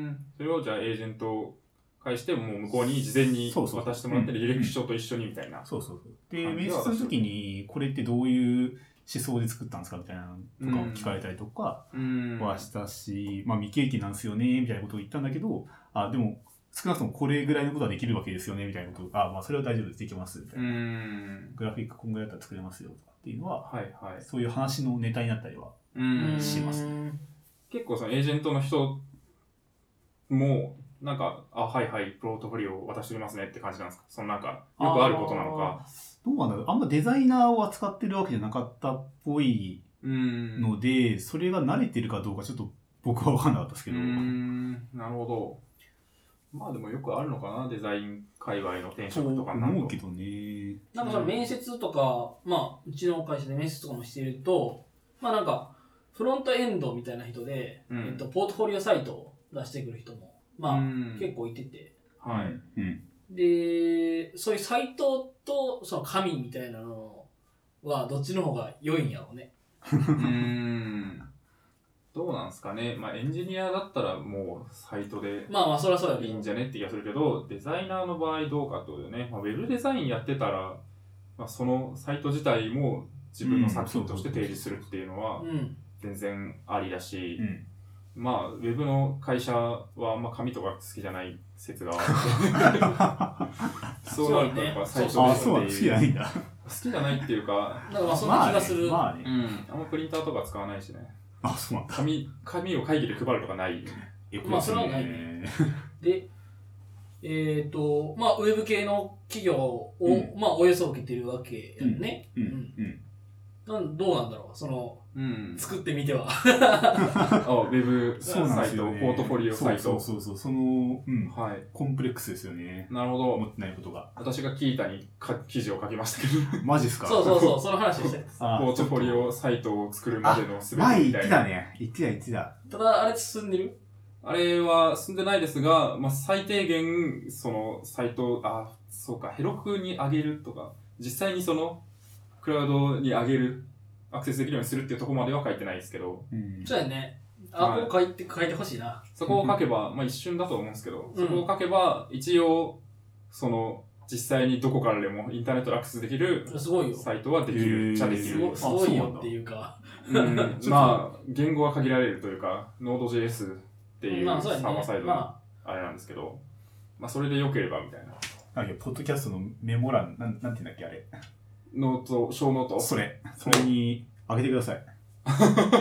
S1: ん。それをじゃあエージェントを介して、もう向こうに事前に
S3: そうそう
S1: 渡してもらって、
S5: うん
S1: 履歴書と一緒にみたいな。
S3: そうそうそう。で、
S1: 感じ
S3: 面
S1: は
S3: 接の時に、これってどういう思想で作ったんですかみたいなのとかを聞かれたりとか
S1: うーん。
S3: はしたし、まあ未経験なんですよね、みたいなことを言ったんだけど、あ、でも、少なくともこれぐらいのことはできるわけですよね、みたいなことあ、まあそれは大丈夫です、できます、みた
S1: う
S3: い
S1: ー
S3: な。
S1: ん。
S3: グラフィックこんぐらいだったら作れますよ、とかっていうのは、
S1: はいはい。
S3: そういう話のネタになったりは。
S1: うーん。
S3: します
S1: 結構そのエージェントの人も、なんか、あ、はいはい、プロートフォリオを渡しておきますねって感じなんですかそのなんか、よくあることなのか。
S3: どうなんだろうあんまデザイナーを扱ってるわけじゃなかったっぽいう
S1: ーん。
S3: ので、それが慣れてるかどうかちょっと僕は分かんなかったですけど。
S1: うーんなるほどまあでもよくあるのかなデザイン界隈の転
S3: そう
S1: 職とかなん
S3: 思
S1: と
S3: うけどね。
S2: なんかその面接とか、まあ、うちの会社で面接とかもしていると、まあなんか、フロントエンドみたいな人で、
S1: うん
S2: えっと、ポートフォリオサイトを出してくる人も、まあ、結
S1: 構
S2: 構いてて、
S1: はい、
S3: うん。
S2: で、そういうサイトと、その紙みたいなのは、どっちの方が良いんやろうね。
S1: <laughs> うーんどうなんすかねまあエンジニアだったらもうサイトで
S2: まあまあ、そりゃそうやけ
S1: い
S2: ど
S1: いんじゃねって気がするけどデザイナーの場合どうかってことだよね、まあ、ウェブデザインやってたら、まあ、そのサイト自体も自分の作品として提示するっていうのは
S2: うん。
S1: 全然ありだし、
S3: うん。
S1: まあウェブの会社はあんま紙とか好きじゃない説が <laughs> あるそうなるとやっぱ最初
S3: あ、
S1: の
S3: そうなの好きじゃないんだ。
S1: 好きじゃないっていうか、
S2: だからまあ、そんな気がする。
S3: まあね。まあ
S1: う
S3: ね
S1: ん、あんまプリンターとか使わないしね。
S3: あ、そうなんだ。
S1: 紙、紙を会議で配るとかない。
S3: え
S2: まあそれはないね。で、えっ、と、まあ、ウェブ系の企業を、
S3: う
S2: まあ、およそ受けてるわけやんね。
S3: うん。うん。
S2: なんどうなんだろうその、
S1: うん。
S2: 作ってみては。
S1: あ、ウェブサ
S3: そうなんで
S1: イ
S3: す
S1: ト、
S3: よ、
S1: ポ
S3: ね。
S1: ートフォリオサイ
S3: そう
S1: ト。
S3: そうそうそう。その、うん。
S1: はい。
S3: コンプレックスですよね。
S1: なるほ
S3: 思
S1: ど。
S3: ってないことが。
S1: 私が聞いたにか記事を書きましたけど、
S3: マジっす
S2: <laughs>
S3: か
S2: そうそうそう、その話をしたいです。
S3: あ
S1: ポートフォリオサイトを作るまでのすべて
S3: 前
S1: み
S3: 言
S1: た
S3: って
S1: い
S3: た
S1: な。
S3: ね。言ってた言ってた。
S2: ただ、あれ進んでる
S1: あれは進んでないですが、まあ、最低限、その、サイト、あ、そうか、ヘロクに上げるとか、実際にその、クラウドに上げる、アクセスできるようにするっていうところまでは書いてないですけど、
S3: うん
S2: そうやね。あ、
S1: はい
S2: こう書いて、書いてほしいな。
S1: そこを書けば、まあ一瞬だと思うんですけど、
S2: うん
S1: そこを書けば、一応、その、実際にどこからでもインターネットでアクセスできる
S2: すごいよ。
S1: サイトはできる
S3: へー
S1: っちゃでき
S2: す
S1: る
S2: ご。
S3: あ
S2: すごい
S3: そうな
S2: よ
S3: んだ
S2: っていうか。
S1: うんまあ、言語は限られるというか、Node.js っていう
S2: ま
S1: サ
S2: あ、そうや
S1: ー
S2: ね。
S1: バーサイドの
S2: ま
S1: あれなんですけど、まあそれで良ければみたいな。
S3: なんかポッドキャストのメモ欄、なんなんて言うんだっけ、あれ。
S1: ノート、小ノート。
S3: それ。それに、あげてくださ
S1: <laughs>
S3: い。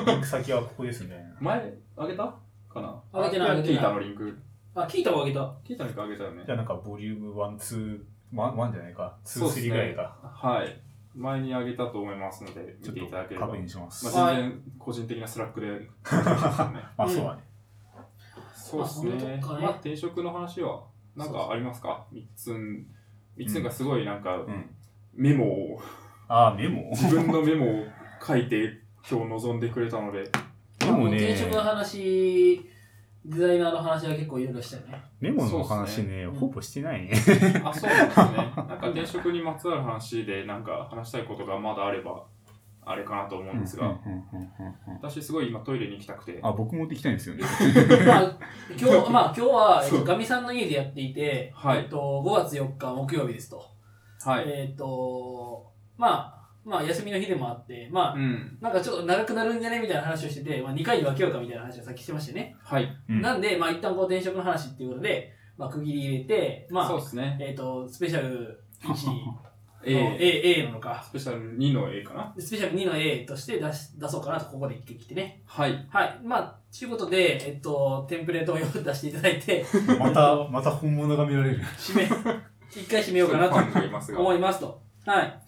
S3: リンク先はここですみたいな。
S1: 前、あげたかな
S2: あげてないあげて
S1: 聞
S2: ない
S1: いたのリンク。
S2: あ、あ、聞いたわけだ。
S1: 聞いたのリンクあげたよね
S3: じ。ゃあなんか、ボリューム1、2、1, 1じゃないか。
S1: そう
S3: 2、
S1: っすね
S3: 3ぐらいか。
S1: はい。前にあげたと思いますので、
S3: ちょ
S1: 見
S3: って
S1: いただけ
S3: と
S1: れば。
S3: 確
S1: ま
S3: 認します。
S1: あ全然個人的なスラックで。ね
S3: まあ、そうだね。
S1: そうです
S2: まあそん
S1: ね
S2: な。とこかね
S1: まあ、転職の話は、なんかありますか三つん、三つんがすごいなんか、
S3: うん。
S1: メモを、
S3: ああ、メモ
S1: 自分のメモを書いて、今日臨んでくれたので、
S3: でもね
S2: 転職の話、デザイナーの話は結構いろいろしたよ
S1: <laughs>
S2: ね。
S3: メモの話
S1: そうっ
S3: ね、
S2: ね
S3: ほぼしてないね。
S1: あ、そうなんですね。なんか転職にまつわる話で、なんか話したいことがまだあれば、あれかなと思うんですが、私すごい今トイレに行きたくて、
S3: あ、僕もできたいんですよね。
S2: まあ、今日、まあ、今日は、えっ
S1: そ
S2: と、
S1: う
S2: ガミさんの家でやっていて、
S1: はい
S2: えっと、5月4日木曜日ですと。
S1: はい。
S2: えっと、まあ、まあ、休みの日でもあって、まあ
S1: う、ん。
S2: なんかちょっと長くなるんじゃねみたいな話をしてて、まあ、2回に分けようかみたいな話をさっきしてましたよね。
S1: はい。
S3: うん
S2: なんで、まあ、一旦こう転職の話っていうことで、まあ、区切り入れて、ま
S1: そう
S2: あ、
S1: ですね。
S2: えっと、スペシャル1の
S1: <laughs> A、
S2: A, A なのか。
S1: スペシャル2の A かな
S2: でスペシャル2の A として出し出そうかなと、ここで一回切ってね。
S1: はい。
S2: はい。まあ、ということで、えっと、テンプレートを用意出していただいて、
S3: また、また本物が見られる。
S2: 締
S1: <laughs>
S2: め、一回締めようかな
S1: そういうファンがいます
S2: と
S1: が。
S2: 思いますと。はい。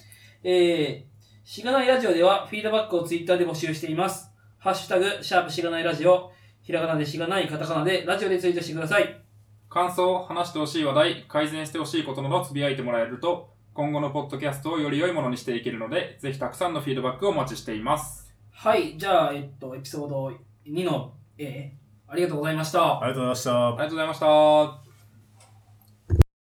S2: えー、しがないラジオでは、フィードバックをツイッターで募集しています。ハッシュタグ、シャープしがないラジオ、ひらがなでしがない、カタカナで、ラジオでツイートしてください。
S1: 感想、話してほしい話題、改善してほしいことなどつぶやいてもらえると、今後のポッドキャストをより良いものにしていけるので、ぜひたくさんのフィードバックをお待ちしています。
S2: はい。じゃあ、えっと、エピソード2の A、ありがとうございました。
S3: ありがとうございました
S1: あり。がとうございました。